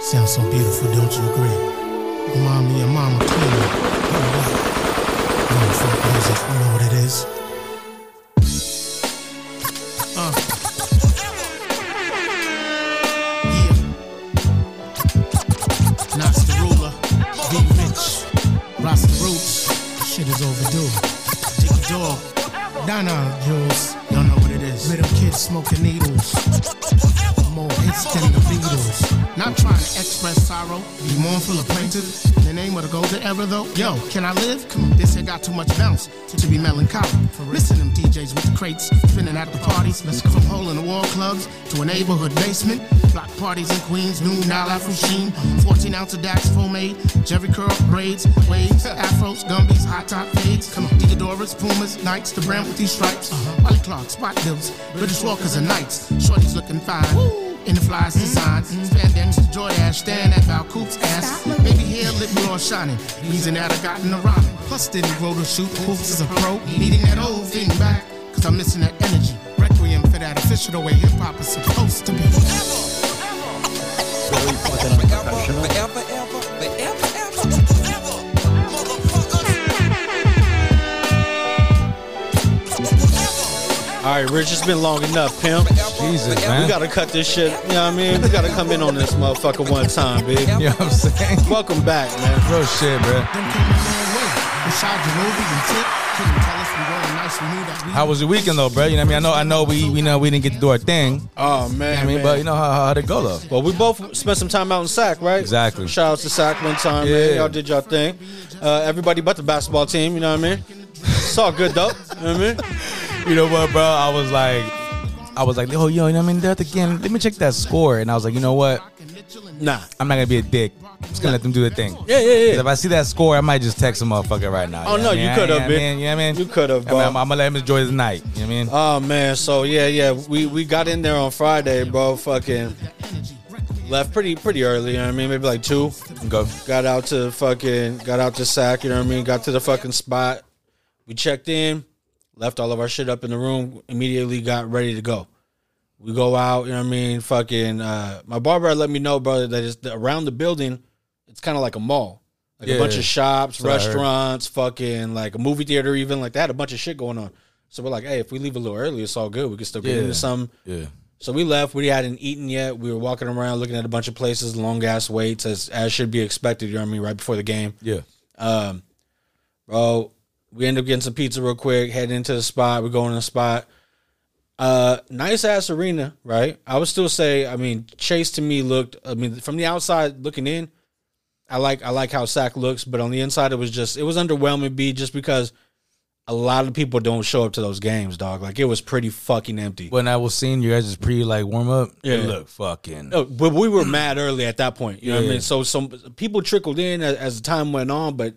Sounds so beautiful, don't you agree? Mommy and mama clean. Oh, wow. Young folk music, you know what it is? Uh. Yeah. Knox the ruler. Be rich. Rasta roots. Shit is overdue. Dicky dog. Donna Jules. Y'all know what it is. Little kids smoking needles more hits than the Beatles. Not trying to express sorrow, be mournful or plaintive. The name of the golden era, though. Yo, can I live? Come on, this here got too much bounce to, to be melancholy. For listen them DJs with the crates, spinning at the parties. Let's go from hole in the wall clubs to a neighborhood basement. Block parties in Queens, new Nile Afro Sheen. 14 ounce of Dax Pomade, Jerry Curl braids, waves, afros, gumbies, hot top fades. Come on, Diadoras, Pumas, Knights, the brand with these stripes. Wally Clark, Spot Bills, British Walkers and Knights. Shorties looking fine. In the flies design, spandex to Jordash, staring at Val Coop's ass. Baby hair, lip gloss shining. Reason that I got in the rhyming. Plus, didn't grow to shoot. Hoops is a pro. Needing that old thing back, cause I'm missing that energy. Requiem for that official the way hip hop is supposed to be. Very fucking unprofessional. Forever, ever, forever, ever, forever, motherfuckers. All right, Rich, it's been long enough, pimp. Jesus, We man. gotta cut this shit. You know what I mean? We gotta come in on this motherfucker one time, big. You know what I'm saying? Welcome back, man. Real shit, bro. Then came a long way. We shot Janubi and Tip. Couldn't tell us we were nice. We knew that we How was your weekend though, bro? You know what I mean? I know, I know, we we know we didn't get to do our thing. Oh man, I mean, but you know how how did it go though? Well, we both spent some time out in Sac, right? Exactly. Shout out to Sac one time, Yeah. man. Y'all did y'all thing. Uh, everybody but the basketball team, you know what I mean? It's all good though. You know what I mean? You know what, bro? I was like, I was like, oh yo, you know what I mean? That again, let me check that score, and I was like, you know what? Nah. I'm not gonna be a dick. I'm just gonna let them do the thing. Yeah, yeah, yeah. If I see that score, I might just text a motherfucker right now. Oh, no, you could have, bitch. been. You know what I mean? You could have, I bro. mean, I'm, I'm gonna let him enjoy the night. You know what I mean? Oh man, so yeah, yeah, we we got in there on Friday, bro. Fucking left pretty pretty early. You know what I mean? Maybe like two. go. Got out to fucking got out to sack. You know what I mean? Got to the fucking spot. We checked in, left all of our shit up in the room. Immediately got ready to go. We go out. You know what I mean? Fucking uh, my barber let me know, brother, that it's around the building. It's kind of like a mall. Like a Yeah. bunch of shops, what I heard. restaurants, fucking like a movie theater, even like they had a bunch of shit going on. So we're like, hey, if we leave a little early, it's all good. We can still get Yeah. into some. Yeah. So we left. We hadn't eaten yet. We were walking around looking at a bunch of places, long ass waits, as as should be expected. You know what I mean? Right before the game, Yeah. um, bro. Oh, We end up getting some pizza real quick. Heading into the spot. We're going to the spot. Uh, nice ass arena, right? I would still say. I mean, Chase to me looked. I mean, from the outside looking in, I like I like how Sac looks, but on the inside it was just it was underwhelming. B just because a lot of people don't show up to those games, dog. Like it was pretty fucking empty. When I was seeing you guys just pre like warm up, Yeah. it looked fucking. No, but we were mad early at that point. You know what I Yeah. mean? So some people trickled in as, as the time went on, but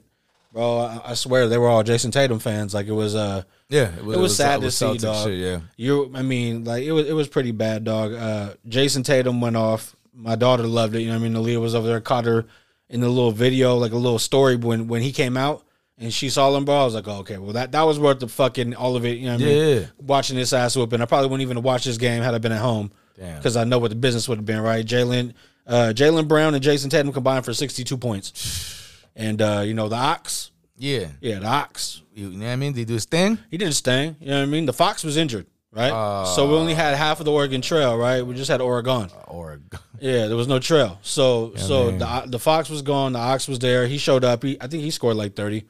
bro, I, I swear they were all Jason Tatum fans. Like it was, uh, Yeah, it was sad to see, Celtic dog. shit, yeah. you, I mean, like it was, it was pretty bad, dog. Uh, Jason Tatum went off. My daughter loved it. You know what I mean? Aaliyah was over there, caught her in the little video, like a little story when when he came out. And she saw him, bro. I was like, oh, okay, well, that, that was worth the fucking all of it. You know what I mean? Yeah. Watching this ass whooping. I probably wouldn't even watch this game had I been at home Damn. because I know what the business would have been, right? Jalen, uh, Jalen Brown and Jason Tatum combined for sixty-two points, and uh, you know the Ox, Yeah. yeah, the Ox, You know what I mean? They do his thing. he did his thing. You know what I mean? The Fox was injured, right? so we only had half of the Oregon Trail, right? We just had Oregon. Or Yeah, there was no trail. So so the the Fox was gone. The Ox was there. He showed up. He I think he scored like thirty.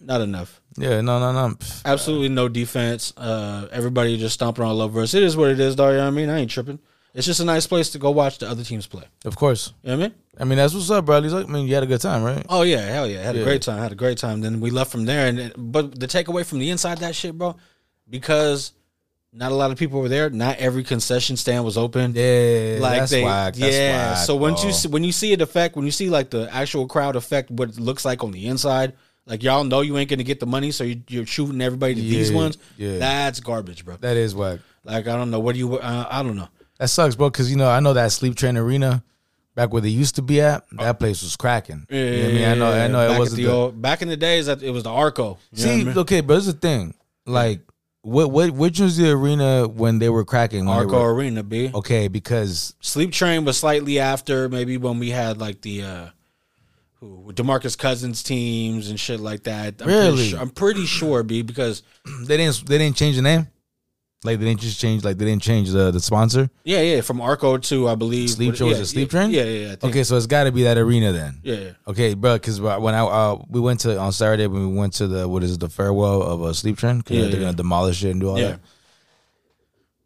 Not enough. yeah, no, no, no. Pff, Absolutely no defense. Uh, everybody just stomping all over us. It is what it is, though. You know what I mean? I ain't tripping. It's just a nice place to go watch the other teams play. Of course. You know what I mean? I mean, that's what's up, bro. At least, like, I mean, you had a good time, right? Oh yeah, hell yeah, had a Yeah. great time. Had a great time. Then we left from there, and it- but the takeaway from the inside that shit, bro, because not a lot of people were there. Not every concession stand was open. Yeah, like that's they, whack. That's yeah. whack, so once you bro. see, when you see it affect, when you see like the actual crowd affect what it looks like on the inside, like y'all know you ain't gonna get the money, so you, you're shooting everybody to these Yeah, ones. yeah. that's garbage, bro. that is whack. Like I don't know what do you, uh, I don't know. That sucks, bro. Because you know, I know that Sleep Train Arena, back where they used to be at, that place was cracking. Uh, Yeah, you know what I mean, I know, I know back it at wasn't. the The old, back in the days that it was the Arco. You know what I see, mean? okay, but here's the thing, like What what which was the arena when they were cracking? when they Arco were- Arena, B. Okay, because Sleep Train was slightly after, maybe when we had like the uh who with Demarcus Cousins teams and shit like that. I'm Really? pretty sure, I'm pretty sure, B, because they didn't they didn't change the name. Like they didn't just change like they didn't change the the sponsor. yeah, yeah, from Arco to I believe Sleep Train yeah, was a Sleep yeah, Train? Yeah, yeah, yeah. I think. Okay, so it's got to be that arena then. Yeah, yeah. Okay, bro, because when I uh, we went to on Saturday when we went to the what is it, the farewell of a sleep train because Yeah, they're yeah. gonna demolish it and do all Yeah. that.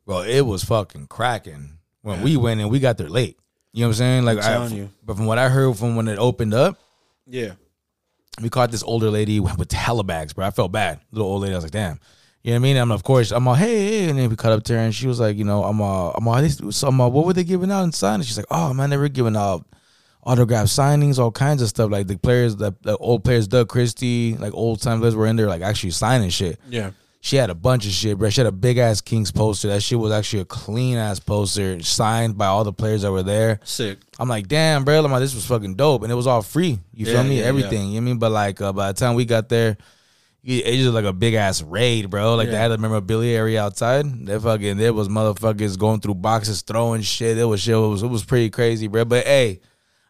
Bro, it was fucking cracking when we went and we got there late. You know what I'm saying? Like, I, telling you. but from what I heard from when it opened up, Yeah. we caught this older lady with with hella bags, bro. I felt bad. Little old lady. I was like, damn. You know what I mean? I'm of course I'm all hey, hey," and then we cut up to her and she was like, you know, I'm uh I'm all this so I'm all, what were they giving out inside? And she's like, Oh man, they were giving out autograph signings, all kinds of stuff. Like the players, the, the old players, Doug Christie, like old time players were in there like actually signing shit. Yeah. She had a bunch of shit, bro. She had a big ass Kings poster. That shit was actually a clean ass poster signed by all the players that were there. Sick. I'm like, damn, bro. I'm like, this was fucking dope, and it was all free. You Yeah, feel me? yeah, Everything. You know what I mean? But like, uh, by the time we got there, it it was just like a big ass raid, bro. Like they Yeah. had a memorabilia outside. They fucking there was motherfuckers going through boxes, throwing shit. It was shit. It was, it was pretty crazy, bro. But hey,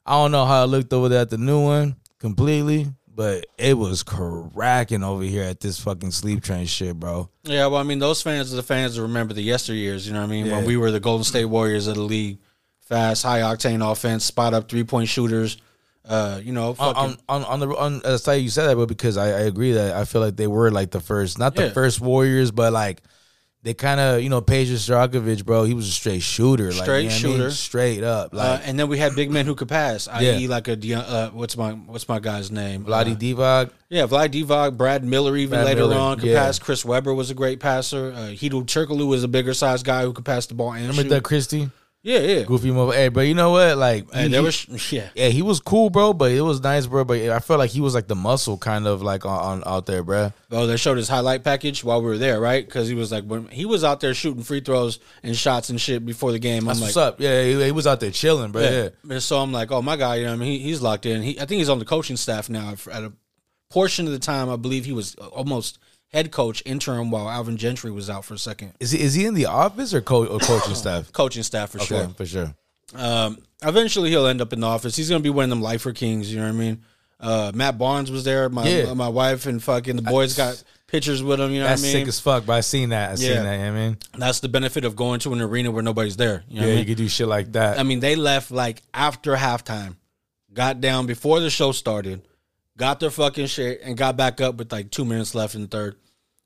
I don't know how I looked over there at the new one completely, but it was cracking over here at this fucking sleep train shit, bro. Yeah, well, I mean, those fans are the fans that remember the yesteryears. You know what I mean? Yeah. When we were the Golden State Warriors of the league, fast, high octane offense, spot up three point shooters. Uh, you know, on, fucking, on on on the on the side you said that, but because I, I agree that I feel like they were like the first, not the Yeah. first Warriors, but like they kind of you know Peja Strokovich, bro. He was a straight shooter, like, Straight you know what I mean? shooter. straight up, uh, like and then we had big men who could pass, i.e., Yeah. like a De- uh, what's my what's my guy's name? Vladi Uh, Divac. yeah, Vlad Divac, Brad Miller, even Brad later Miller, on could yeah. pass. Chris Webber was a great passer. Uh, Hedo Turkoglu was a bigger size guy who could pass the ball and Remember shoot. that Christie yeah, yeah. goofy mother? Hey, bro, you know what? Like Hey, he- there he- was yeah. yeah, he was cool, bro. But it was nice, bro. But I felt like he was like the muscle kind of like on, on out there, bro. Oh, they showed his highlight package while we were there, right? Because he was like, when he was out there shooting free throws and shots and shit before the game. That's I'm what's like, up. Yeah, he, he was out there chilling, bro. yeah. And So I'm like, oh my god, you know, what I mean, he, he's locked in. He, I think he's on the coaching staff now. At a portion of the time, I believe he was uh, almost head coach interim while Alvin Gentry was out for a second. Is he is he in the office or co- or coaching staff? Coaching staff for Okay, sure. for sure. Um, eventually, he'll end up in the office. He's gonna be one of them lifer kings. You know what I mean? Uh, Matt Barnes was there. My Yeah. my wife and fucking the boys got pictures with him. You know That's what I mean? sick as fuck, but I seen that. I seen Yeah. that. You know what I mean, That's the benefit of going to an arena where nobody's there. You know what yeah, I you mean? could do shit like that. I mean, they left like after halftime, got down before the show started, got their fucking shit, and got back up with like two minutes left in the third.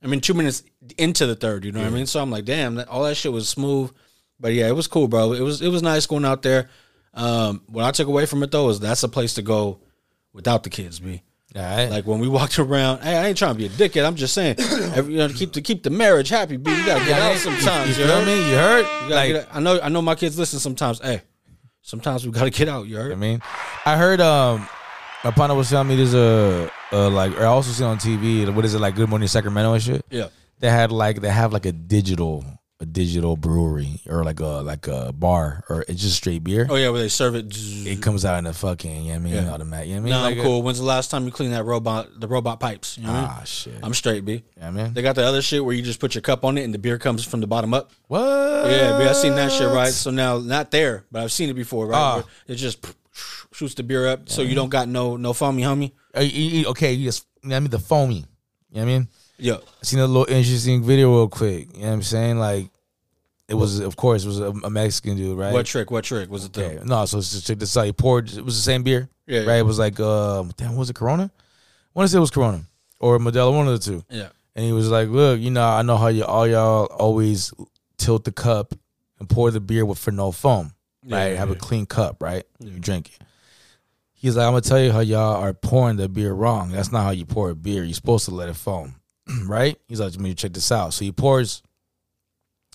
I mean, two minutes into the third. You know what I mean? So I'm like, damn, that, all that shit was smooth. But yeah, it was cool, bro. It was it was nice going out there. Um, what I took away from it though is that's a place to go without the kids, be. All right. Like when we walked around, hey, I ain't trying to be a dickhead. I'm just saying, every, you know, to keep the keep the marriage happy, B. You gotta get out sometimes. you you know? feel me? You heard? You gotta Like, get out. I know I know my kids listen sometimes. Hey, sometimes we gotta get out, you I heard? mean, I heard. Um, my partner was telling me there's a, a like, or I also see on TV. What is it like? Good Morning Sacramento and shit. Yeah. They had like they have like a digital a digital brewery or like a like a bar or it's just straight beer. Oh yeah, where they serve it. It comes out in a fucking. You know what I mean? Yeah. Automatic. You know what I mean? Nah, Like I'm a- cool. When's the last time you cleaned that robot the robot pipes? You know what I mean? Ah shit. I'm straight, B. yeah, man. They got the other shit where you just put your cup on it and the beer comes from the bottom up. what? Yeah, B, I seen that shit, right? So now not there, but I've seen it before, right? Ah. Where It just shoots the beer up so you don't got no no foamy hummy. Uh, you- you- Okay, you just. You know what I mean the foamy. You know what I mean? Yeah. seen a little interesting video real quick. You know what I'm saying? Like, it was, of course, it was a, a Mexican dude, right? What trick? What trick? Was it the Okay. No, so it's just check this out. He poured, it was the same beer, Yeah, right? yeah. It was like, um, damn, was it Corona? I want to say it was Corona or Modelo, one of the two. Yeah. And he was like, look, you know, I know how you all y'all always tilt the cup and pour the beer with for no foam, Yeah, right? yeah, Have a yeah. clean cup, right? You drink it. He's like, I'm gonna tell you how y'all are pouring the beer wrong. That's not how you pour a beer. You're supposed to let it foam, right? He's like, let me check this out. So he pours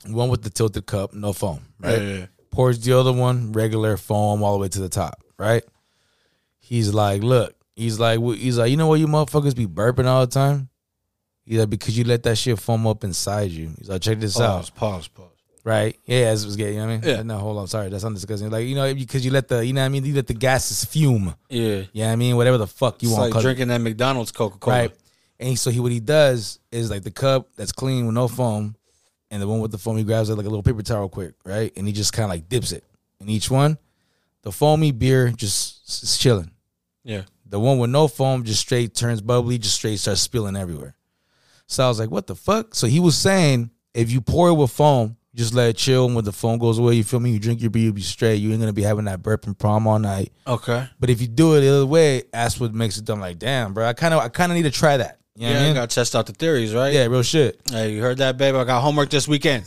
one with the tilted cup, no foam, right? Yeah, yeah, yeah. Pours the other one, regular foam all the way to the top, right? He's like, look, he's like, wh- he's like, you know what, you motherfuckers be burping all the time. He's like, because you let that shit foam up inside you. He's like, check this out, Pause, pause, pause. right? Yeah, as it was getting, you know what I mean? Oh. Yeah. No, hold on, sorry, that's not disgusting. Like, you know, because you let the, you know what I mean? You let the gases fume. Yeah. Yeah, I mean, whatever the fuck you It's want. like cause- drinking that McDonald's Coca Cola. right? And he, so he what he does is like the cup that's clean with no foam, and the one with the foam he grabs it like a little paper towel quick, right? And he just kind of like dips it in each one. The foamy beer just s- is chilling. Yeah. The one with no foam just straight turns bubbly, just straight starts spilling everywhere. So I was like, what the fuck? So he was saying, if you pour it with foam, just let it chill. And when the foam goes away, you feel me? You drink your beer, you be straight. You ain't gonna be having that burping problem all night. Okay. But if you do it the other way, that's what makes it. I'm like, damn, bro. I kind of, I kind of need to try that. You know Yeah, what I you mean? gotta test out the theories, right? yeah, real shit. Hey, you heard that, babe? I got homework this weekend.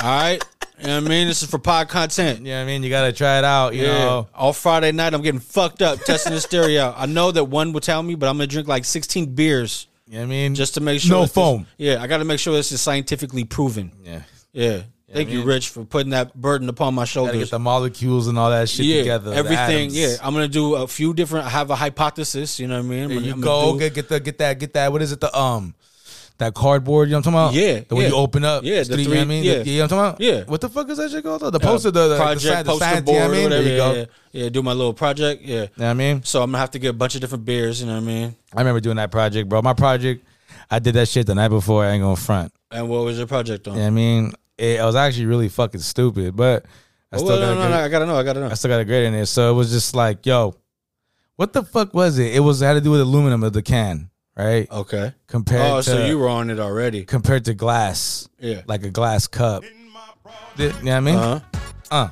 All right. You know what I mean? This is for pod content. You know what I mean? You gotta try it out. You know, All Friday night, I'm getting fucked up testing this theory out. I know that one will tell me, but I'm gonna drink like 16 beers you know what I mean? just to make sure. No that this- foam. yeah, I gotta make sure this is scientifically proven. yeah, Yeah. Thank you, Rich, for putting that burden upon my gotta shoulders. get the molecules and all that shit yeah, together. the everything. atoms. Yeah, I'm gonna do a few different. I have a hypothesis. You know what I mean? I'm There gonna- you I'm gonna go do- get get the get that get that. What is it? The um, that cardboard. You know what I'm talking about? Yeah, the way yeah. you open up. Yeah, it's the You know what I three- mean? yeah. The, you know what I'm talking about? Yeah. What the fuck is that shit called? The poster, the, the project the, sign- the poster sign- board, You know what I mean? whatever. There you yeah, go. yeah, yeah, do my little project. Yeah. You know what I mean? So I'm gonna have to get a bunch of different beers. You know what I mean? I remember doing that project, bro. My project, I did that shit the night before. I ain't gonna front. And what was your project on? You know what I mean? It, I was actually really fucking stupid, but I Oh, still well, got no, a no, good- no, I gotta know. I gotta know. I still got a grade in it. So it was just like, yo, what the fuck was it? It was had to do with aluminum of the can, right? Okay. Compared Oh, to so you were on it already? compared to glass, Yeah. like a glass cup. Th- You know what I mean? Uh huh. Uh.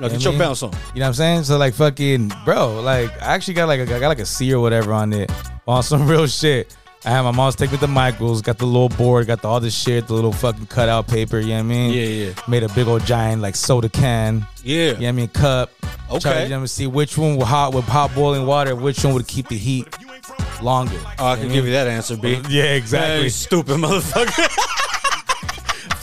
No, get I your mean- bounce on. You know what I'm saying? So like fucking bro, like I actually got like a, I got like a C or whatever on it on some real shit. I had my mom's take with the Michaels, got the little board, got the, all this shit, the little fucking cutout paper. You know what I mean? Yeah, yeah. Made a big old giant like soda can. Yeah. You know what I mean? Cup. Okay. Tried to you know, what I mean, see which one would hot with hot boiling water, which one would keep the heat longer. Oh, I can give you that answer, B. Yeah, Hey, exactly. stupid motherfucker.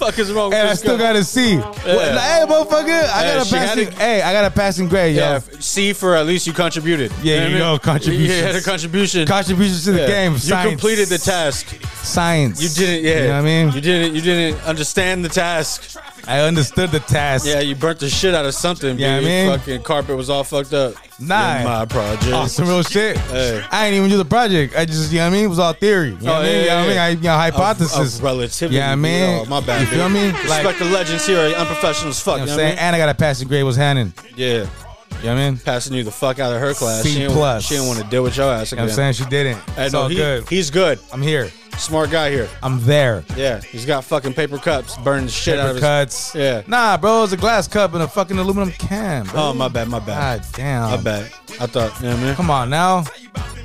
Fuck is wrong with And I this still guy? got a C. What- like, hey, motherfucker, I Hey, got a she had passing. to- hey, I got a passing grade, yo. Yeah, f- C for at least you contributed. Yeah, know you what I know, contributions. Yeah, the contribution. Contributions to the Yeah. game. You science. completed the task. Science. You didn't. Yeah, You know what I mean? you didn't. You didn't understand the task. I understood the task. Yeah, you burnt the shit out of something. Yeah, B. I mean- fucking carpet was all fucked up. Nah. In my project. Oh, some real shit. Hey. I ain't even do the project. I just, you know what I mean? It was all theory. You know what I Oh, mean? yeah, You know yeah, what I mean? yeah. I, you know, hypothesis. Of, of relativity. Yeah, I B. mean, Oh, my bad. you B. feel me? Like- Respect the legends here. Are unprofessional as fuck. you You know know what I'm saying? And I got a passing grade was Hannon. what I mean? Yeah. You know what I mean? Passing you the fuck out of her class. C she didn't, plus. She didn't want to deal with your ass You know again. what I'm saying? She didn't. Hey, it's no, all he- good. He's good. I'm here. Smart guy here. I'm there. Yeah, he's got fucking paper cups, burning the shit out of Paper his. cuts. Yeah. Nah, bro, it's a glass cup and a fucking aluminum can. Bro. Oh my bad, my bad, God damn. my bad. I thought, you know what I mean? Ah, Come on now.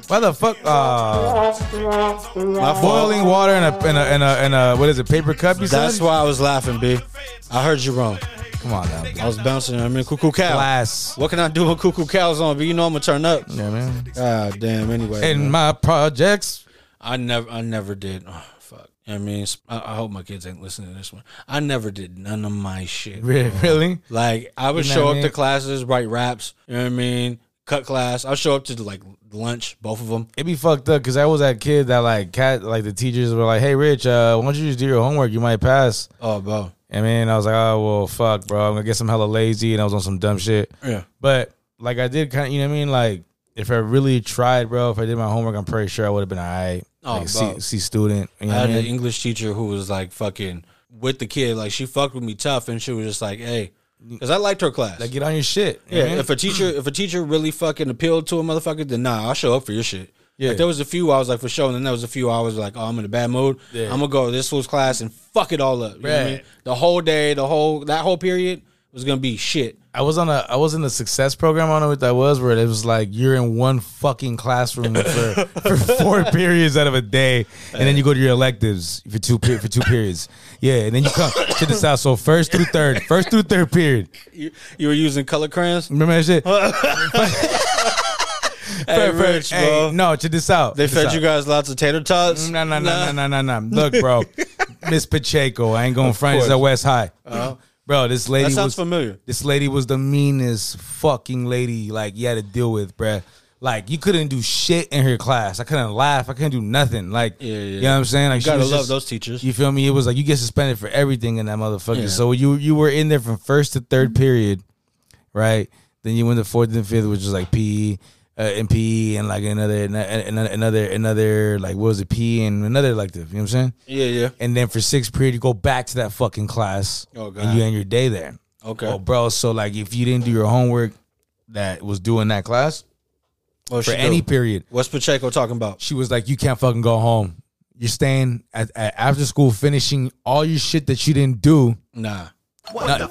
Why the fuck? Uh, My fault. boiling water in a, in a, in a, in a, what is it, paper cup, you That's said? why I was laughing, B. I heard you wrong. Come on now. bro. I was bouncing. you know what I mean, cuckoo cow. Glass. What can I do when cuckoo cows on? But you know I'm gonna turn up. You know what I mean? Ah, damn. Anyway, in man. my projects. I never, I never did. Oh, fuck. You know what I mean, Sp- I, I hope my kids ain't listening to this one. I never did none of my shit. Really? really? Like I would You know show what up I mean? to classes, write raps. You know what I mean? Cut class. I'll show up to like lunch, both of them. It be fucked up because I was that kid that like cat like the teachers were like, "Hey, Rich, uh, why don't you just do your homework? You might pass." Oh, bro. And then I was like, "Oh well, fuck, bro, I'm gonna get some hella lazy," and I was on some dumb shit. Yeah. But like I did kind of, you know what I mean? Like if I really tried, bro, if I did my homework, I'm pretty sure I would have been alright. Oh, like, bro. C, C student. You know I what had I an mean? English teacher who was like fucking with the kid. Like she fucked with me tough, and she was just like, "Hey," because I liked her class. Like get on your shit. you know yeah, what I mean? if a teacher if a teacher really fucking appealed to a motherfucker, then nah, I'll show up for your shit. Yeah. Like there was a few I was like for sure, and then there was a few I was like, oh, I'm in a bad mood. Yeah. I'm gonna go to this fool's class and fuck it all up. You know what I Right. mean? The whole day, the whole that whole period was gonna be shit. I was on a I was in the success program. I don't know what that was, where it was like you're in one fucking classroom for, for four periods out of a day, and then you go to your electives for two per- for two periods. Yeah, and then you come check this out. So first through third, first through third period. You, you were using color crayons. Remember that shit? Hey, For- for- Rich, hey, bro. no, check this out. They check this fed you out. Mm, guys lots of tater tots. No, no, no, no, no, no, no. Look, bro, Miss Pacheco. I ain't going to front. It's at course. Uh-huh. West High. Bro, this lady That sounds was familiar. This lady was the meanest fucking lady like you had to deal with, bruh. Like you couldn't do shit in her class. I couldn't laugh. I couldn't do nothing. Like Yeah, yeah, you know yeah. what I'm saying? Like she Gotta was love just- those teachers. You feel me? It was like you get suspended for everything in that motherfucker. Yeah. Mm-hmm. So you you were in there from first to third period, right? Then you went to fourth and fifth, which is like PE. uh, MP and like another another another another like what was it P and another elective. You know what I'm saying? Yeah, yeah. And then for sixth period, you go back to that fucking class. Oh, God. And you end your day there. Okay. Oh, bro. So like, if you didn't do your homework that was due in that class Oh, for shit. any period, What's Pacheco talking about? she was like, "You can't fucking go home. You're staying at, at after school, finishing all your shit that you didn't do. Nah, Not-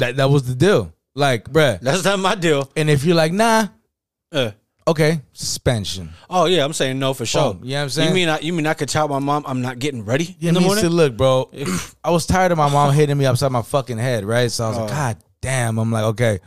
that that was the deal. Like, bruh. that's not my deal. And if you're like, nah, Uh, okay, suspension. oh yeah, I'm saying no for sure. you know what I'm saying? You mean I, you mean I could tell my mom I'm not getting ready You in the mean, morning? see, look, bro, I was tired of my mom hitting me upside my fucking head, right? So I was Oh. like, God damn. I'm like, okay,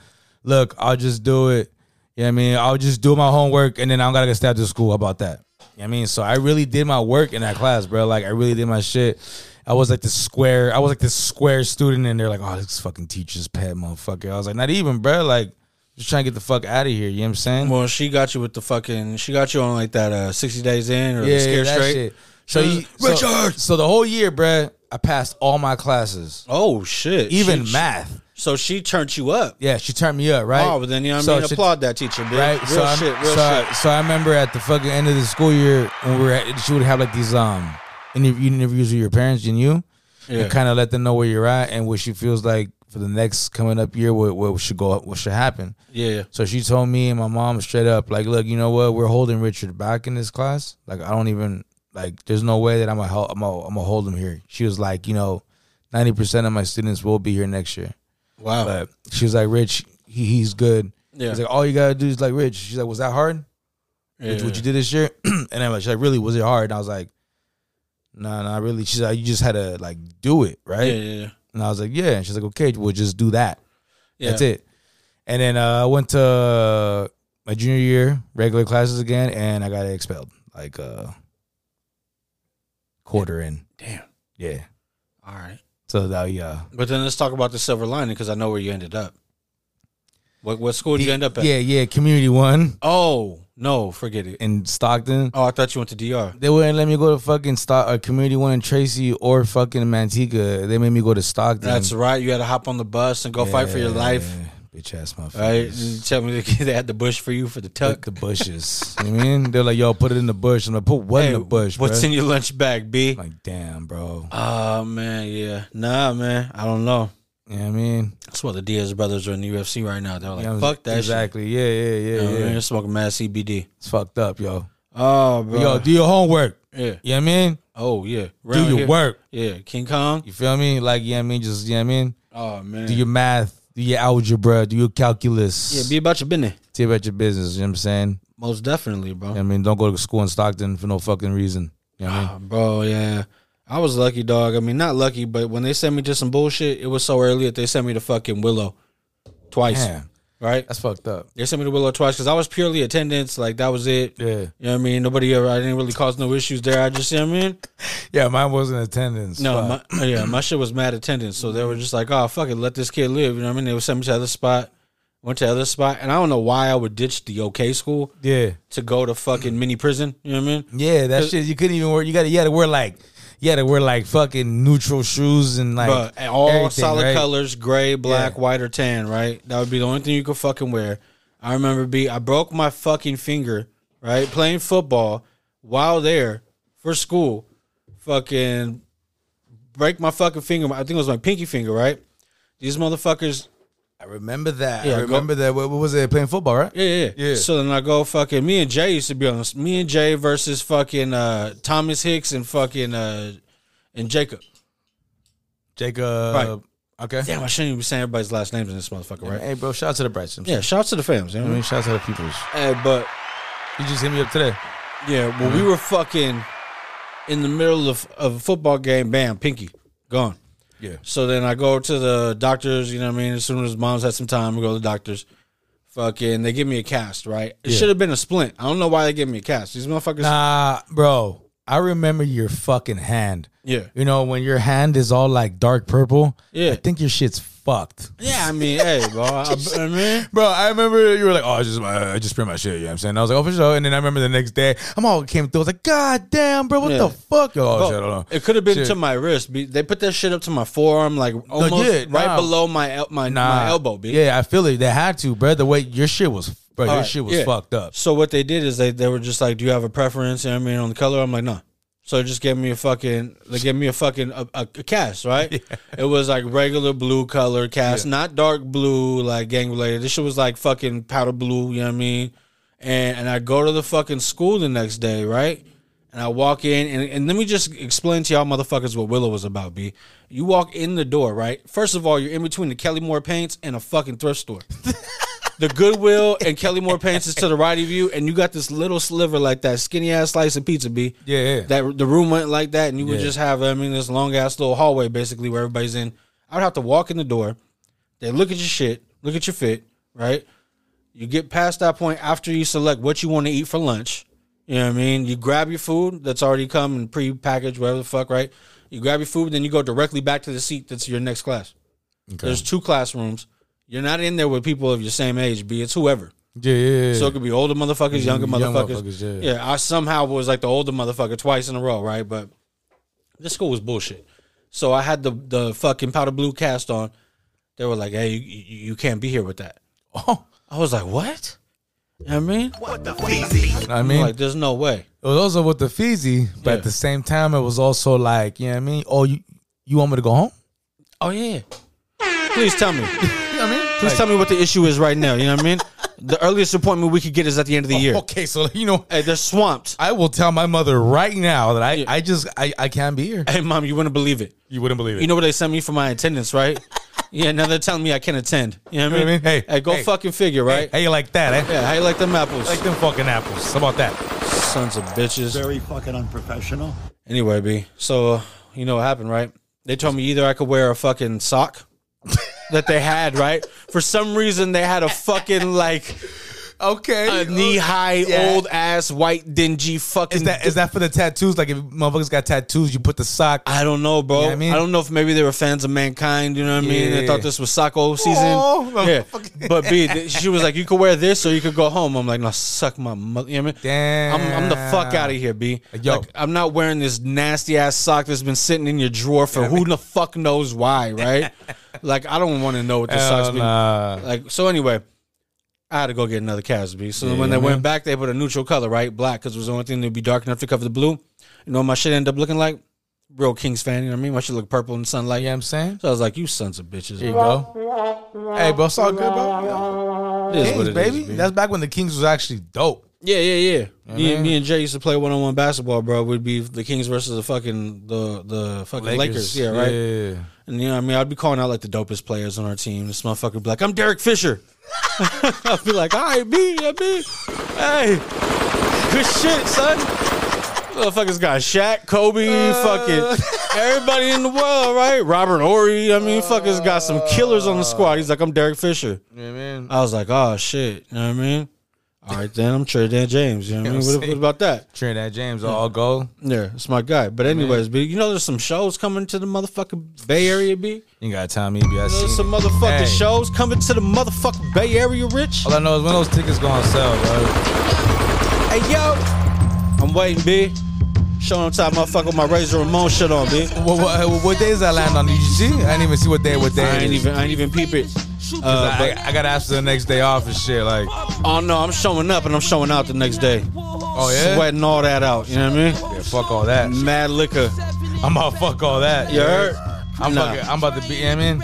look, I'll just do it. You know what I mean? I'll just do my homework and then I don't gotta get stabbed to school. How about that? You know what I mean? So I really did my work in that class, bro. Like I really did my shit. I was like the square, I was like the square student and they're like, oh, this fucking teacher's pet motherfucker. I was like, not even, bro. Like, just trying to get the fuck out of here. You know what I'm saying? Well, she got you with the fucking. She got you on like that uh, 60 days in or yeah, the scare that straight. Uh, shit. So, you, Richard! So, so the whole year, bruh, I passed all my classes, Oh shit! even She- math. So she turned you up. Yeah, she turned me up, right? Oh, but then you know what I So mean. she- Applaud that teacher, bitch. right? Real so I'm- shit, real so I, shit. so I remember at the fucking end of the school year when we were at, she would have like these um interview, interviews with your parents and you, Yeah. and kind of let them know where you're at and what she feels like for the next coming up year, what, what should go, what should happen. yeah, So she told me and my mom straight up, like, look, you know what? We're holding Richard back in this class. Like, I don't even like. There's no way that I'm gonna hel- I'm gonna, I'm gonna hold him here. She was like, you know, ninety percent of my students will be here next year. wow. But she was like, Rich, he, he's good. Oh. Yeah. She's like, all you gotta do is like, Rich. She's like, was that hard? yeah. What you did this year? and I'm like, she's like, really? Was it hard? And I was like, nah, not really. She's like, you just had to like do it, right? Yeah, yeah, yeah. And I was like, yeah. And she's like, okay, we'll just do that. yeah. That's it. And then uh, I went to uh, my junior year regular classes again, and I got expelled like uh, quarter in. Damn. Yeah. All right. So that yeah. But then let's talk about the silver lining because I know where you ended up. What what school did you end up at? Yeah, yeah. Community one Oh no, forget it. in Stockton. Oh, I thought you went to DR. They wouldn't let me go to fucking Stock or Community One in Tracy or fucking Manteca. They made me go to Stockton. That's right. You had to hop on the bus and go fight for your life. Bitch ass motherfuckers. Right? You tell me they had the bush for you for the Put tuck. the bushes. you know what I mean? They're like, yo, put it in the bush. I'm like, put what in Hey, the bush? What's bruh? in your lunch bag, B? I'm like, damn, bro. Oh man, yeah. Nah, man. I don't know. You know what I mean? That's why the Diaz brothers are in the UFC right now. They're like, Yeah, fuck that exactly. Yeah, yeah, shit. yeah, You know what I yeah. mean? They're smoking mad CBD. It's fucked up, yo. Oh, bro. Yo, do your homework. yeah. You know what I mean? Oh, yeah. Do Round your here. work. Yeah. King Kong. You feel me? Like, you know what I mean? Just, you know what I mean? Oh, man. Do your math. Do your algebra. Do your calculus. yeah, be about your business. Tell about your business. You know what I'm saying? Most definitely, bro. You know what I mean? Don't go to school in Stockton for no fucking reason. You know what I mean? Oh, bro, yeah. I was lucky, dog. I mean, not lucky, but when they sent me to some bullshit, it was so early that they sent me to fucking Willow twice, Damn. right? That's fucked up. They sent me to Willow twice because I was purely attendance. Like, that was it. Yeah. You know what I mean? Nobody ever, I didn't really cause no issues there. I just, you know what I mean? Yeah, mine wasn't attendance. No, Fuck. my, yeah, my shit was mad attendance. So they were just like, oh, fuck it, let this kid live. You know what I mean? They would send me to other spot, went to other spot. And I don't know why I would ditch the okay school yeah. to go to fucking mini prison. You know what I mean? Yeah, that shit. You couldn't even wear. You got to. You had to wear like. You had to wear like fucking neutral shoes and like But all everything, solid right? colors, gray, black, Yeah. white, or tan, right? That would be the only thing you could fucking wear. I remember B I broke my fucking finger, right? Playing football while there for school. Fucking break my fucking finger. I think it was my pinky finger, right? These motherfuckers I remember that. Yeah, I go- remember that. What, what was it? Playing football, right? Yeah, yeah, Yeah. So then I go fucking me and Jay used to be on this. Me and Jay versus fucking uh, Thomas Hicks and fucking uh, and Jacob. Jacob. uh, Okay. Damn, I shouldn't even be saying everybody's last names in this motherfucker, right? Hey, bro. Shout out to the Brightons. Yeah, shout out to the fams. You know what I I mean, mean? shout out to the peoples. Hey, but You just hit me up today. yeah, well, we Uh-huh. were fucking in the middle of, of a football game. Bam, pinky gone. Yeah. So then I go to the doctors, you know what I mean? As soon as mom's had some time, we go to the doctors. Fucking, they give me a cast, right? It Yeah. should have been a splint. I don't know why they give me a cast. These motherfuckers. Nah, bro. I remember your fucking hand. Yeah. You know when your hand is all like dark purple. Yeah. I think your shit's fucked. Yeah, I mean, hey, bro. I, I mean, Bro, I remember you were like, "Oh, I just, I just print my shit." You know what I'm saying? I was like, "Oh, for sure." And then I remember the next day, I'm all came through. I was like, "God damn, bro, what Yeah. the fuck?" Yo, oh, Bro, shit, I don't know. It could have been Shit. to my wrist. B. They put that shit up to my forearm, like almost yeah, right nah. below my el- my, Nah. my elbow. B. Yeah, I feel it. They had to, bro. The way your shit was, Bro, this Alright, shit was yeah. fucked up. So what they did is they, they were just like, "Do you have a preference?" You know what I mean, on the color. I'm like, "No." So it just gave me a fucking, they gave me a fucking a, a, a cast, right? It was like regular blue color cast, not dark blue like gang related. This shit was like fucking powder blue. You know what I mean? And and I go to the fucking school the next day, right? And I walk in, and, and let me just explain to y'all motherfuckers what Willow was about, B. You walk in the door, right? First of all, you're in between the Kelly Moore paints and a fucking thrift store the Goodwill and Kelly Moore Pants is to the right of you, and you got this little sliver like that skinny ass slice of pizza, b. Yeah, yeah. That the room went like that, and you would Yeah. just have I mean this long ass little hallway basically where everybody's in. I would have to walk in the door. They look at your shit, look at your fit, right? You get past that point after you select what you want to eat for lunch. You know what I mean? You grab your food that's already come and pre-packaged, whatever the fuck, right? You grab your food, then you go directly back to the seat that's your next class. There's two classrooms. You're not in there with people of your same age, be it's whoever. Yeah, yeah, yeah. Mm-hmm. So it could be older motherfuckers, younger young motherfuckers. motherfuckers, yeah. yeah. I somehow was like the older motherfucker twice in a row, right? But this school was bullshit. So I had the the fucking powder blue cast on. They were like, "Hey, you, you you can't be here with that." oh, I was like, "What?" You know what I mean, you know what I I'm mean, like, "There's no way." it was also with the feezy, but Yeah. at the same time, it was also like, you know what I mean? Oh, you, you want me to go home? Oh yeah. Please tell me. You know what I mean? Please Like, tell me what the issue is right now. You know what I mean? The earliest appointment we could get is at the end of the year. Oh, Okay, so you know, Hey, they're swamped. I will tell my mother right now that I, Yeah. I just, I, I can't be here. Hey, mom, you wouldn't believe it. You wouldn't believe it. You know what they sent me for my attendance, right? yeah, now they're telling me I can't attend. You know what, I mean? Hey, go hey. fucking figure, right? Hey, you like that? Eh? Yeah, how you like them apples? Like them fucking apples. How about that? Sons of bitches. Very fucking unprofessional. Anyway, B. So uh, you know what happened, right? They told me either I could wear a fucking sock that they had, right? For some reason, they had a fucking like Okay. a knee high, Yeah. old ass, white, dingy fucking. Is that is that for the tattoos? Like if motherfuckers got tattoos, you put the sock. I don't know, bro. You know what I, I mean? don't know if maybe they were fans of mankind. You know what I mean? They Yeah. thought this was Socko season. Oh, yeah, motherfucker. but B, th- she was like, "You could wear this, or you could go home." I'm like, "No, suck my mother." You know what I mean? Damn. I'm, I'm the fuck out of here, B. Yo. Like, I'm not wearing this nasty ass sock that's been sitting in your drawer for who the fuck knows why, right? like, I don't want to know what this sock's Hell been. nah. Like, so anyway, I had to go get another Casby. So when they went back, they put a neutral color, right? Black, because it was the only thing that'd be dark enough to cover the blue. You know what my shit ended up looking like? Real Kings fan, you know what I mean? My shit look purple in the sunlight. You know what I'm saying? So I was like, you sons of bitches. There you go. Hey, bro, it's all good, bro. It is what Kings, it baby. is, B. That's back when the Kings was actually dope. Yeah, yeah, yeah. me, mean- me and Jay used to play one on one basketball, bro. We'd be the Kings versus the fucking the the fucking Lakers. Yeah, right. Yeah. And you know, what I mean, I'd be calling out like the dopest players on our team. This motherfucker would be like, "I'm Derek Fisher." I'd be like, "All right, B, yeah, B, hey, good shit, son." Motherfuckers got Shaq, Kobe, fucking everybody in the world, right? Robert Ory. I mean, fuckers got some killers on the squad. He's like, "I'm Derek Fisher." You know what I mean? I was like, "Oh shit," you know what I mean? All right, then I'm Trey Dan James. You know what I You know mean? what I'm What, what about that? Trinidad James, all go. Yeah, it's my guy. But anyways, B, you know there's some shows coming to the motherfucking Bay Area, B. You got Tommy B. I There's seen some it. motherfucking Hey. shows coming to the motherfucking Bay Area, Rich. All I know is when those tickets go on sale, bro. Hey yo, I'm waiting, B. Show them top motherfucker with my Razor Ramon shit on, B. What, what, what days I land on? Did you see? I didn't even see what day. What day? I it ain't is. even, I ain't even peep it. Uh, I, I, I got asked for the next day off and shit. Like, oh no, I'm showing up and I'm showing out the next day, oh yeah, sweating all that out. You know what I Yeah, fuck all that. mean? Mad liquor. I'm about to fuck all that. Mm-hmm. You heard? I'm Nah. fucking, I'm about to be. I mean,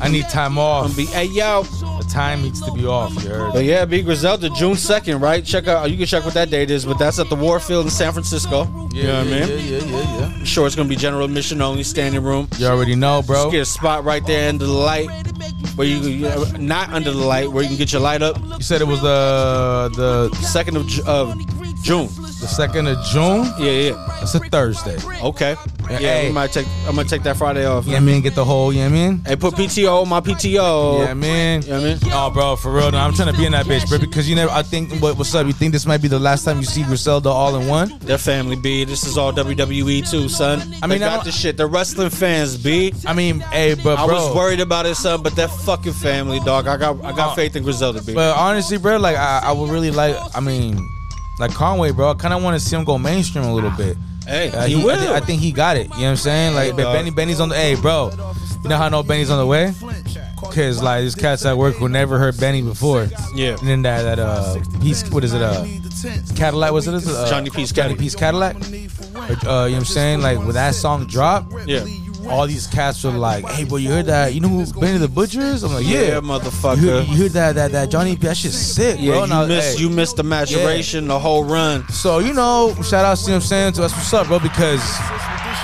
I need time off. I'm be, hey yo. the time needs to be off. You heard? But yeah, B Griselda, June second, right? Check out. You can check what that date is, but that's at the Warfield in San Francisco. you know what I mean? Yeah, yeah, yeah, yeah. Sure, it's gonna be general admission only, standing room. You already know, bro. Just get a spot right there under the light, where you you- not under the light, where you can get your light up. You said it was the the Second of Ju- of June. the second of June. Yeah, yeah. It's a Thursday. Okay. Yeah, Hey. we might take. I'm gonna take that Friday off. Yeah, I mean, get the whole. Yeah, I mean. Hey, put PTO on my PTO. Yeah, I mean. Oh. You know what I mean? Oh, bro, for real. No, I'm trying to be in that bitch, bro. Because you never. I think. What, what's up? You think this might be the last time you see Griselda all in one? They're family, B. This is all WWE too, son. I I mean, they mean, I got don't- this shit. They're wrestling fans, B. I mean, hey, but bro. I was worried about it, son, but that fucking family, dog. I got I got faith in Griselda, B. But honestly, bro, like I, I would really like. I mean, like Conway, bro. I kind of want to see him go mainstream a little bit. Hey, Uh, he I, thi- will. I think he got it. You know what I'm saying? Like, but dog. Benny, Benny's on the. Hey, bro. You know how I know Benny's on the way? Cause like there's cats at work who never heard Benny before. Yeah. And then that that uh piece what is it uh Cadillac was it uh, Johnny P's Johnny Cadillac. P's Cadillac? Uh, you know what I'm saying? Like when that song dropped, Yeah. all these cats were like, "Hey, bro, you heard that? You know who Benny the Butcher is?" I'm like, Yeah, "Yeah, motherfucker. You heard, you heard that that that Johnny P? That shit's sick, Yeah, bro." And I you was- missed hey. you missed the maturation, the whole run. So you know, shout out to him saying to us, "What's up, bro?" Because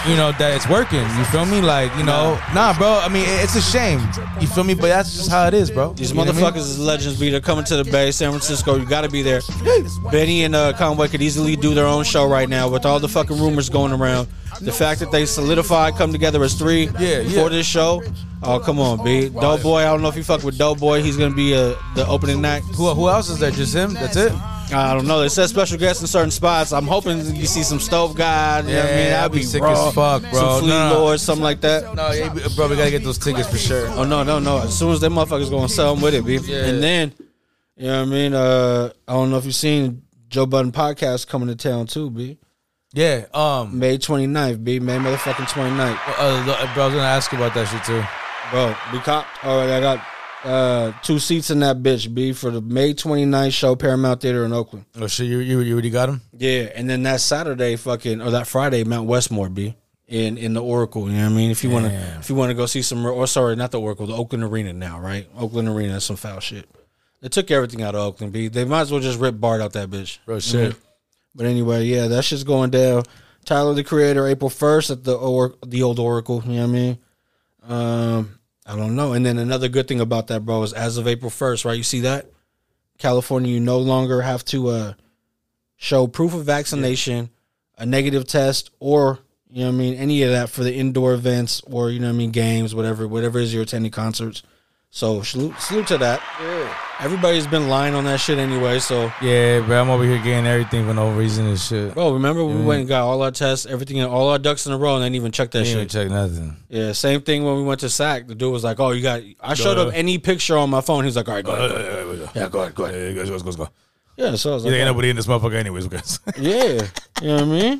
you know that it's working. You feel me? Like you know, nah, bro. I mean, it- it's a shame. You feel me? But that's just how it is, bro. These You know what I motherfuckers mean? is legends, be they're coming to the Bay, San Francisco. You got to be there. Benny and uh, Conway could easily do their own show right now with all the fucking rumors going around. The fact that they solidified, come together as three Yeah, yeah. for this show. Oh, come on, B. Doughboy, I don't know if you fuck with Doughboy. He's going to be uh, the opening act. Who, who else is there? Just him? That's it. I don't know. They said special guests in certain spots. I'm hoping you see some Stove guy. You know what I mean? Yeah, That'd be, be sick raw. as fuck, bro. Some Flea No, no. Lord, something like that. No, yeah, bro, we gotta get those tickets for sure. Oh no, no, no! As soon as that motherfucker's gonna sell them with it, B. Yeah. And then, you know what I mean? Uh, I don't know if you've seen Joe Budden podcast coming to town too, B. Yeah, um, May 29th, B. May motherfucking 29th, uh, the- bro, I was gonna ask you about that shit too. bro. We copped. All right, I got uh two seats in that bitch, B. For the May 29th show, Paramount Theater in Oakland. Oh shit, you you, you already got him? Yeah, and then that Saturday, fucking or that Friday, Mount Westmore, B. In in the Oracle, you know what I mean? If you wanna Damn. if you wanna go see some, or sorry, not the Oracle, the Oakland Arena now, right? Oakland Arena, that's some foul shit. They took everything out of Oakland, B. They might as well just rip Bart out that bitch. Bro, shit. But anyway, yeah, that shit's going down. Tyler the Creator, April first at the or the old Oracle. You know what I mean? Um, I don't know. And then another good thing about that, bro, is as of April first, right? You see that California, you no longer have to uh show proof of vaccination, a negative test, or you know what I mean, any of that for the indoor events or you know what I mean, games, whatever, whatever it is you're attending concerts. So salute, salute to that. Everybody's been lying on that shit anyway, so. Yeah, bro, I'm over here getting everything for no reason and shit. Bro, remember when we went and got all our tests, everything, all our ducks in a row, and didn't even check that Ain't even shit. check nothing. yeah, same thing when we went to SAC. The dude was like, "Oh, you got." I showed Duh. up any picture on my phone. He was like, "All right, go." Uh, ahead, go ahead." Yeah, go ahead, go ahead. Let's go, let's go. Yeah, so I was There like, ain't "Oh, nobody in this motherfucker, anyways, guys. "Yeah, you know what I mean."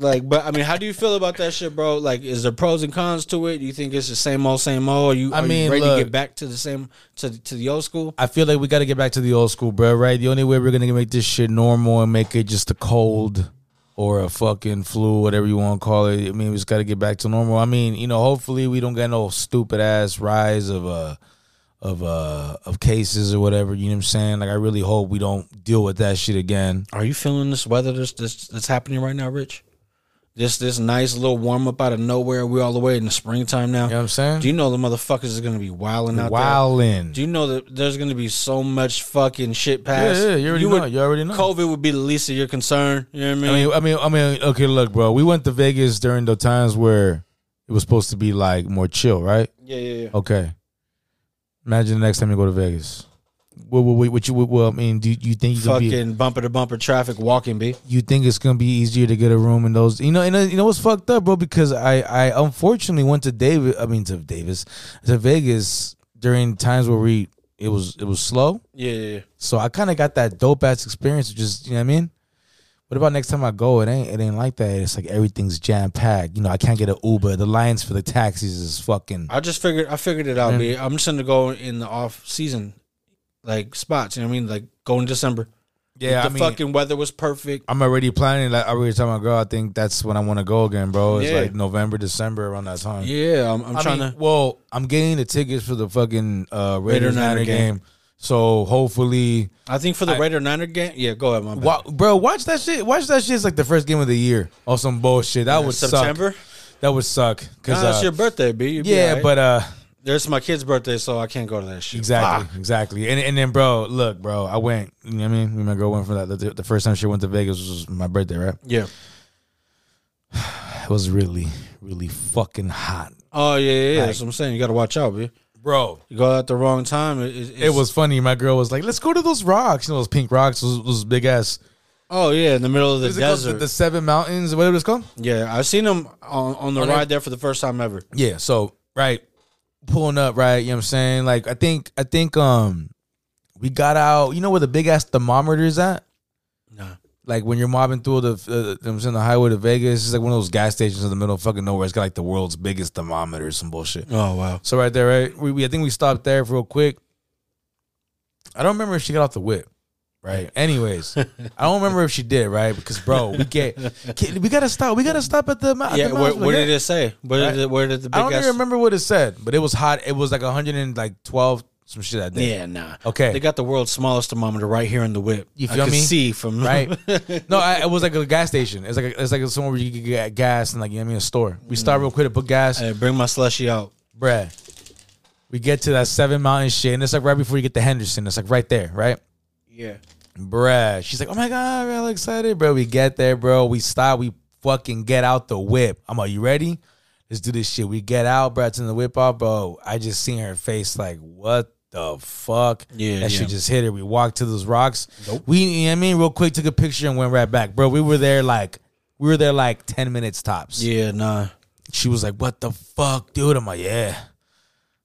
Like, but I mean, how do you feel about that shit, bro? Like, is there pros and cons to it? Do you think it's the same old, same old? Are you, I are you mean, ready look. to get back to the same to to the old school? I feel like we got to get back to the old school, bro. Right? The only way we're gonna make this shit normal and make it just a cold or a fucking flu, whatever you want to call it. I mean, we just got to get back to normal. I mean, you know, hopefully we don't get no stupid ass rise of uh of uh of cases or whatever. You know what I'm saying? Like, I really hope we don't deal with that shit again. Are you feeling this weather that's that's, that's happening right now, Rich? This this nice little warm up out of nowhere. We all the way in the springtime now. You know what I'm saying? Do you know the motherfuckers is gonna be wilding out there? Wildin'. Do you know that there's gonna be so much fucking shit passed? Yeah, yeah, you already know, you already know. COVID would be the least of your concern. You know what I mean? I mean, I mean, I mean, okay, look, bro. We went to Vegas during the times where it was supposed to be like more chill, right? yeah, yeah, yeah. Okay. Imagine the next time you go to Vegas. What, what, what, what you, what, well, I mean, do you think you're gonna be, Fucking bumper to bumper traffic walking, b. you think it's gonna be easier to get a room in those? You know, and uh, you know what's fucked up, bro? Because I, I unfortunately went to David. I mean, to Davis, to Vegas during times where we it was it was slow. Yeah, yeah, yeah. So I kind of got that dope ass experience. Of just you know what I mean. What about next time I go? It ain't it ain't like that. It's like everything's jam packed. You know, I can't get an Uber. The lines for the taxis is fucking. I just figured I figured it out, B. I'm just gonna go in the off season like spots, you know what I mean? Like go in December. Yeah, the fucking weather was perfect. I'm already planning. Like I already told my girl, I think that's when I want to go again, bro. It's Yeah. like November, December around that time. Yeah, I'm, I'm i trying mean, to Well, I'm getting the tickets for the fucking uh, Raiders Niner game. so hopefully, I think for the I- Raider Niner game. Yeah, go ahead, my bad. Wa- bro, watch that shit. Watch that shit. It's like the first game of the year or some bullshit. That would September? suck. That would suck. Cause Nah, it's uh, your birthday, B. You be yeah, alright. but uh, there's my kid's birthday, so I can't go to that shit. Exactly, exactly. And and then, bro, look, bro, I went. You know what I mean? Me and my girl went for that. The, the first time she went to Vegas was my birthday, right? Yeah. It was really, really fucking hot, Oh yeah, yeah. yeah. Like- That's what I'm saying. You got to watch out, B. bro. You go at the wrong time. It, it- It it's- was funny. My girl was like, "Let's go to those rocks. You know, those pink rocks, those, those big ass Oh yeah, in the middle of the Is it called the, desert. the Seven Mountains, whatever it's called." yeah, I've seen them on, on the On ride it- there for the first time ever. Yeah. So right, pulling up, right. You know what I'm saying? Like, I think, I think, um, we got out. You know where the big ass thermometer is at? Nah. Like when you're mobbing through the, uh, you know what I'm saying, the highway to Vegas, it's like one of those gas stations in the middle of fucking nowhere. It's got like the world's biggest thermometer or some bullshit. Oh wow. So right there, right? We, we I think we stopped there real quick. I don't remember if she got off the whip, right? Anyways, I don't remember if she did, right? Because bro, we get kid, we gotta stop. We gotta stop at the at the Yeah, mouse, where, where yeah. did it say? Where did it, where did the big I don't ass- even remember what it said, but it was hot. It was like 112 some shit that day. Yeah, nah. Okay. They got the world's smallest thermometer right here in the whip. You I feel can me? see from Right? no, I, it was like a gas station. It's like a, it's like somewhere where you could get gas and like you know what I mean a store. We start real quick to put gas. Mm. Hey, bring my slushy out. bruh. We get to that seven mountain shit, and it's like right before you get to Henderson. It's like right there, right? Yeah. Bruh. She's like, oh my God, real excited, bro. We get there, bro. We stop. We fucking get out the whip. I'm like, you ready? Let's do this shit. We get out, bro. Turn the whip off, bro. I just seen her face like, what the fuck? Yeah, That yeah. shit just hit her. We walked to those rocks. We, you know what I mean? Real quick, took a picture and went right back. Bro, we were there like, we were there like 10 minutes tops. Yeah, nah. She was like, what the fuck, dude? I'm like, yeah.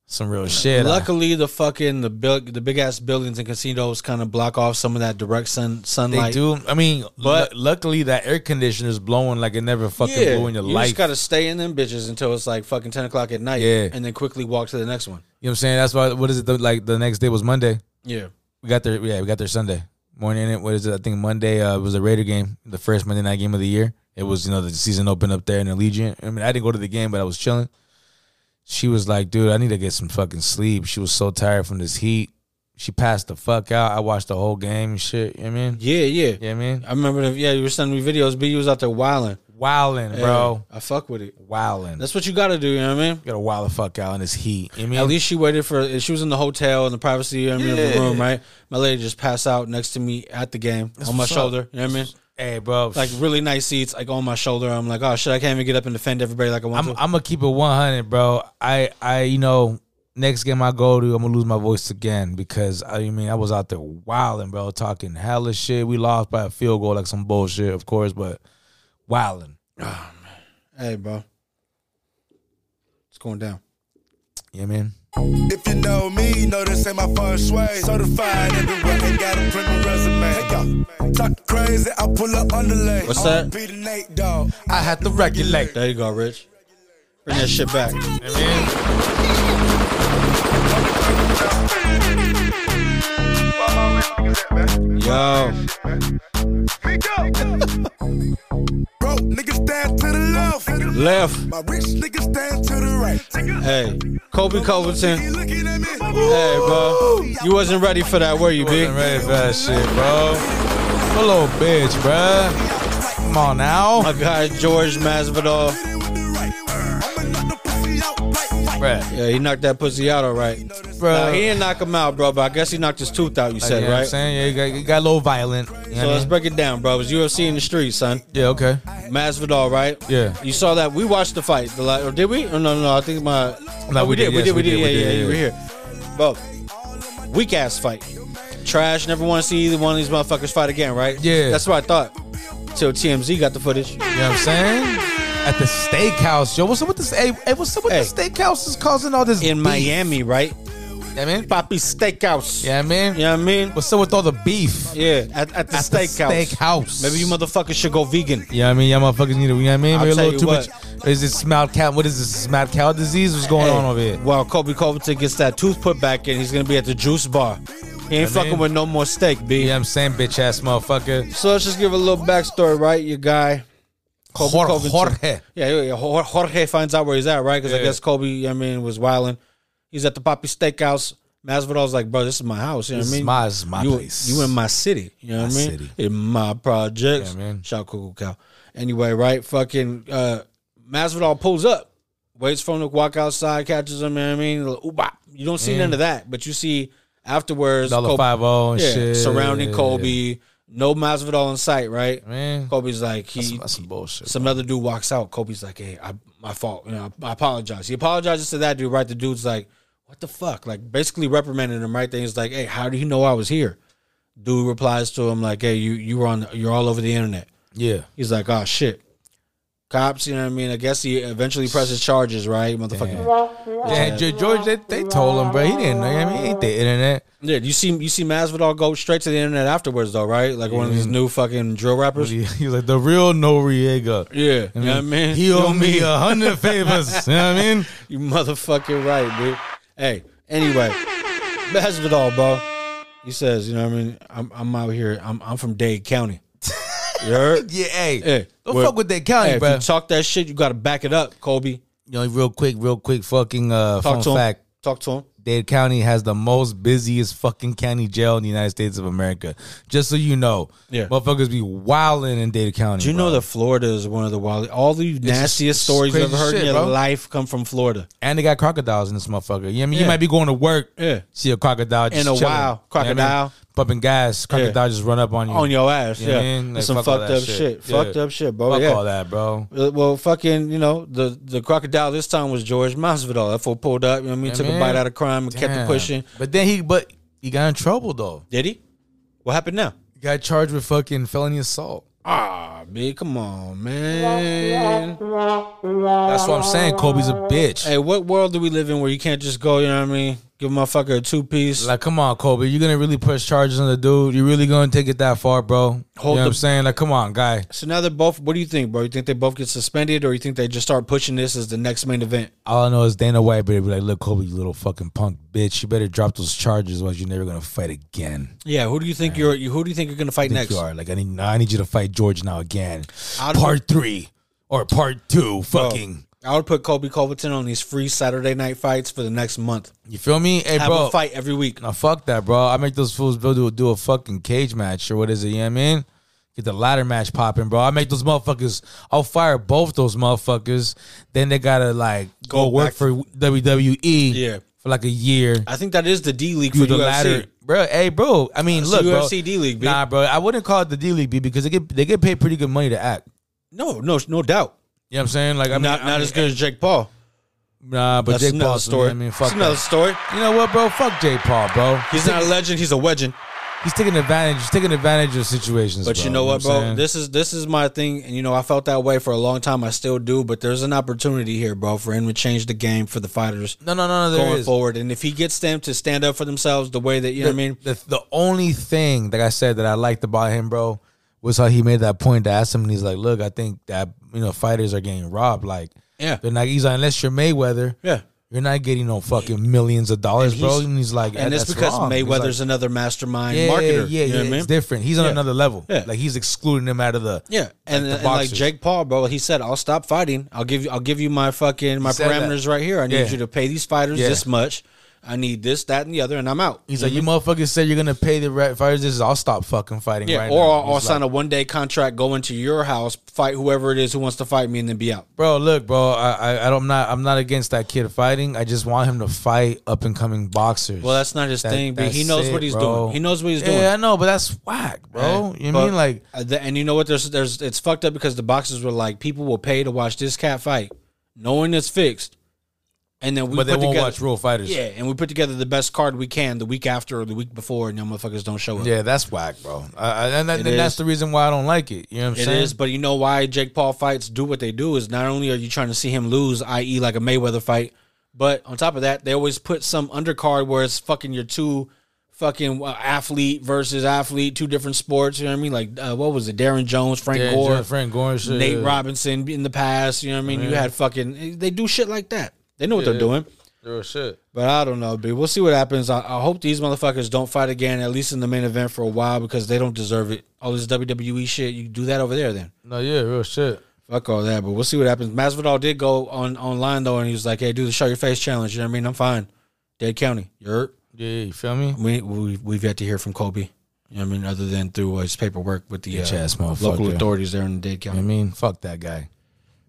Some real shit. I- Luckily, the fucking the big the big ass buildings and casinos kind of block off some of that direct sun They sunlight. do. I mean, But- but luckily that air conditioner is blowing like it never fucking Yeah, blew in your you life. just gotta stay in them bitches until it's like fucking ten o'clock at night. Yeah. and then quickly walk to the next one. you know what I'm saying? That's why. What is it? The, like the next day was Monday. Yeah, We got there. Yeah, we got there Sunday morning. It what is it? I think Monday uh, was a Raider game, the first Monday night game of the year. It was you know the season opened up there in Allegiant. I mean, I didn't go to the game, but I was chilling. She was like, "Dude, I need to get some fucking sleep." She was so tired from this heat. She passed the fuck out. I watched the whole game and shit. You know what I mean? yeah, yeah. You know what I mean? I remember. The, yeah, you were sending me videos, but you was out there wilding, Wildin', bro. I fuck with it. Wildin'. That's what you gotta do. You know what I mean? You gotta wild the fuck out in this heat. You know what I mean? At least she waited for. She was in the hotel in the privacy you know what I mean, of the Yeah. room, right? My lady just passed out next to me at the game on my what's up. shoulder. You know what I mean? Hey, bro. Like really nice seats, like on my shoulder. I'm like, oh shit, I can't even get up and defend everybody like I want I'm, to. I'm gonna keep it 100, bro. I, I, you know, next game I go to, I'm gonna lose my voice again because I mean I was out there wilding, bro, talking hella shit. We lost by a field goal, like some bullshit, of course, but wilding. hey, bro, it's going down. You know what I mean? If you know me, you know this ain't my first sway. Certified everywhere, they got a printed resume. Hey, yo, talk crazy, I pull up underlay. What's that? Be the Nate dog. I had to regulate. There you go, Rich. Bring that shit back. Yo, Bro, niggas stand to the left. left. My rich niggas stand to the right. Hey, Kobe He Covington. looking at me. Hey, bro, you wasn't ready for that, were you, B? Wasn't ready for that shit, bro. What a little bitch, bro. Come on now, My guy George Masvidal. Hit it with the right. I'ma knock the pussy out right, right. bro. Yeah, he knocked that pussy out all right. Bro. Nah, he didn't knock him out, bro, but I guess he knocked his tooth out, you You said, know what I'm right? So saying? Yeah, you got, you got a little violent. You know what I let's mean? break it down, bro. It was UFC in the street, son. yeah, okay. Masvidal, right? Yeah. You saw that. We watched the fight. The li- or did we? Oh, no, no, no. I think my. No, oh, we did. We did. Yes, We we did. did, Yeah, we yeah, did, yeah. You were yeah. here. Bro, weak ass fight. Trash. Never want to see either one of these motherfuckers fight again, right? Yeah. That's what I thought. Till TMZ got the footage. You know what I'm saying? At the steakhouse, yo. What's up with this? Hey, hey what's up with Hey. the steakhouse is causing all this In beef? Miami, right? Yeah, man. Poppy Steakhouse. Yeah, man. You know what I mean? What's up with all the beef? Yeah, at, at the At the steakhouse. steakhouse. Maybe you motherfuckers should go vegan. Yeah, I mean, y'all motherfuckers need to. You know what I mean? I'll Maybe a tell little you too what. much. Is this mouth cow? What is this mouth cow disease? What's going Hey, on over here? While Kobe Covington gets that tooth put back in, he's gonna be at the juice bar. He ain't I fucking mean- with no more steak, B. You know what I'm saying, bitch ass motherfucker. So let's just give a little backstory, right? Your guy, Kobe Jorge. Covington. Jorge. Yeah, yeah, yeah, Jor- Jorge finds out where he's at, right? Because I Yeah. guess Kobe, you know what I mean, was wilding. He's at the Poppy Steakhouse. Masvidal's like, bro, this is my house. You know what I This mean? is my- this is my you, place. You in my city. You know what I My mean? city. In my projects. Yeah, man. Shout out Cuckoo Cow. Anyway, right? Fucking uh, Masvidal pulls up, waits for him to walk outside, catches him. You know what I mean? Little ooh, bop. You don't see none of that, but you see afterwards Dollar Kobe- Mm. five zero and yeah, shit. surrounding Kobe. No Masvidal in sight, right? Man. Kobe's like he. That's, that's some bullshit. some other dude walks out. Kobe's like, "Hey, I, my fault. You know, I, I apologize." He apologizes to that dude, right? The dude's like, "What the fuck?" Like basically reprimanding him, right? Then he's like, "Hey, how do you know I was here?" Dude replies to him like, "Hey, you you were on. You're all over the internet." yeah. He's like, "Oh shit." cops. You know what I mean? I guess he eventually presses charges, right? Motherfucking yeah. Yeah, Ge- George, they, they told him, bro. He didn't know. I mean, he ain't the internet. you see, you see Masvidal go straight to the internet afterwards, though, right? Like one of these new fucking drill rappers. He, he was like the real Noriega. Yeah, you know what I mean? He owed me a hundred favors. you know what I mean? You motherfucking right, dude. Hey, anyway, Masvidal, bro. He says, you know what I mean? I'm, I'm out here. I'm, I'm from Dade County. You heard? Yeah, hey, Hey, don't well, fuck with that county, Hey, if bro. you talk that shit, you got to back it up, Kobe. you know, real quick, real quick, fucking uh, Talk fun to him. fact. Talk to him. Dade County has the most busiest fucking county jail in the United States of America. Just so you know, Yeah. motherfuckers be wilding in Dade County. Do you bro. know that Florida is one of the wild? All the nastiest stories you've crazy ever heard shit, in your bro. life come from Florida. And they got crocodiles in this motherfucker. You know what I mean? Yeah. You might be going to work, Yeah. see a crocodile just In a chilling. wild You know what I mean? crocodile. pumping gas, crocodile just run up on you. On your ass, You know yeah. what I mean? Like, That's some fuck all fucked that up shit. Yeah. Fucked up shit, bro. Fuck yeah. all that, bro. Uh, Well, fucking, you know, the, the crocodile this time was George Masvidal. That fool pulled up, you know what I mean? Took man. a bite out of crime and kept Damn. it pushing. But then he, but he got in trouble though. Did he? What happened now? He got charged with fucking felony assault. Ah, man, come on, man. That's what I'm saying. Kobe's a bitch. Hey, what world do we live in where you can't just go, you know what I mean? Give a motherfucker a two piece. Like, come on, Kobe. You're gonna really push charges on the dude. You're really gonna take it that far, bro. Hold you know what I'm the- saying? Like, come on, guy. so now they're both, what do you think, bro? You think they both get suspended or you think they just start pushing this as the next main event? All I know is Dana White better be like, look, Kobe, you little fucking punk bitch. You better drop those charges, or else you're never gonna fight again. Yeah, who do you think you're, who do you think you're going to fight I think next? you are. Like, I need, I need you to fight George now again. I'd- part three or part two. Fucking, I would put Kobe Covington on these free Saturday night fights for the next month. you feel me? Hey, Have bro. a fight every week. Now fuck that, bro. I make those fools do, do a fucking cage match or what is it? You know what I mean? Get the ladder match popping, bro. I make those motherfuckers. I'll fire both those motherfuckers. Then they gotta like go, Go work back for WWE, Yeah. for like a year. I think that is the D League Do for the the UFC. ladder, bro. Hey, bro. I mean, It's look, bro. UFC D League, B. Nah, bro. I wouldn't call it the D League B because they get they get paid pretty good money to act. No, no, no doubt. You know what I'm saying? Like, I mean, not I not mean, as good as Jake Paul. Nah, but That's Jake another Paul. story. I mean, That's fuck. another that. story. You know what, bro? Fuck Jake Paul, bro. He's not a legend. He's a legend. He's taking advantage. He's taking advantage of situations. But bro. you know what, I'm bro? saying? This is this is my thing, and you know I felt that way for a long time. I still do. But there's an opportunity here, bro, for him to change the game for the fighters No, no, no, no. There going is. forward. And if he gets them to stand up for themselves the way that you know what I mean, The, the only thing that I said that I liked about him, bro, was how he made that point to ask him, and he's like, "Look, I think that you know fighters are getting robbed. Like, Yeah. they're not. He's like, unless you're Mayweather, yeah. you're not getting no fucking millions of dollars, And bro." he's- And he's like, And that's it's because wrong. He's Mayweather's like, another mastermind yeah, marketer. Yeah, yeah, you know what I it's mean? different. He's on Yeah. another level. Yeah. like he's excluding him out of the. Yeah, and, the and like boxers. Jake Paul, bro, he said, "I'll stop fighting. I'll give you, I'll give you my fucking my said that. parameters right here. I need Yeah. you to pay these fighters Yeah. this much. I need this, that, and the other, and I'm out." He's like, you motherfuckers said you're gonna pay the re- fighters. This is I'll stop fucking fighting. yeah, right or now. I'll, I'll He's like- sign a one day contract, go into your house, fight whoever it is who wants to fight me, and then be out. Bro, look, bro. I, I, I don't, I'm not, I'm not against that kid fighting. I just want him to fight up and coming boxers. Well, that's not his That- thing, but he that's knows it, what he's bro. doing. He knows what he's doing. yeah, I know, but that's whack, bro. You But- mean like, Uh, the- and you know what? There's there's it's fucked up because the boxers were like, people will pay to watch this cat fight, knowing it's fixed, and then we but they put won't together, watch real fighters. Yeah, and we put together the best card we can the week after or the week before, and them motherfuckers don't show up. yeah, that's whack, bro. I, I, and that- It and that's is. the reason why I don't like it. You know what I'm It saying? is, but you know why Jake Paul fights do what they do is not only are you trying to see him lose, i.e., like a Mayweather fight, but on top of that, they always put some undercard where it's fucking your two fucking uh, athlete versus athlete, two different sports. You know what I mean? Like uh, what was it? Darren Jones, Frank yeah, Gore, Joe- Frank Gore, and shit, Nate yeah. Robinson in the past. You know what I mean? You had fucking they do shit like that. They know what Yeah. they're doing. Real shit. But I don't know, dude. We'll see what happens. I, I hope these motherfuckers don't fight again, at least in the main event for a while, because they don't deserve it. All this WWE shit, you do that over there then. No, yeah, real shit. Fuck all that, but we'll see what happens. Masvidal did go on online though, and he was like, "Hey, do the show your face challenge." You know what I mean? I'm fine. Dead County, you're. Yeah, you feel me? We, we we've yet to hear from Kobe. You know what I mean? Other than through uh, his paperwork with the Bitch uh, ass motherfucker. local authorities there in Dade You know what I County. mean, fuck that guy.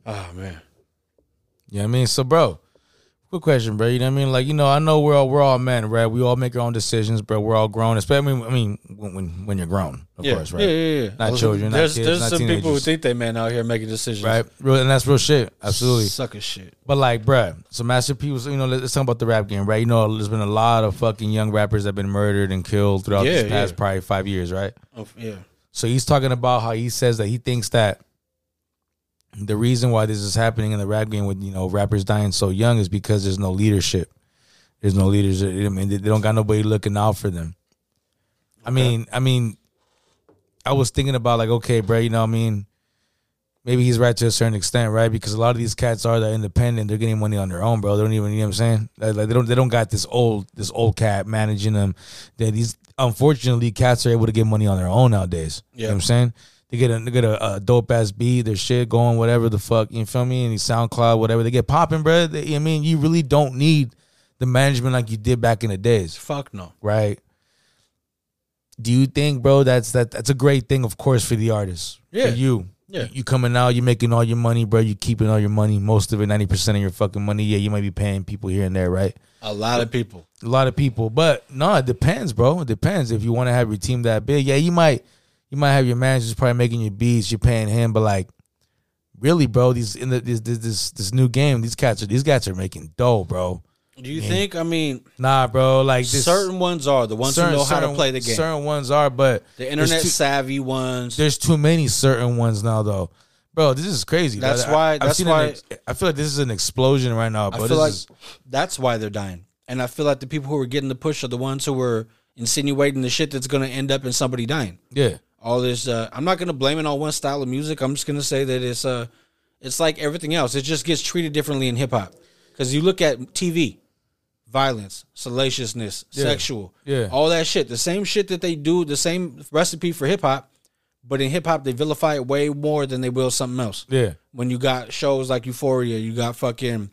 Oh man, You know what I mean? So, bro, good question, bro. You know what I mean? Like, you know, I know we're all we're all men, right? We all make our own decisions, bro. We're all grown. Especially, I mean, I mean when, when when you're grown, of yeah, course, right? yeah, yeah, yeah. Not children, not there's kids, there's not some people who teenagers. think they man out here making decisions, Right, real, and that's real shit. Absolutely. Sucker shit. But like, bruh, so Master P was, you know, let's talk about the rap game, right? You know, there's been a lot of fucking young rappers that have been murdered and killed throughout Yeah, these past yeah. probably five years, right? Oh, yeah. So he's talking about how he says that he thinks that the reason why this is happening in the rap game with you know rappers dying so young is because there's no leadership. There's no leaders. I mean, they they don't got nobody looking out for them. I mean, I mean, I was thinking about like, okay, bro, you know, what I mean, maybe he's right to a certain extent, right? Because a lot of these cats are that independent. They're getting money on their own, bro. They don't even, you know what I'm saying? Like, like, they don't, they don't got this old, this old cat managing them. They, these, unfortunately, cats are able to get money on their own nowadays. You know what Yeah. I'm saying? They get a, they get a, a dope ass beat, their shit going, whatever the fuck, you feel me? Any SoundCloud, whatever. They get popping, bro. They, I mean, you really don't need the management like you did back in the days Fuck no. right? Do you think, bro, that's that that's a great thing, of course, for the artist. Yeah. For you. Yeah. You coming out, you're making all your money, bro. You keeping all your money, most of it, ninety percent of your fucking money. Yeah, you might be paying people here and there, right? A lot of people. A lot of people, but no, it depends, bro. It depends if you want to have your team that big. Yeah, you might, you might have your manager's probably making your beats. You're paying him, but like, really, bro, these in the this this this, this new game, these cats are these cats are making dough, bro. Do you think? I mean, Nah, bro, like this, certain ones are the ones who know how to play the game. Certain ones are, but the there's internet too- savvy ones. there's too many certain ones now, though. Bro, this is crazy. bro. That's I- why- I've that's seen an why- ex- I feel like this is an explosion right now. I But feel like is, that's why they're dying. And I feel like the people who were getting the push are the ones who were insinuating the shit that's going to end up in somebody dying. yeah, All this, uh, I'm not going to blame it on one style of music. I'm just going to say that it's uh, it's like everything else. It just gets treated differently in hip hop. Because you look at TV, violence, salaciousness, sexual, Yeah. all that shit. The same shit that they do, the same recipe for hip hop, but in hip hop they vilify it way more than they will something else yeah, when you got shows like Euphoria, you got fucking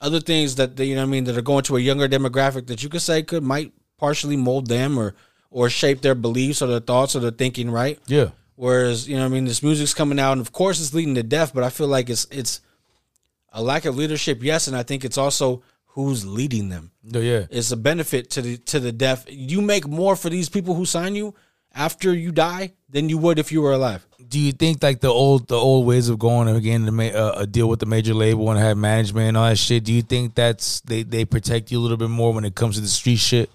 other things that they, you know what I mean that are going to a younger demographic that you could say could might partially mold them or or shape their beliefs or their thoughts or their thinking, right? yeah, Whereas you know what I mean this music's coming out and of course it's leading to death, but I feel like it's it's a lack of leadership, yes, and I think it's also who's leading them. yeah, yeah. It's a benefit to the to the deaf. You make more for these people who sign you after you die than you would if you were alive. Do you think like the old the old ways of going and again to make uh, a deal with the major label and have management and all that shit? Do you think that's they they protect you a little bit more when it comes to the street shit?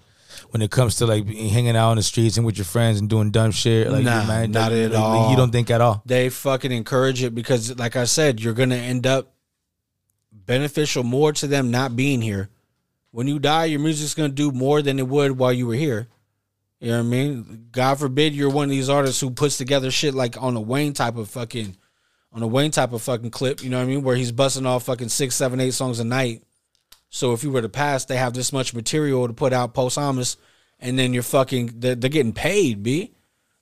When it comes to like hanging out in the streets and with your friends and doing dumb shit, like Nah, your man- not like, at like, all. You don't think at all? they fucking encourage it because like I said, you're gonna end up beneficial more to them not being here. When you die, your music's gonna do more than it would while you were here. You know what I mean? God forbid you're one of these artists who puts together shit like on a Wayne type of fucking on a Wayne type of fucking clip, you know what I mean? Where he's busting off fucking six, seven, eight songs a night. So if you were to pass, they have this much material to put out posthumous, and then you're fucking they're, they're getting paid, b.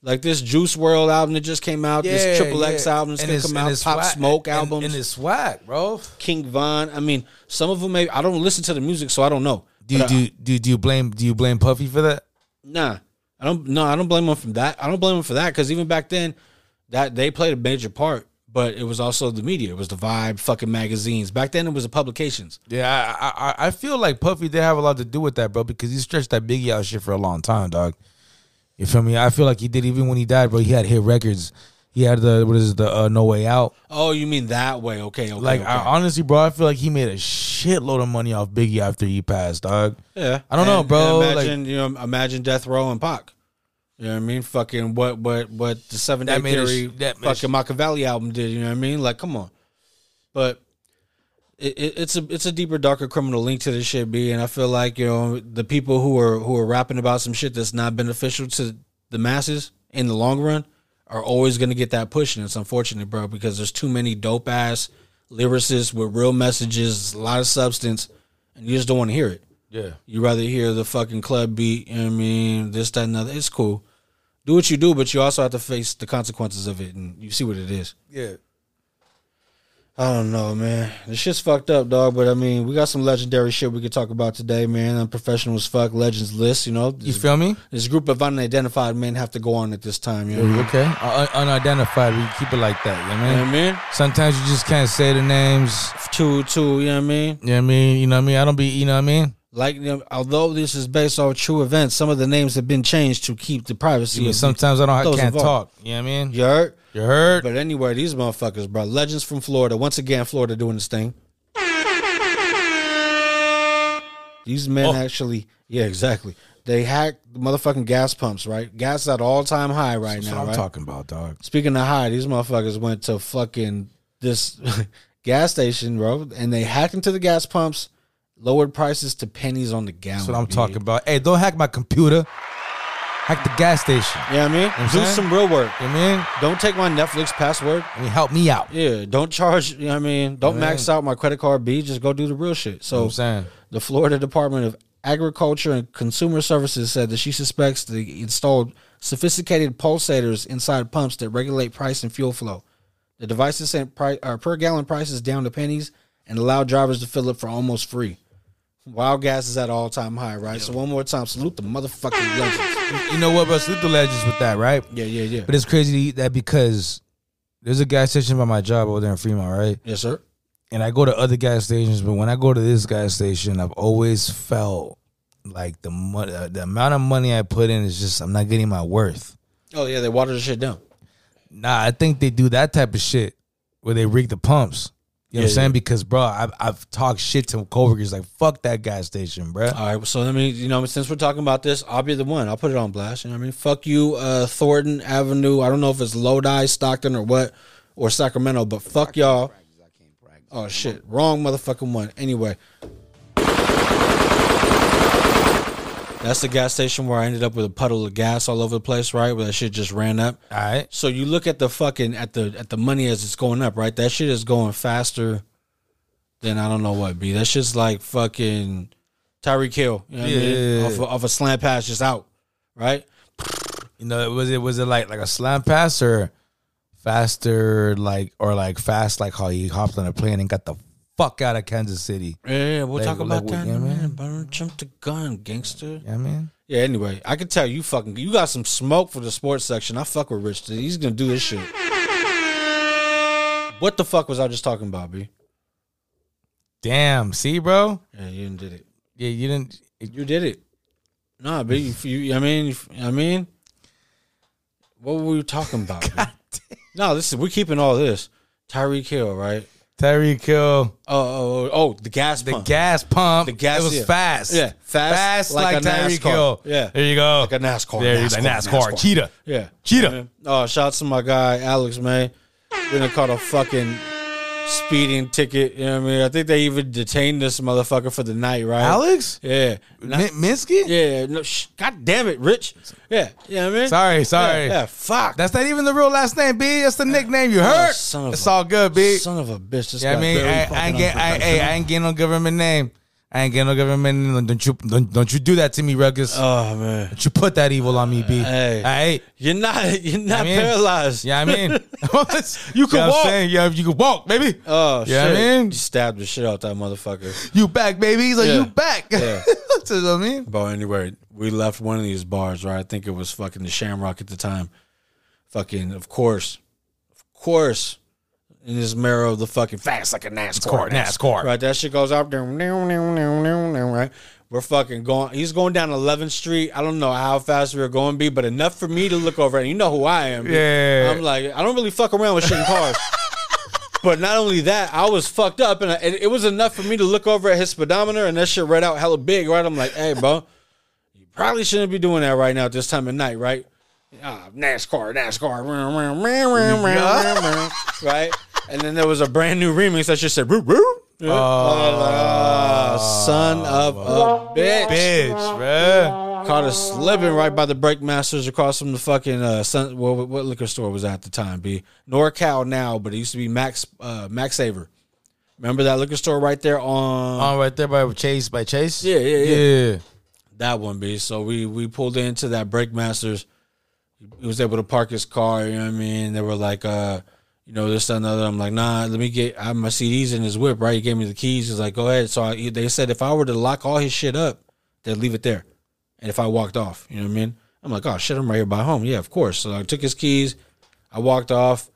Like this Juice World album that just came out, this Triple X yeah. album that's And gonna it's- come and out, it's Pop whack- Smoke and- albums, and it's whack, bro. King Von. I mean, some of them maybe I don't listen to the music, so I don't know. Do you, But I- do, you- do you- do you blame do you blame Puffy for that? Nah, I don't. No, I don't blame him for that. I don't blame him for that because even back then, that they played a major part, but it was also the media. It was the Vibe, fucking magazines. Back then, it was the publications. Yeah, I, I I feel like Puffy did have a lot to do with that, bro, because he stretched that Biggie out shit for a long time, dog. You feel me? I feel like he did even when he died, bro. He had hit records. He had the what is it, the uh, No Way Out. Oh, you mean that way? Okay, okay. Like okay. I, honestly, bro, I feel like he made a shitload of money off Biggie after he passed, dog. yeah, I don't know, And- bro, and like- imagine you know, imagine Death Row and Pac. You know what I mean? Fucking what? What? What? The Seven Day That made a sh- Theory, that made a sh- fucking Machiavelli album did. You know what I mean? Like, come on. But it, it, it's a it's a deeper, darker criminal link to this shit, B. And I feel like you know the people who are who are rapping about some shit that's not beneficial to the masses in the long run are always going to get that push, and it's unfortunate, bro, because there's too many dope ass lyricists with real messages, a lot of substance, and you just don't want to hear it. Yeah. You rather hear the fucking club beat, you know what I mean, this, that, and the other. It's cool. Do what you do, but you also have to face the consequences of it, and you see what it is. Yeah. I don't know, man. The shit's fucked up, dog. But I mean, we got some legendary shit we could talk about today, man. I'm professional as fuck, legends list. You know, You this, feel me? this group of unidentified men have to go on at this time. You know, Okay. Uh, Un- unidentified. We keep it like that, you know what I You know mean? what I mean? Sometimes you just can't say the names. Two, two. You know what I mean? You know what I mean? You know what I mean? I don't be, you know what I mean? Like, you know, although this is based on true events, some of the names have been changed to keep the privacy. Yeah, of- sometimes I don't I Those can't involved. talk. You know what I mean? you heard? You heard? But anyway, these motherfuckers, bro. Legends from Florida. Once again, Florida doing this thing. These Oh. men actually, yeah, exactly. They hacked the motherfucking gas pumps, right? Gas at all time high right That's now, what I'm right? talking about, dog. Speaking of high, these motherfuckers went to fucking this gas station, bro, and they hacked into the gas pumps, lowered prices to pennies on the gallon. That's what I'm B. talking about. Hey, don't hack my computer. Hack the gas station. Yeah, I mean, I'm do saying? some real work. You know what I mean? Don't take my Netflix password. I mean, help me out. You Yeah, don't charge. You know what I mean, don't max out my credit card B. Just go do the real shit. know what So I'm saying? the Florida Department of Agriculture and Consumer Services said that she suspects they installed sophisticated pulsators inside pumps that regulate price and fuel flow. The devices sent pri- uh, per gallon prices down to pennies and allowed drivers to fill up for almost free. Wild gas is at all time high, right? So one more time, salute the motherfucking legends. You know what, bro? Salute the legends with that, right? Yeah, yeah, yeah. But it's crazy that because there's a gas station by my job over there in Fremont, right? Yes, sir. And I go to other gas stations, but when I go to this gas station, I've always felt like the mon- uh, the amount of money I put in is just I'm not getting my worth. Oh yeah, they water the shit down. Nah, I think they do that type of shit where they rig the pumps. You know what Yeah, I'm saying? yeah. Because, bro, I've, I've talked shit to coworkers like, fuck that gas station, bro. All right, so let me, you know, since we're talking about this, I'll be the one. I'll put it on blast. You know what I mean? Fuck you, uh, Thornton Avenue. I don't know if it's Lodi, Stockton, or what, or Sacramento, but fuck y'all. Oh, shit. Wrong motherfucking one. Anyway. That's the gas station where I ended up with a puddle of gas all over the place, right? Where that shit just ran up. All right. So you look at the fucking at the at the money as it's going up, right? That shit is going faster than I don't know what be. That shit's like fucking Tyreek Hill, you know what I mean? Yeah. Off, a- off a slant pass just out, right? You know, was it was it like like a slam pass or faster like or like fast like how he hopped on a plane and got the fuck out of Kansas City? Yeah, we'll Like- talk like about what- that in yeah, a man. minute. Better jump the gun, gangster. Yeah, I mean, Yeah, anyway, I can tell you fucking you got some smoke for the sports section. I fuck with Rich. dude. He's gonna do this shit. What the fuck was I just talking about, B? damn. See, bro. Yeah, you didn't did it. Yeah, you didn't. it- You did it. Nah, B. You, you, I mean, you- I mean, what were we talking about? man? no, this is we're keeping all this. Tyreek Hill, right? Tyreek Hill, Oh, oh, oh, the gas the pump. gas pump. The gas, It was yeah. fast. Yeah, fast fast like like, a Tyreek NASCAR. Hill. Yeah. there you go. Like a NASCAR, There you go. NASCAR, NASCAR, NASCAR. Cheetah. yeah, Cheetah. Man. Oh, shouts to my guy Alex, man. We're gonna call a fucking speeding ticket. You know what I mean? I think they even detained this motherfucker for the night, right? Alex Yeah. Not- Mi- Minsky. yeah. No. Sh- God damn it, Rich. Yeah. Yeah. I mean. Sorry, sorry. Yeah. yeah fuck. That's not even the real last name, B. That's the nickname you Oh, heard. son of it's a- all good, B. Son of a bitch. This Yeah, I guy mean, barely I, I fucking ain't get, I, understands. hey, I ain't getting no government name. I ain't getting no government name. Don't you, don't, don't you do that to me, Ruckus. Oh man, don't you put that evil on me, B. Hey. Hey. you're not you're not I mean, paralyzed. Yeah, I mean, You know can what I'm walk. saying? Yeah, you can walk, baby. Oh Yeah, I shit! mean- you stabbed the shit out that motherfucker. you back, baby. He's like, Yeah. you back. Yeah. That's what I mean. But anyway, we left one of these bars, right? I think it was fucking the Shamrock at the time. Fucking, of course, of course, in his marrow of the fucking fast like a NASCAR, NASCAR, NASCAR. right? That shit goes up there, right? We're fucking going. He's going down 11th Street. I don't know how fast we were going, be, but enough for me to look over. And you know who I am. B. Yeah. I'm like, I don't really fuck around with shit in cars. But not only that, I was fucked up, and, I, and it was enough for me to look over at his speedometer, and that shit read out hella big, right? I'm like, hey, bro, you probably shouldn't be doing that right now at this time of night, right? Ah, NASCAR, NASCAR, rah, rah, rah, rah, rah, rah, rah, right? And then there was a brand new remix that just said, "Roop, roop." Yeah. Uh, Oh, Ah, son of a bitch. Bitch, bruh. Caught us slipping right by the brake masters across from the fucking uh, sun, what, what- what liquor store was that at the time? B NorCal now, but it used to be Max uh, Max Saver. Remember that liquor store right there on On Oh, right there by Chase, by Chase. Yeah, yeah, yeah. yeah. that one, B. So we we pulled into that brake masters. He was able to park his car. You know what I mean? They were like, uh, you know, this that, and the other. I'm like, nah, let me get I have my CDs in his whip. Right? He gave me the keys. He's like, go ahead. So I, they said if I were to lock all his shit up, they'd leave it there. And if I walked off, you know what I mean? I'm like, oh shit, I'm right here by home. Yeah, of course. So I took his keys. I walked off.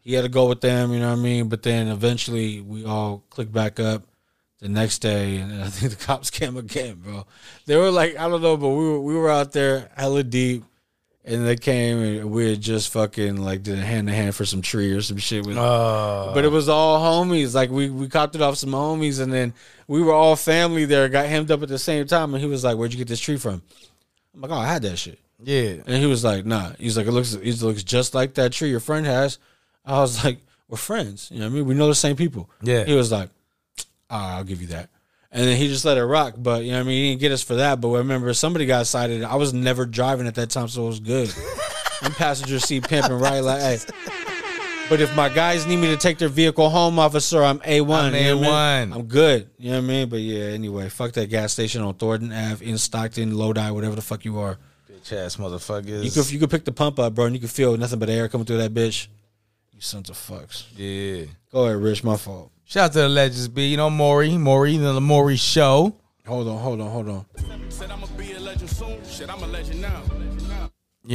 He had to go with them. You know what I mean? But then eventually we all clicked back up the next day, and I think the cops came again, bro. They were like, I don't know, but we were we were out there hella deep, and they came and we had just fucking like did a hand to hand for some tree or some shit with. Uh, but it was all homies. Like we we copped it off some homies, and then we were all family there. Got hemmed up at the same time, and he was like, "Where'd you get this tree from?" I'm like, "Oh, I had that shit." yeah. And he was like, nah. He's like, it looks it looks just like that tree your friend has. I was like, we're friends. You know what I mean? We know the same people. Yeah. He was like, all right, I'll give you that. And then he just let it rock. But, you know what I mean? He didn't get us for that. But I remember somebody got cited. I was never driving at that time, so it was good. I'm passenger seat pimping, right? Like, hey. But if my guys need me to take their vehicle home, officer, I'm A1. I'm you know what I A1. am good. You know what I mean? But yeah, anyway, fuck that gas station on Thornton Ave in Stockton, Lodi, whatever the fuck you are. Bitch ass motherfuckers. You could you could pick the pump up, bro, and you could feel nothing but air coming through that bitch. You sons of fucks. yeah. Go ahead, Rich. My fault. Shout out to the legends, B. You know Maury, Maury, the Maury Show. Hold on, hold on, hold on. Said I'ma be a legend soon. Shit, I'm a legend now. You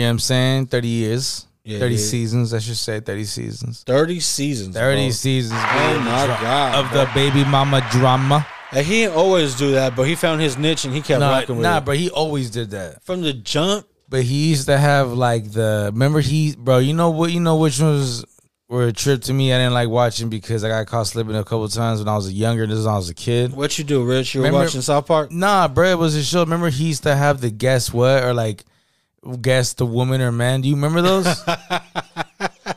know what I'm saying? 30 years. Yeah, 30 yeah. seasons, I should say. 30 seasons. Thirty seasons. 30 bro. seasons B, Oh my dra- God, of the baby mama drama. And he didn't always do that, but he found his niche and he kept Nah, rocking with nah it. bro, he always did that. From the jump, But he used to have like the remember he bro, you know what you know which ones were a trip to me I didn't like watching because I got caught slipping a couple times when I was younger, this is when I was a kid. what you do, Rich? You were Remember- watching South Park. Nah, bro, it was a show. Remember he used to have the guess what or like guess the woman or man. Do you remember those?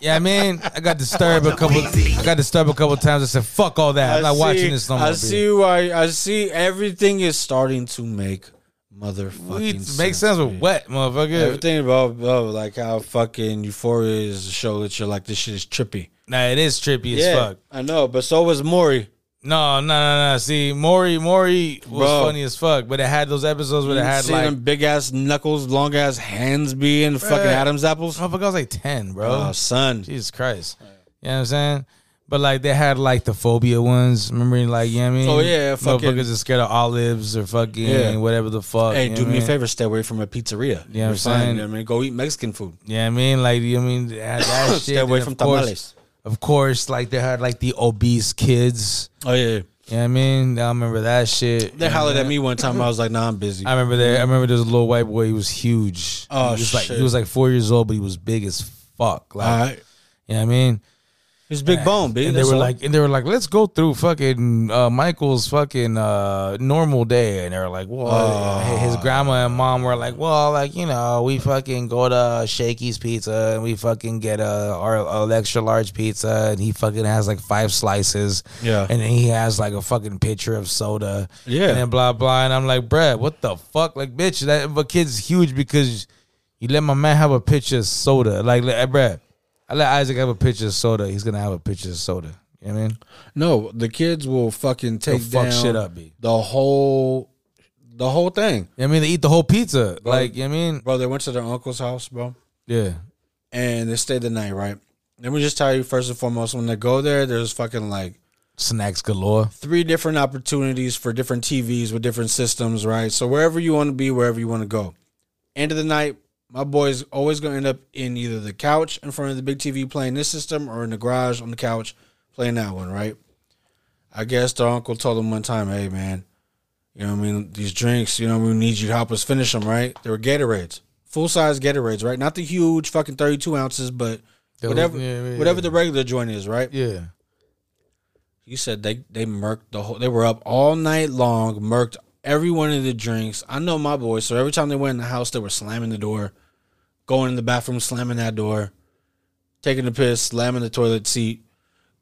yeah, I mean, I got disturbed a couple. I got disturbed a couple times. I said, "Fuck all that. I'm not see- watching this no more." I B." see why. I see everything is starting to make We- motherfucking sense. Makes sense, with B. what, motherfucker? Everything about, about like how fucking Euphoria is a show that you're like this shit is trippy. Nah, it is trippy as fuck. I know, but so was Maury. No, no, no, no. See, Maury, Maury was Bro. funny as fuck, but it had those episodes where it You had see like. them big ass knuckles, long ass hands being fucking Adam's apples. Motherfucker, I was like ten, bro. Oh, son. Jesus Christ. You know what I'm saying? But like they had like the phobia ones. Remember like you know what I mean? Oh, yeah, fucking- Motherfuckers are scared of olives or fucking Yeah. whatever the fuck. Hey, you know do what me I a mean? favor, stay away from a pizzeria. Yeah, I'm You're fine, saying- you know what I mean, go eat Mexican food. You know what I mean? Like you know what I mean They had that shit. Stay away and from of course- tamales. Of course, like they had like the obese kids. Oh yeah, You know what I mean? I remember that shit. they You know what hollered I at mean? me one time. I was like, "Nah, I'm busy." I remember there I remember there was a little white boy, he was huge. Oh, he was like shit. Uh, he was like four years old, but he was big as fuck. Like All right, you know what I mean? it's big bone, bitch. and they were like, and they were like, let's go through fucking uh, Michael's fucking uh, normal day, and they were like, well, h- his grandma and mom were like, well, like you know, we fucking go to Shakey's Pizza and we fucking get a our, our extra large pizza, and he fucking has like five slices, Yeah. and then he has like a fucking pitcher of soda, Yeah. and then blah blah, and I'm like, bruh, what the fuck, like, bitch, that but kid's huge because you let my man have a pitcher of soda, like, like bruh. I let Isaac have a pitcher of soda. He's gonna have a pitcher of soda. You know what I mean? "No, the kids will fucking take fuck down shit up, B. the whole, the whole thing." You know what I mean, they eat the whole pizza. Like, you know what I mean? Bro, they went to their uncle's house, bro. Yeah. and they stayed the night, right? Let me just tell you first and foremost, when they go there, there's fucking like Snacks galore. three different opportunities for different TVs with different systems, right? So wherever you want to be, wherever you want to go. End of the night, my boy's always gonna end up in either the couch in front of the big TV playing this system or in the garage on the couch playing that one, right? I guess their uncle told him one time, hey man, you know what I mean? These drinks, you know, we need you to help us finish them, right? They were Gatorades, full size Gatorades, right? Not the huge fucking 32 ounces, but Those- whatever, yeah, yeah, whatever yeah. the regular joint is, right? Yeah. He said they they murked the whole. They were up all night long, murked every one of the drinks. I know my boys, so every time they went in the house, they were slamming the door, going in the bathroom, slamming that door, taking the piss, slamming the toilet seat,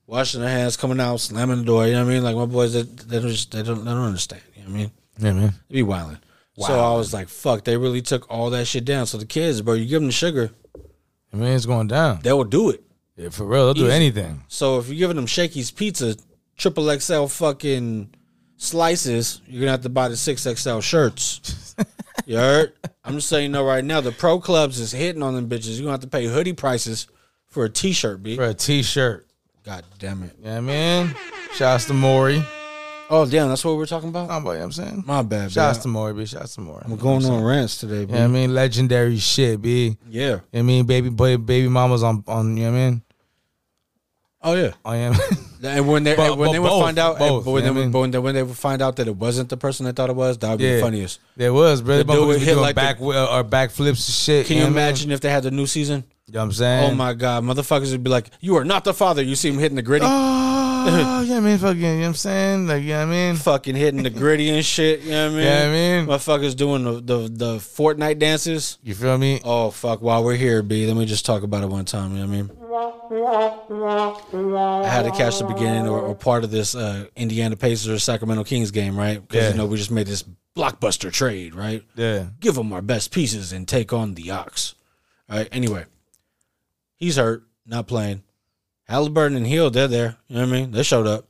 washing their hands, coming out, slamming the door. You know what I mean? Like my boys, they they don't just, they don't they don't understand. You know what I mean? Yeah, man. They be wilding. So I was like, fuck. They really took all that shit down. So the kids, bro, you give them the sugar, I mean, it's going down. they will do it. Yeah, for real, they'll do Easy. anything. So if you're giving them Shakey's pizza, triple XL fucking slices, you're gonna have to buy the six XL shirts. you heard? I'm just saying, you know, right now the pro clubs is hitting on them bitches. You're gonna have to pay hoodie prices for a t-shirt, b. For a t shirt. God damn it! You know what I mean? Shouts to Maury. Oh damn, that's what we were talking about. Oh, boy, you know what I'm saying? My bad. B. Shouts to Maury, B. Shouts to Maury. I'm going on rants today, b. You know what I mean? Legendary shit, B. You know yeah. what I mean? Baby boy, baby mama's on, on you know what I mean? Oh yeah. I am. And when they But- and when but they both, would find out, both, and when, they, you know what I would mean? but when they when they would find out that it wasn't the person they thought it was, that would be the funniest. There was, bro. The The dude motherfuckers be hit doing like the- back, uh, or back flips and shit. Can know you what I mean? imagine if they had the new season? You know what I'm saying? Oh my god, motherfuckers would be like, "You are not the father." You see him hitting the gritty. oh, yeah, I mean, fucking, you know what I'm saying? Like, you know what I mean? fucking hitting the gritty and shit. You know what I mean? Yeah, I mean. motherfuckers doing the the, the Fortnite dances. You feel me? Oh fuck! While we're here, B, let me just talk about it one time. You know what I mean? I had to catch the beginning or, or part of this uh, Indiana Pacers or Sacramento Kings game, right? Because Yeah. you know we just made this blockbuster trade, right? Yeah. give him our best pieces and take on the Ox. All right. Anyway, he's hurt, not playing. Halliburton and Hill, they're there. You know what I mean? They showed up.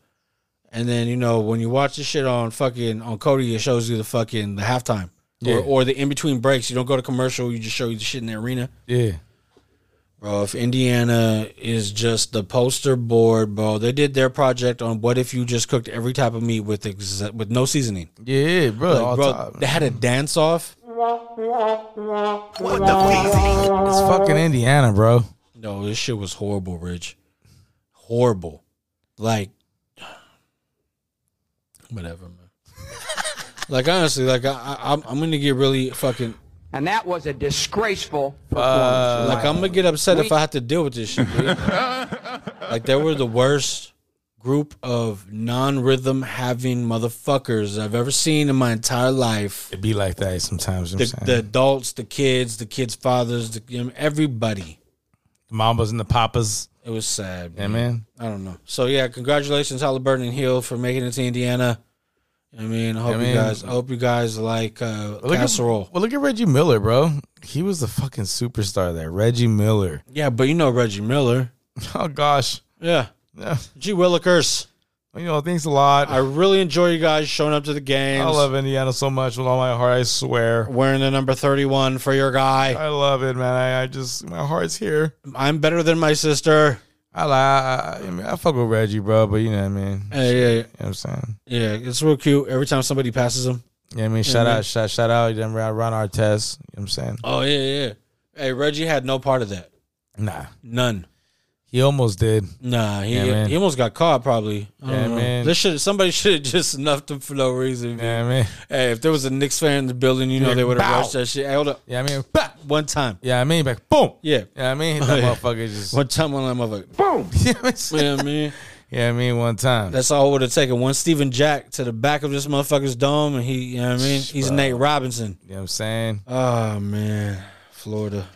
And then you know when you watch this shit on fucking on Cody, it shows you the fucking the halftime Yeah. or, or the in between breaks. You don't go to commercial. You just show you the shit in the arena. Yeah. Bro, if Indiana is just the poster board, bro, they did their project on what if you just cooked every type of meat with exa- with no seasoning. Yeah, bro. Like, all bro, time. they had a dance off. It's fucking Indiana, bro. No, this shit was horrible, Rich. Horrible. Like, whatever, man. like honestly, like I, I, I'm, I'm gonna get really fucking. And that was a disgraceful Like I'm gonna get upset if I have to deal with this shit. dude. like they were the worst group of non-rhythm having motherfuckers I've ever seen in my entire life. It be like that sometimes. You The, know what I'm the saying? adults, the kids, the kids' fathers, the, you know, everybody. The mamas and the papas. It was sad. Yeah, man. man. I don't know. So yeah, congratulations Halliburton and Hill for making it to Indiana. I mean, I hope you I mean- guys, I hope you guys like uh, Well, look casserole. At, well, look at Reggie Miller, bro. He was the fucking superstar there. Reggie Miller. yeah, but you know Reggie Miller. Oh gosh. Yeah, Yeah. G Willikers. You know, thanks a lot. I I, really enjoy you guys showing up to the games. love Indiana so much with all my heart. I swear. wearing the number thirty-one for your guy. I love it, man. I, I just my heart's here. I'm better than my sister. I lie. I, I mean, I fuck with Reggie, bro. But you know what I mean. You know Hey, yeah, what I'm saying. yeah, it's real cute. Every time somebody passes him. You know what I mean. Shout out, shout, shout out. You know, Ron Artest. You know what I'm saying. Oh yeah, yeah. Hey, Reggie had no part of that. Nah, None. he almost did. Nah, he, Yeah, man. he almost got caught. Probably. I don't Yeah, know. man. Mm-hmm. This should somebody should have just snuffed him for no reason. You know what I mean. Hey, if there was a Knicks fan in the building, you know Yeah, they would have bow. rushed that shit. Hey, hold up. Yeah, I mean, bah! One time. yeah, I mean, back, boom. Yeah. Yeah, I mean, Oh, that yeah. motherfucker just. One time on that motherfucker. Yeah, I mean, You know what I mean? yeah, I mean, one time. That's all it would have taken. One Steven Jack to the back of this motherfucker's dome, and he, you know what I mean? He's Nate Robinson. you know what I'm saying? Oh, man. Florida.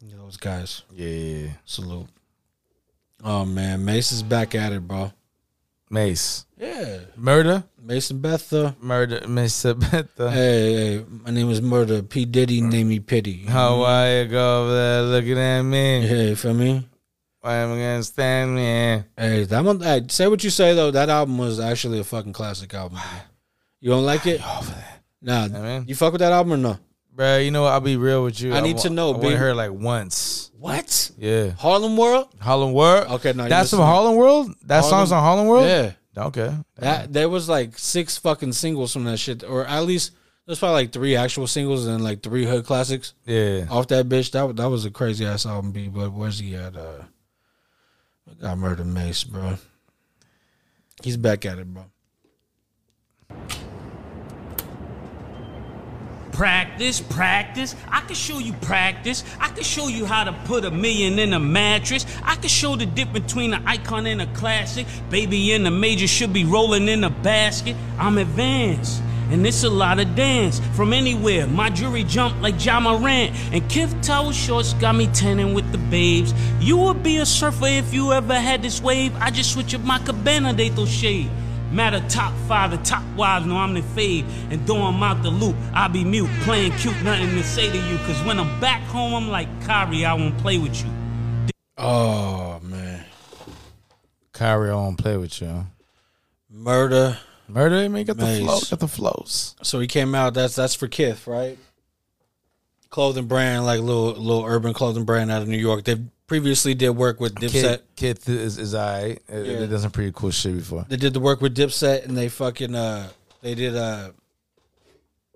Those guys. Yeah. Salute. Oh, man. Mace is back at it, bro. Mace. Yeah. Murder? Mason Betha. Murder. Mace Sabetha. Hey, hey, my name is Murder. P. Diddy, name me Pity. How are you go over there looking at me? Hey, feel me? Why am I gonna stand me? Hey, that one. Hey, say what you say though. That album was actually a fucking classic album. man. You don't like it? Nah, man. you fuck with that album or no? Bro, you know what? I'll be real with you. I need wa- to know, I B. went her like once. What? Yeah. Harlem World? Harlem World? Okay, no, you That's from listening. Harlem World? That Harlem- song's on Harlem World? Yeah, Okay. that there was like six fucking singles from that shit, or at least there's probably like three actual singles and like three hood classics Yeah. off that bitch. That wa- that was a crazy ass album, B. But where's he at? Uh, I murdered Mace, bro. He's back at it, bro. Practice, practice. I can show you practice. I can show you how to put a million in a mattress. I can show the difference between an icon and a classic. Baby in the major should be rolling in a basket. I'm advanced. And it's a lot of dance from anywhere. My jury jumped like John Morant. And Kif Tower shorts got me tanning with the babes. You would be a surfer if you ever had this wave. I just switch up my cabana, they throw shade. Matter top five, the top wives know I'm the fade. And though I'm out the loop, I be mute, playing cute, nothing to say to you. Cause when I'm back home, I'm like Kyrie, I won't play with you. Oh man, Kyrie, I won't play with you. murder. Murder, man, got the Mace. flow. Got the flows. So he came out. That's that's for Kith, right? Clothing brand, like little little urban clothing brand out of New York. They previously did work with Dipset. Kid, kid is, is all right. It, Yeah. it done some pretty cool shit before. They did the work with Dipset, and they fucking uh they did uh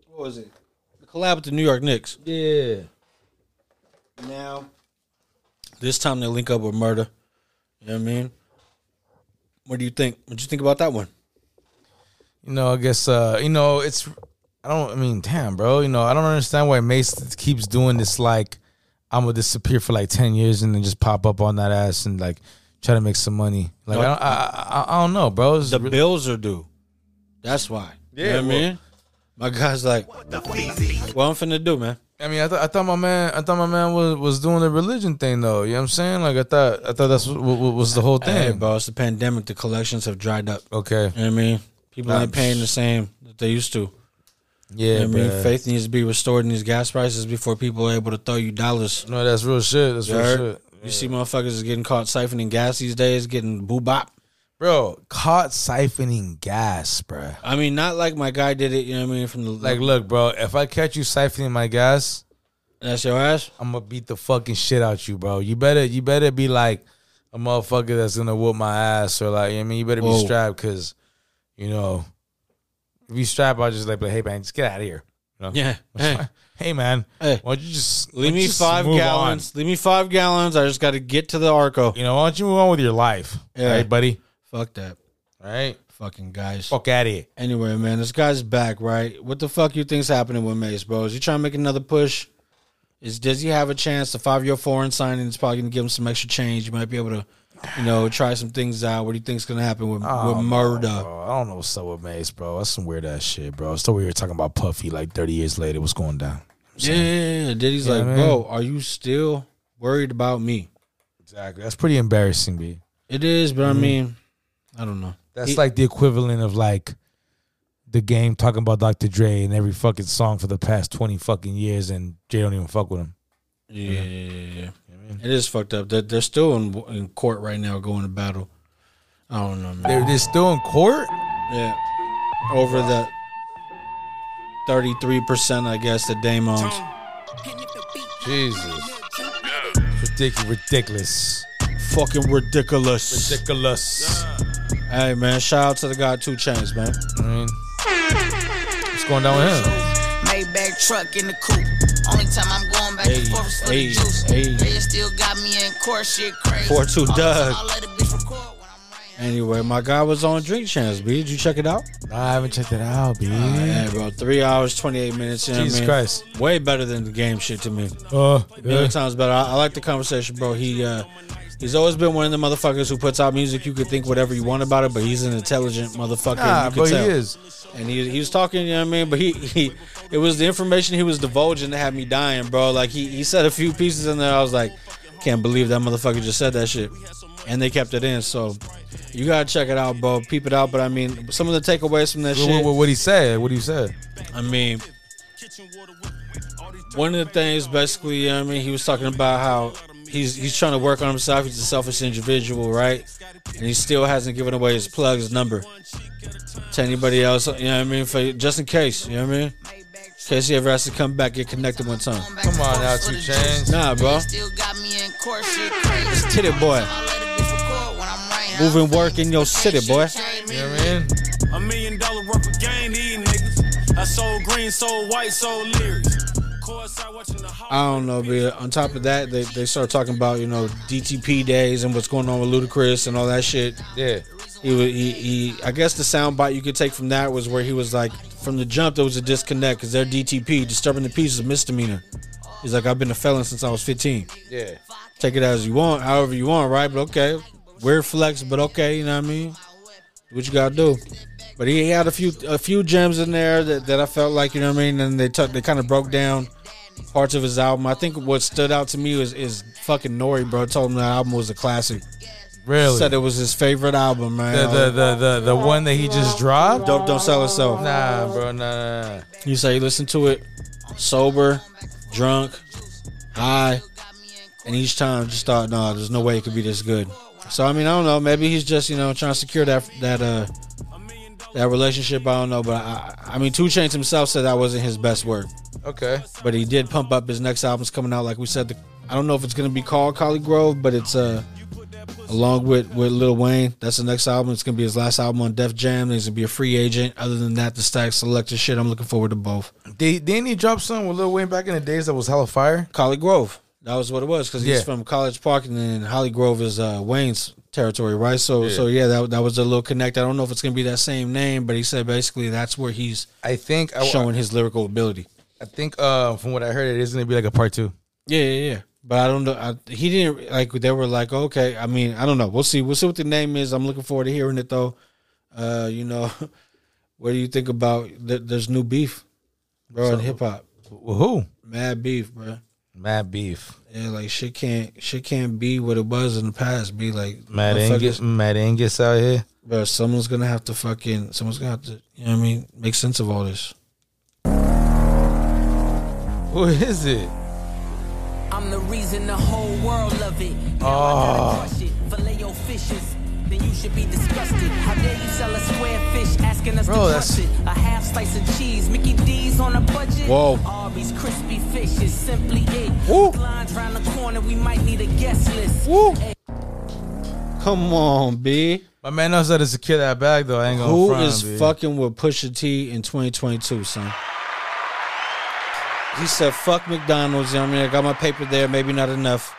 what was it? The collab with the New York Knicks. Yeah. Now this time they link up with Murder. You know what I mean? What do you think? What you think about that one? You know, I guess uh, you know, it's I don't I mean, damn, bro, you know, I don't understand why Mace keeps doing this like I'm gonna disappear for like ten years and then just pop up on that ass and like trying to make some money. Like I, don't, I, I, I don't know, bro. It's The re- bills are due. That's why. Yeah, Yeah, you know what well- I mean, my guy's like, what I'm finna do, man? I mean, I, th- I thought my man, I thought my man was, was doing the religion thing though. You know what I'm saying? Like I thought, I thought that's what, what, what was the whole thing. Hey, bro, it's the pandemic. The collections have dried up. You Okay, know what I mean? People Nah, ain't paying the same that they used to. yeah, You know what I mean, bruh. faith needs to be restored in these gas prices before people are able to throw you dollars. No, that's real shit. That's You, real heard? shit. You see, motherfuckers is getting caught siphoning gas these days, getting boo bop. Bro, caught siphoning gas, bruh. I mean, not like my guy did it. You know what I mean? From the Like, like, look, bro, if I catch you siphoning my gas, that's your ass. I'm gonna beat the fucking shit out you, bro. You better, you better be like a motherfucker that's gonna whoop my ass, or like, you know what I mean, you better Whoa. be strapped, cause you know, if you strap, I'll just like, be like, hey man, just get out of here. You know? Yeah. Hey, Hey man, Hey. why don't you just why leave don't you me just five move gallons. Leave me five gallons. I just got to get to the Arco. on? You know, why don't you move on with your life, Yeah. all right, buddy? Fuck that, All right, fucking guys. fuck out of here. Anyway, man, this guy's back, right? What the fuck you think's happening with Mace, bro? Is he trying to make another push? Is does he have a chance? The five year foreign signing is probably gonna give him some extra change. You might be able to, you know, try some things out. What do you think's gonna happen with, with murder? Oh, Bro, I don't know what's up with Mace, bro. That's some weird ass shit, bro. It's still we were talking about Puffy like 30 years later. What's going down? Yeah, yeah, yeah. Diddy's Yeah, like, man. bro, are you still worried about me? Exactly. That's pretty embarrassing, B. It is, Mm-hmm. but I mean, I don't know. That's He- like the equivalent of like the game talking about Dr. Dre in every fucking song for the past 20 fucking years, and Jay don't even fuck with him. Yeah, it is fucked up. They're, they're still in in court right now, going to battle. I don't know, man. They're, they're still in court? Yeah. Over the 33%, I guess, that Dame owns. Jesus. Ridiculous. Ridiculous. Fucking ridiculous. Ridiculous. Hey, man, shout out to the guy, Two Chains, man. I mean, what's going down with him? Maybach truck in the coupe. Only time I'm going back and Hey, forth is for hey, the juice. hey. They still got me in court, shit crazy. 4-2 All the time Doug. I let the bitch record when I'm laying. Anyway, my guy was on Drink Chance, B. Did you check it out? Nah, I haven't checked it out, B. Yeah, bro. Three hours, 28 minutes. You know what I Mm-hmm. Jesus mean? Christ. Way better than the game shit to me. Uh, A million times better. I, I like the conversation, bro. He, uh, He's always been one of the motherfuckers who puts out music. You could think whatever you want about it, but he's an intelligent motherfucker. Nah, you could bro, he tell. is. and he, he was talking, you know what I mean? But he, he it was the information he was divulging that had me dying, bro. Like he, he said a few pieces in there. I was like, can't believe that motherfucker just said that shit. And they kept it in. So you gotta check it out, bro. Peep it out. But I mean, some of the takeaways from that What, shit. what, what he said? What he said? I mean, one of the things basically, you know what I mean, he was talking about how he's he's trying to work on himself. He's a selfish individual, right? And he still hasn't given away his plug, his number to anybody else. You know what I mean? For just in case, you know what I mean? In case he ever has to come back, get connected one time. Going back Come and on forth now, is for two the chains. juice. Nah, bro. They still got me in court, shit crazy. It's titty boy. I let the bitch record when I'm laying. Move and work in your Ain't city, shit boy. changed me. You know what I mean? A million dollar worth of game, these niggas. I sold green, sold white, sold lyrics. Courtside watching the hall. I don't know, but on top of that, they, they start talking about, you know, DTP days and what's going on with Ludacris and all that shit. Yeah. he, wa- he, he I guess the sound bite you could take from that was where he was like, from the jump, there was a disconnect because their DTP, disturbing the peace, is a misdemeanor. He's like, I've been a felon since I was 15. Yeah. Take it as you want, however you want, right? But okay, weird flex, but okay, you know what I mean? Do What you gotta do. But he had a few a few gems in there that, that I felt like, you know what I mean? And they took they kind of broke down parts of his album. I think what stood out to me was is fucking Nori, bro. Told him that album was a classic. Really? Said it was his favorite album, man. the, the, the, the, the one that he just dropped? Dope don't sell itself. Nah, bro, nah, nah, nah. You say you listen to it sober, drunk, high, and each time just thought, nah, there's no way it could be this good. So I mean, I don't know. Maybe he's just you know trying to secure that that uh that relationship. I don't know, but I I mean, Two Chainz himself said that wasn't his best work, Okay. but he did pump up his next album's coming out. Like we said, the, I don't know if it's gonna be called Collie Grove, but it's uh. Along with with Lil Wayne, that's the next album. It's gonna be his last album on Def Jam. He's gonna be a free agent. Other than that, the stack selector shit. I'm looking forward to both. Did, didn't he drop something with Lil Wayne back in the days that was hella fire? Collie Grove. That was what it was because he's Yeah. from College Park, and then Holly Grove is uh, Wayne's territory, right? So, so yeah, that that was a little connect. I don't know if it's gonna be that same name, but he said basically that's where he's I think I, Oh, showing his lyrical ability. I think uh from what I heard it is gonna be like a part two. Yeah, yeah, yeah. But I don't know. I, he didn't like. They were like, okay. I mean, I don't know. We'll see. We'll see what the name is. I'm looking forward to hearing it though. Uh, you know, what do you think about? Th- there's new beef, bro, in hip hop. Well, who? Mad beef, bro. Mad beef. Yeah, like shit can't shit can't be what it was in the past. Be like Mad motherfuckers- Angus. Mad Angus out here. bro. Someone's gonna have to fucking. Someone's gonna have to. You know what I mean? Make sense of all this. Who is it? I'm the reason the whole world love it. Now I Oh. gotta crush it. Filet fishes. Then you should be disgusted. How dare you sell a square fish asking us Bro, to that's- trust it? A half slice of cheese, Mickey D's on a budget. Whoa. Arby's crispy fish is simply it. Woo. Blinds round the corner, we might need a guest list. Woo. Come on, B. My man knows how to secure that bag though. I ain't gonna. Who front, is B. fucking with Pusha T in 2022, son? He said, "Fuck McDonald's." You know what I mean, I got my paper there. Maybe not enough.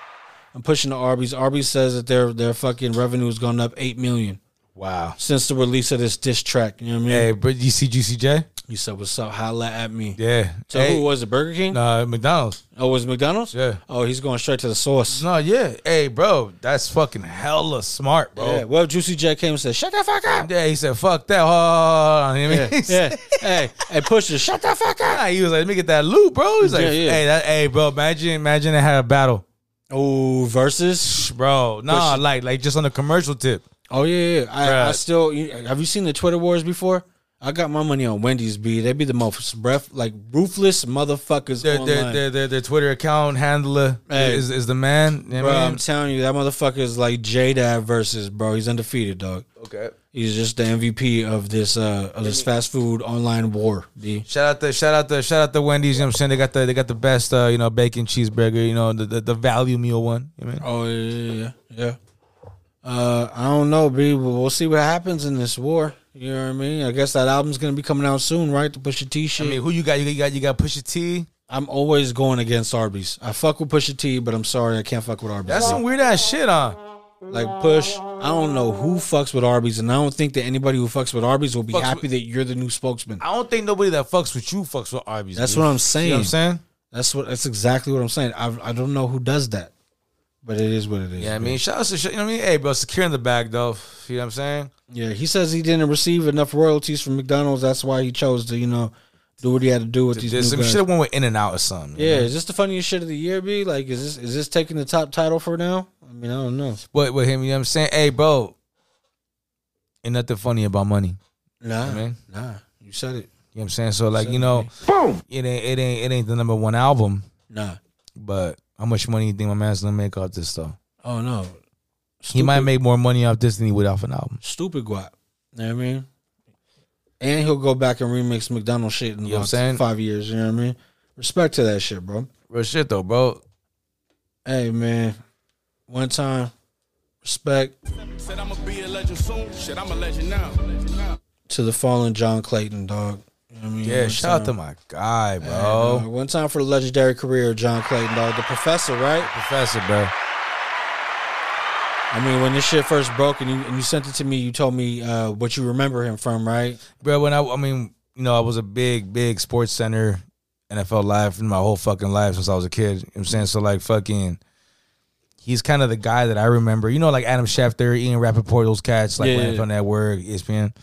I'm pushing the Arby's. Arby's says that their their fucking revenue has gone up eight million Wow. since the release of this diss track. You know what I mean? Hey, but you see GCJ? You said, "What's up?" Holla at me. Yeah. So hey, who was it? Burger King? Nah, McDonald's. Oh, was it McDonald's? Yeah. Oh, he's going straight to the source. No, yeah. Hey, bro, that's fucking hella smart, bro. Yeah. Well, Juicy J came and said, "Shut the fuck up." Yeah, he said, "Fuck that." Hold on. You know what I Yeah. mean? yeah. hey, hey, Pusha, shut the fuck up. Nah, he was like, "Let me get that loot, bro." He's like, Yeah, yeah. "Hey, that, hey, bro. Imagine, imagine they had a battle, Oh, versus. bro. Nah, like, like just on the commercial tip. Oh yeah, yeah. I, I Bruh. still you, have you seen the Twitter wars before? I got my money on Wendy's. B. They be the most breath like ruthless motherfuckers Their, online. their, their, their, their Twitter account handler Hey. is, is the man. You know bro, what I I'm mean? telling you, that motherfucker is like J Dad versus bro. He's undefeated, dog. Okay. He's just the MVP of this uh of this fast food online war. B. Shout out to shout out to shout out to Wendy's. You know what I'm saying? They got the they got the best uh, you know bacon cheeseburger. You know the the, the value meal one. You know what I mean? Oh yeah, yeah, yeah. yeah. Uh, I don't know, B. But we'll see what happens in this war. You know what I mean? I guess that album's gonna be coming out soon, right? The Pusha T shit. I mean, who you got? You got you got, you got Pusha T. I'm always going against Arby's. I fuck with Pusha T, but I'm sorry I can't fuck with Arby's. That's some weird ass shit, huh? like Push. I don't know who fucks with Arby's, and I don't think that anybody who fucks with Arby's will be Fucks happy with- that you're the new spokesman. I don't think nobody that fucks with you fucks with Arby's. That's dude. what I'm You know what saying. I'm saying? That's what. That's exactly what I'm saying. I I don't know who does that, but it is what it is. Yeah, I bro. mean, shout out to you know what I mean. Hey, bro, securing the bag though. You know what I'm saying? yeah. He says he didn't receive enough royalties from McDonald's. That's why he chose to you know do what he had to do with There's these new some should guys. have went with In and Out or something. you Yeah, know? is this the funniest shit of the year? B like, is this is this taking the top title for now? I mean, I don't know. What with him? You know what I'm saying? Hey, bro. Ain't nothing funny about money. Nah, mean? nah. You said it. You know what I'm saying? So like, you know, boom. It ain't it ain't it ain't the number one album, Nah. but how much money you think my man's gonna make off this though? Oh no. He might make more money off this than he would off an album. stupid guap. You know what I mean? And he'll go back and remix McDonald's shit in You know what I'm about saying? five years. You know what I mean? Respect to that shit, bro. Real shit though, bro. Hey man, one time, respect Said I'ma be a legend soon. Shit, I'm a legend now. to the fallen John Clayton, dog. You know what I mean? Yeah, One shout out to time- my guy, bro. Hey, dog, one time for the legendary career of John Clayton, dog. The professor, right? Professor, bro. I mean, when this shit first broke and you, and you sent it to me, you told me uh, what you remember him from, right? bro. When I, I mean, you know, I was a big, big sports center NFL live in my whole fucking life since I was a kid. You know what I'm saying so, like, fucking, he's kind of the guy that I remember. You know, like Adam Schefter, Ian Rappaport, those cats, like Yeah, yeah, yeah, NFL Network, ESPN.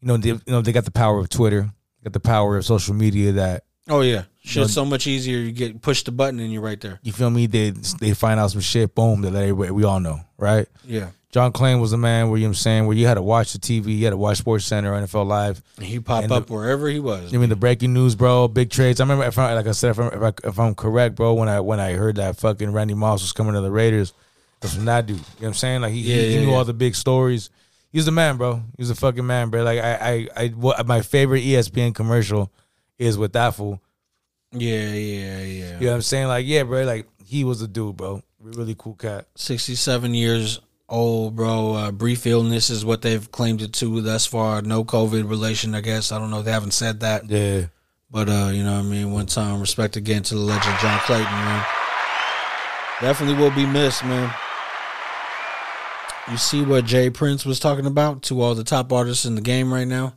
You know, they, you know, they got the power of Twitter, got the power of social media. That Oh yeah, shit's so much easier. You get push the button and you're right there. you feel me? They they find out some shit, boom, they let everybody. We all know, right? Yeah, John Klein was the man where you know what I'm saying where you had to watch the TV, you had to watch Sports Center, NFL Live. he pop And the- up wherever he was. I mean, the breaking news, bro. Big trades. I remember, if I, like I said, if I'm, if, I, if I'm correct, bro, when I when I heard that fucking Randy Moss was coming to the Raiders, that's from that dude. You know what I'm saying? Like he, he- Yeah, he, yeah, knew yeah. all the big stories. He was the man, bro. He was the fucking man, bro. Like I, I, I what, my favorite E ESPN commercial is with that fool. Yeah, yeah, yeah. You know what I'm saying? Like yeah, bro. Like he was a dude, bro. Really cool cat. 67 years old, bro. Uh, brief illness is what they've claimed it to thus far. No COVID relation, I guess. I don't know. They haven't said that. Yeah. But, uh, you know what I mean? One time, respect again to the legend John Clayton, man. Definitely will be missed, man. You see what Jay Prince was talking about to all the top artists in the game right now?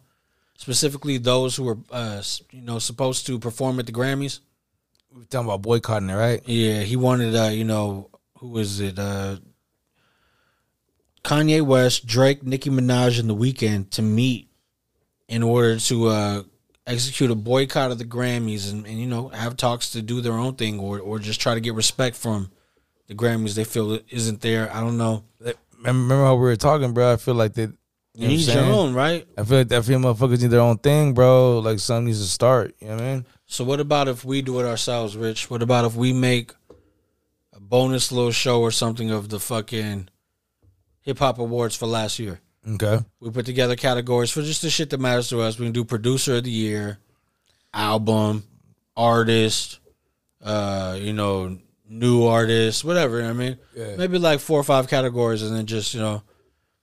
Specifically, those who are, uh, s- you know, supposed to perform at the Grammys. we were talking about boycotting it, right? Yeah, he wanted uh, you know, who was it? Uh Kanye West, Drake, Nicki Minaj, and The Weeknd to meet in order to uh execute a boycott of the Grammys and, and you know, have talks to do their own thing or or just try to get respect from the Grammys they feel isn't there. I don't know. Like, Remember remember how we were talking, bro? I feel like that. You know what I'm He's your saying? own, right? I feel like that feel motherfuckers need their own thing, bro. Like something needs to start. You know what I mean? So what about if we do it ourselves, Rich? What about if we make a bonus little show or something of the fucking hip hop awards for last year? Okay. We put together categories for just the shit that matters to us. We can do producer of the year, album, artist, uh, you know, new artist, whatever. you know what I mean, maybe like four or five categories, and then just you know,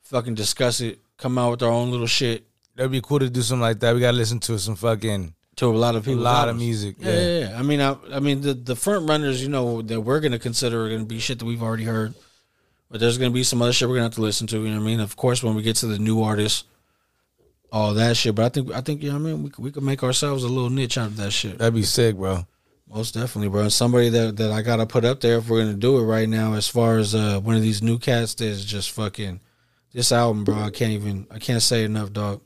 fucking discuss it. Come out with our own little shit That'd be cool to do something like that. We gotta listen to some fucking to a lot of a people. lot of music. Yeah, yeah, yeah. I mean, I, I mean, the the front runners, you know, that we're gonna consider are gonna be shit that we've already heard, but there's gonna be some other shit we're gonna have to listen to. You know what I mean? Of course, when we get to the new artists, all that shit. But I think, I think, you know, what I mean, we could- we could make ourselves a little niche out of that shit. That'd be sick, bro. Most definitely, bro. And somebody that that I gotta put up there if we're gonna do it right now, as far as uh, one of these new cats that is just fucking this album, bro. I can't even, I can't say enough, dog.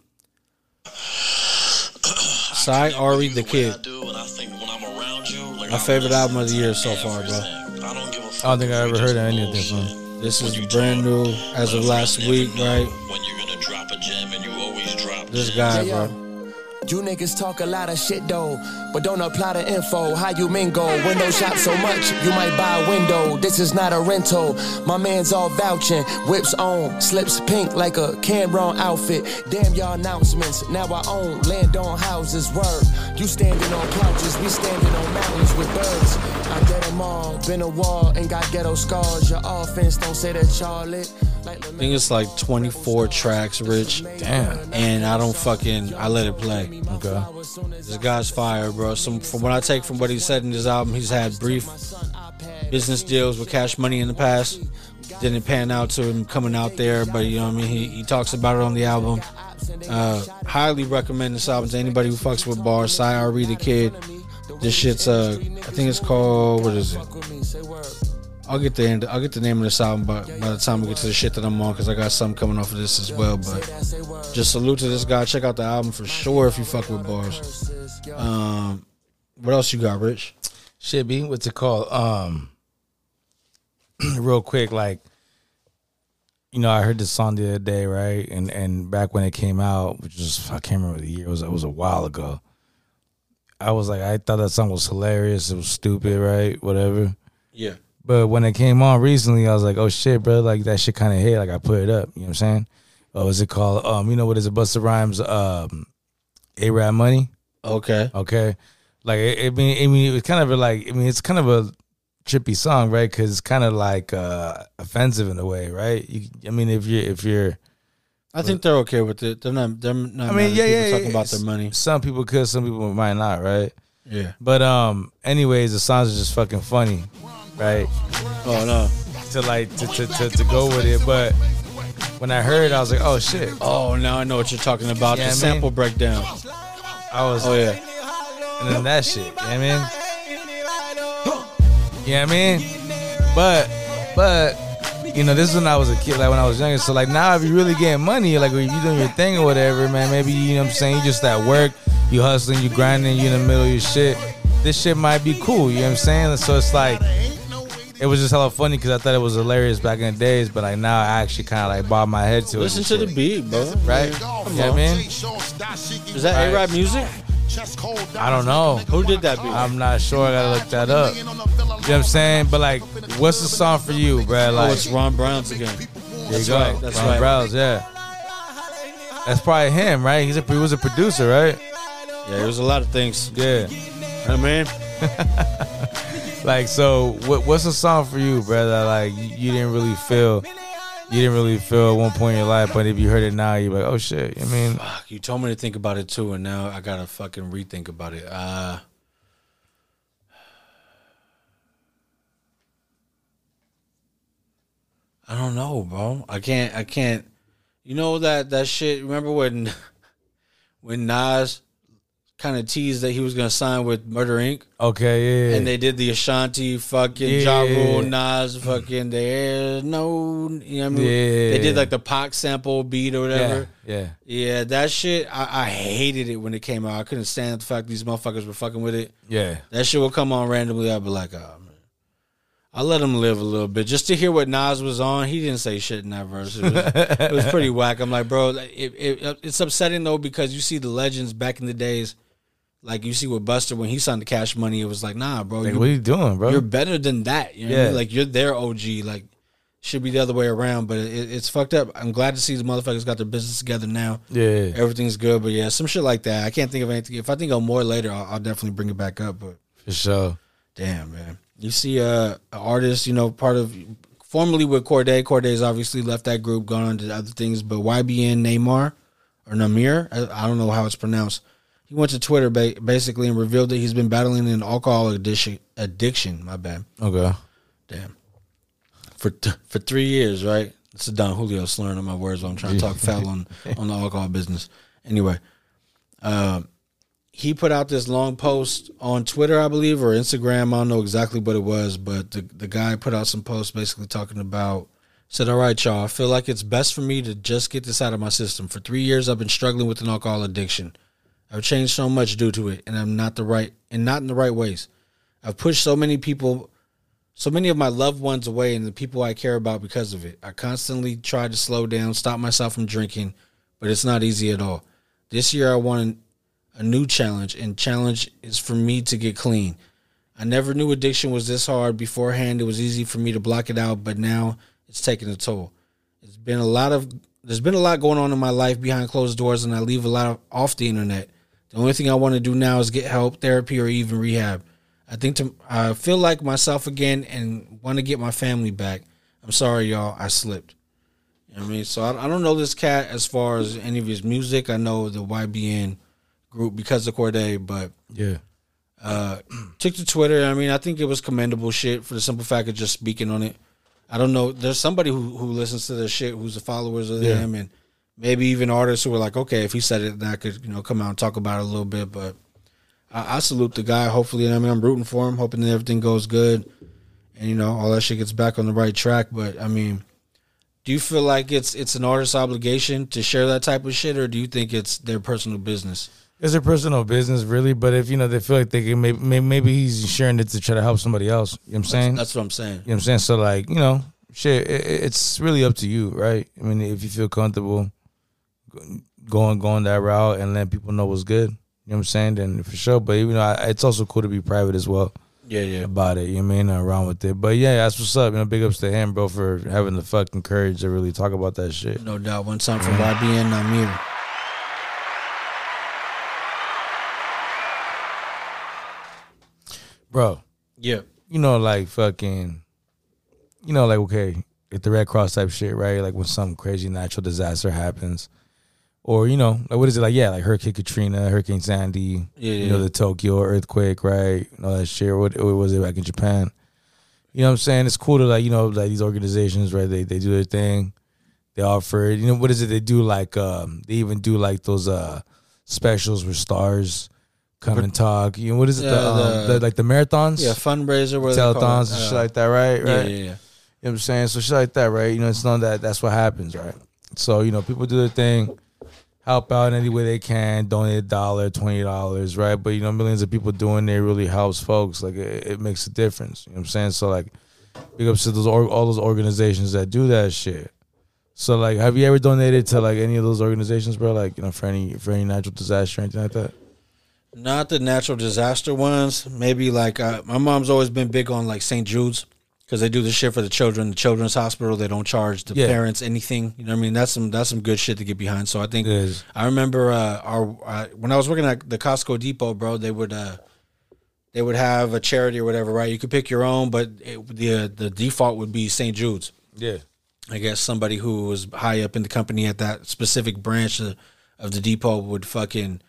Sai Ari the Kid. My favorite album of the year so far, bro. I don't give a I don't think I ever heard of anything from. him. This is brand new as of last week, right? when you're gonna drop a gem and you always drop This guy, bro. You niggas talk a lot of shit though, but don't apply the info. How you mingle? Window shop so much, you might buy a window. This is not a rental. My man's all vouching, whips on, slips pink like a Cameron outfit. Damn y'all announcements. Now I own land on houses. Word, you standing on couches, we standing on mountains with birds. I get 'em all, been a wall and got ghetto scars. Your offense don't say that y'all it. Like I think it's like 24 tracks, Rich. Damn. And I don't fucking, I let it play. Okay. This guy's fire, bro. Some from what I take from what he said in his album, he's had brief business deals with Cash Money in the past. Didn't pan out to him coming out there, but you know what I mean. He, he talks about it on the album. Uh, highly recommend this album to anybody who fucks with bars. Cy Reed the Kid. This shit's uh, I think it's called what is it? I'll get the end. I'll get the name of this album, but by the time we get to the shit that I'm on, because I got some coming off of this as well. But just salute to this guy. Check out the album for sure if you fuck with bars. Um, what else you got, Rich? Shit, be what's it called? Um, real quick, like, you know, I heard this song the other day, right? And and back when it came out, which was I can't remember the year. It was it was a while ago. I was like, I thought that song was hilarious. It was stupid, right? Whatever. Yeah. But when it came on recently, I was like, oh shit, bro, like that shit kind of hit. Like I put it up. You know what I'm saying? Oh, is it called? Um, you know what is it? Busta Rhymes, um, A Rap Money. Okay. Okay, like I, I mean, I mean, it's kind of a, like I mean, it's kind of a trippy song, right? Because it's kind of like uh offensive in a way, right? You, I mean, if you're if you're, I think they're okay with it. They're not. They're not. I mean, mad at yeah, people yeah, Talking yeah, about their money. Some people could, some people might not, right? Yeah. But um, anyways, the songs are just fucking funny, right? Oh no. To like to to to, to go with it, but when I heard, it, I was like, oh shit, Oh, now I know what you're talking about. Yeah, I the mean- sample breakdown. I was, Oh yeah. and then that shit. You know what I mean? You know what I mean? But, but, you know, this is when I was a kid, like when I was younger. So, like, now if you really getting money, like, if you doing your thing or whatever, man, maybe, you know what I'm saying? You just at work, you hustling, you grinding, you in the middle of your shit. This shit might be cool, you know what I'm saying? So, it's like, it was just hella funny because I thought it was hilarious back in the days, but like now I actually kind of like bob my head to it. Listen and to the shit. beat, bro. Right? You know what I mean? Is that A Right. Rap music? I don't know. Who did that beat? I'm not sure. I gotta look that up. You know what I'm saying? But like, what's the song for you, bruh? Oh, Like, it's Ron Brown's again. there you that's go. right, that's Ron right. Browse, yeah. That's probably him, right? He's a he was a producer, right? Yeah, there was a lot of things. Yeah. I mean, Like, so what what's the song for you, bruh? That like you, you didn't really feel. You didn't really feel at one point in your life, but if you heard it now, you're like, oh shit. I mean, fuck, you told me to think about it too, and now I gotta fucking rethink about it. Uh, I don't know, bro. I can't. I can't. You know that that shit. Remember when when Nas kind of teased that he was going to sign with Murder Inc. Okay, yeah. And they did the Ashanti fucking Yeah. Ja Rule, Nas fucking there's no you know what I mean? Yeah. They did like the Pac sample beat or yeah, whatever. yeah. Yeah, that shit I, I hated it when it came out. I couldn't stand the fact these motherfuckers were fucking with it. Yeah. That shit will come on randomly. I'll be like, oh man. I let him live a little bit just to hear what Nas was on. He didn't say shit in that verse. It was, it was pretty whack. I'm like, bro, like, it, it, uh, it's upsetting though because you see the legends back in the days, like you see with Buster when he signed the Cash Money. It was like, nah, bro, Like, you, what are you doing, bro? you're better than that. You know what I Yeah. mean? Like you're their OG. Like should be the other way around, but it, it's fucked up. I'm glad to see the motherfuckers got their business together now. yeah, Everything's good, but yeah, some shit like that. I can't think of anything. If I think of more later, I'll, I'll definitely bring it back up. But for sure. damn, man, you see, uh, an artist, you know, part of formerly with Corday. Corday's obviously left that group, gone on to other things. But YBN Neymar or Namir, I, I don't know how it's pronounced. He went to Twitter ba- basically and revealed that he's been battling an alcohol addiction. Addiction, my bad. Okay. Damn. For th- for three years, right? This is Don Julio slurring on my words while I'm trying to talk foul on, on the alcohol business. Anyway, um, he put out this long post on Twitter, I believe, or Instagram. I don't know exactly what it was, but the, the guy put out some posts basically talking about, said, All right, y'all, I feel like it's best for me to just get this out of my system. For three years, I've been struggling with an alcohol addiction. I've changed so much due to it, and I'm not the right, and not in the right ways. I've pushed so many people so many of my loved ones away and the people I care about because of it. I constantly try to slow down, stop myself from drinking, but it's not easy at all. This year I want a new challenge, and challenge is for me to get clean. I never knew addiction was this hard. Beforehand, it was easy for me to block it out, but now it's taking a toll. It's been a lot of there's been a lot going on in my life behind closed doors, and I leave a lot of, off the internet. The only thing I want to do now is get help, therapy, or even rehab. I think to I feel like myself again and want to get my family back. I'm sorry, y'all. I slipped. You know what I mean, so I, I don't know this cat as far as any of his music. I know the YBN group because of Corday, but Yeah. took to Twitter. I mean, I think it was commendable shit for the simple fact of just speaking on it. I don't know. There's somebody who, who listens to their shit, who's the followers of Yeah. him, and maybe even artists who are like, okay, if he said it, then I could you know come out and talk about it a little bit. But I, I salute the guy. Hopefully, I mean, I'm rooting for him, hoping that everything goes good, and you know all that shit gets back on the right track. But I mean. Do you feel like it's it's an artist's obligation to share that type of shit, or do you think it's their personal business? It's their personal business, really. But if you know they feel like they can, maybe, maybe he's sharing it to try to help somebody else. You know what I'm saying? That's what I'm saying. You know what I'm saying? So like, you know, shit, it, it- it's really up to you, right? I mean, if you feel comfortable go- going going that route and letting people know what's good, you know what I'm saying? Then for sure. But even though I, it's also cool to be private as well Yeah, yeah. about it. You know what I mean? Not wrong with it. But yeah, that's what's up. You know, big ups to him, bro, for having the fucking courage to really talk about that shit. No doubt. One time from YBN Namir. Bro, Yeah. you know, like fucking, you know, like okay, if the Red Cross type shit, right? Like when some crazy natural disaster happens, or you know, like what is it like? Yeah, like Hurricane Katrina, Hurricane Sandy, Yeah, you yeah, know, yeah. the Tokyo earthquake, right? And all that shit. What, what was it back in Japan? You know what I'm saying? It's cool to like, you know, like these organizations, right? They they do their thing. They offer, you know, what is it? They do like, um, they even do like those uh specials where stars come and talk. You know, what is it? Yeah, the, um, the- the like the marathons, Yeah, fundraiser. Where telethons and shit like that, right? Right. uh, Yeah, You know yeah, yeah. what I'm saying? So shit like that, right? You know, it's not that that's what happens, right? So, you know, people do their thing, help out in any way they can, donate a dollar, twenty dollars, right? But you know, millions of people doing it really helps folks. Like it, it makes a difference. You know what I'm saying? So like big ups to those or, all those organizations that do that shit. So like have you ever donated to like any of those organizations, bro? Like, you know, for any for any natural disaster or anything like that? Not the natural disaster ones. Maybe like uh, my mom's always been big on like St. Jude's because they do the shit for the children, the children's hospital. They don't charge the Yeah. parents anything. You know what I mean? That's some that's some good shit to get behind. So I think It is. I remember uh, our uh, when I was working at the Costco Depot, bro. They would. Uh, they would have a charity or whatever, right? You could pick your own, but it, the the default would be St. Jude's. Yeah. I guess somebody who was high up in the company at that specific branch of, of the depot would fucking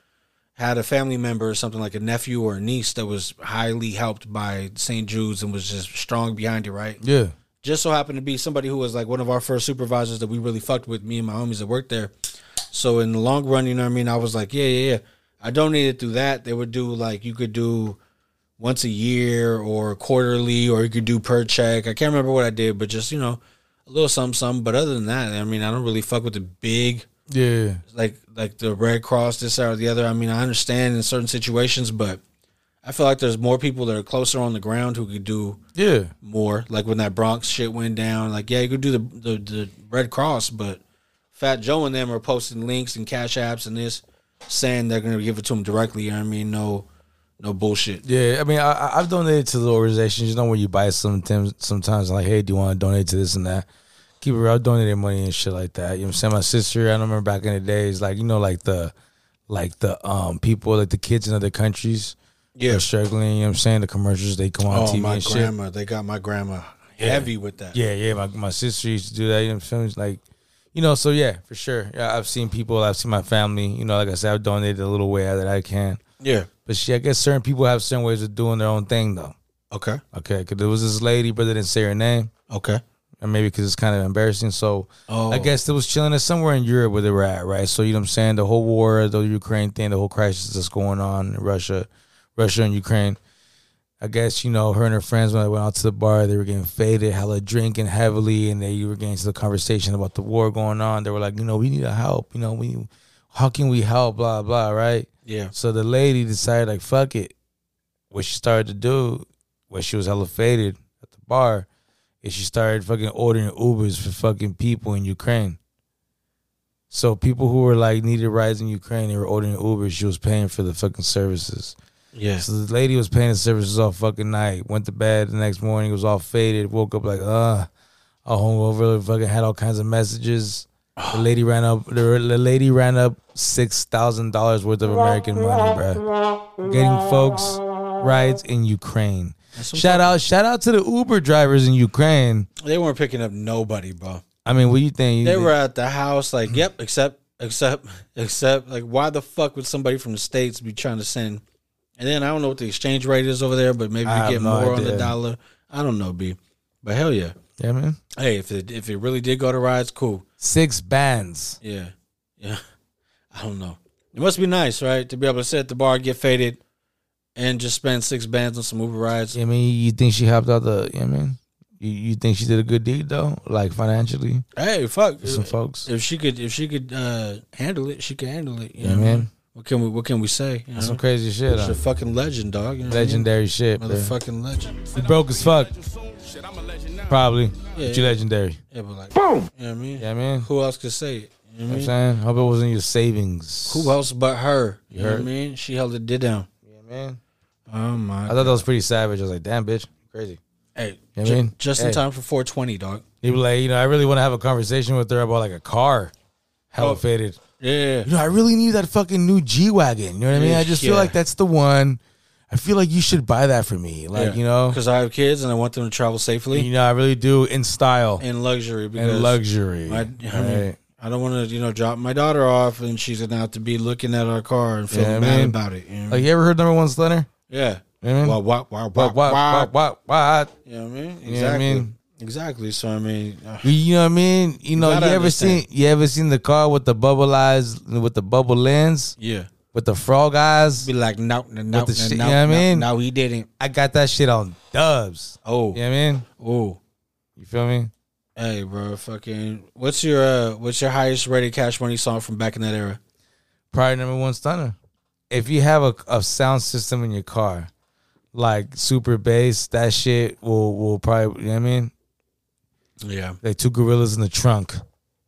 had a family member or something like a nephew or a niece that was highly helped by St. Jude's and was just strong behind it, right? Yeah. Just so happened to be somebody who was like one of our first supervisors that we really fucked with, me and my homies that worked there. So in the long run, you know what I mean? I was like, yeah, yeah, yeah. I donated through that. They would do like you could do once a year or quarterly, or you could do per check. I can't remember what I did, but just you know, a little something, something. But other than that, I mean, I don't really fuck with the big Yeah. like like the Red Cross, this that, or the other. I mean, I understand in certain situations, but I feel like there's more people that are closer on the ground who could do Yeah. more. Like when that Bronx shit went down, like yeah, you could do the the, the Red Cross, but Fat Joe and them are posting links and cash apps and this, saying they're gonna give it to them directly. You know what I mean? No, no bullshit. Yeah, I mean, I- I, I've donated to the organizations. You know, when you buy sometimes, sometimes like, hey, do you want to donate to this and that? Keep it real, I donated money and shit like that. You know, what I'm saying my sister. I don't remember back in the days, like you know, like the, like the um people, like the kids in other countries, Yeah. are struggling. You know, what I'm saying the commercials they come on Oh, TV my and shit. grandma, they got my grandma heavy with that. Yeah, yeah. My my sister used to do that. You know what I'm saying? It's Like, you know, so yeah, for sure. Yeah, I've seen people. I've seen my family. You know, like I said, I've donated a little way that I can. yeah. But she, I guess certain people have certain ways of doing their own thing though. Okay. Okay, because there was this lady, brother didn't say her name, Okay. and maybe because it's kind of embarrassing. So Oh. I guess it was chilling at somewhere in Europe where they were at, right? So you know what I'm saying? The whole war, the Ukraine thing, the whole crisis that's going on in Russia, Russia and Ukraine. I guess you know her and her friends when they went out to the bar, they were getting faded, hella drinking heavily, and they were getting to the conversation about the war going on. They were like, you know, we need to help. You know, we how can we help? Blah blah. Right. Yeah. So the lady decided, like, fuck it. What she started to do when she was hella faded at the bar is she started fucking ordering Ubers for fucking people in Ukraine. So people who were like needed rides in Ukraine, they were ordering Ubers. She was paying for the fucking services. Yeah. So the lady was paying the services all fucking night. Went to bed the next morning, was all faded. Woke up like, uh, all hungover. Fucking had all kinds of messages. The lady ran up. The, the lady ran up six thousand dollars worth of American money, bruh. Getting folks rides in Ukraine. Shout out, shout out to the Uber drivers in Ukraine. They weren't picking up nobody, bro. I mean, what do you think? They were at the house, like, yep, except, except, except, like, why the fuck would somebody from the states be trying to send? And then I don't know what the exchange rate is over there, but maybe I you have get no more on idea. the dollar. I don't know, b. But hell yeah, yeah, man. hey, if it if it really did go to rides, cool. Six bands. Yeah, yeah. I don't know. It must be nice, right, to be able to sit at the bar, get faded, and just spend six bands on some Uber rides. I mean, you think she hopped out the? I mean, you, you think she did a good deed though, like financially Hey, fuck. for some folks. If she could, if she could uh, handle it, she can handle it. You Yeah, know? man. What can we? What can we say? You That's know? some crazy shit. She's huh? a fucking legend, dog. You know what I mean? Legendary shit, bro. Motherfucking legend. You broke as fuck. Probably. but you yeah. legendary. Yeah, but like, boom. You know what I mean? Yeah, man. Who else could say it? You know I'm what I mean? saying? Hope it wasn't your savings. Who else but her? You, know what I heard? mean? She held it did down. Yeah, man. Oh my! I thought that was pretty savage. I was like, damn, bitch. Crazy. hey, You know what I ju- mean? just in Hey. time for 420, dog. He was like, you know, I really want to have a conversation with her about like a car. Hell Oh. faded. Yeah, You know, I really need that fucking new G Wagon. You know what I mean? I just Yeah. feel like that's the one. I feel like you should buy that for me. Like, you know, because I have kids and I want them to travel safely you know, I really do in style and, and luxury. Because luxury. my- I, mean, Right. I don't want to, you know, drop my daughter off and she's gonna have to be looking at our car and feeling Yeah, I bad mean, about it. You know? Like, you ever heard number one Slender? yeah. You know what I mean? Wow, wow, wow, wow, What, what, what, what, what? You know what I mean? Exactly. You know what I mean? Exactly. So I mean, uh, You know what I mean? You know, you, gotta ever understand. seen you ever seen the car with the bubble eyes, with the bubble lens, yeah. with the frog eyes? Be like, no, no, no, What the no, shit, no, you know what I no, mean? No, he didn't. I got that shit on dubs. Oh, You know what I mean? oh. You feel me? Hey, bro, fucking. What's your uh, what's your highest rated Cash Money song from back in that era? Probably number one stunner. If you have a, a sound system in your car, like super bass, that shit will will probably you know what I mean? Yeah, Like two gorillas in the trunk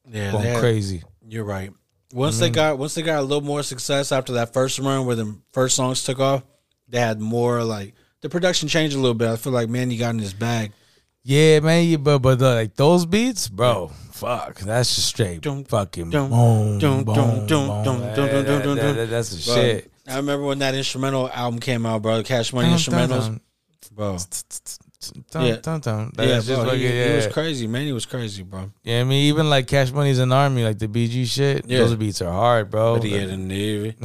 yeah, going they had- crazy. You're right. Once Mm-hmm. they got once they got a little more success after that first run where the first songs took off, they had more like the production changed a little bit. I feel like man, you got in his bag. Yeah, man, you, but but uh, like those beats, bro, fuck, that's just straight Dum, fucking dum, boom, dum, boom, dum, dum, boom. dum, That- dum, dum, that- dum, dum, that- That's the Bro, shit. I remember when that instrumental album came out, bro. The Cash Money Dum, dum, instrumentals, dum. bro. Dun, Yeah. dun, dun. That Yeah, is just bro. fucking- he, he yeah. Oh, was crazy, man. He was crazy, bro. Yeah, I mean, even like Cash Money's an army, like the BG shit. Yeah. Those beats are hard, bro. But he had a navy.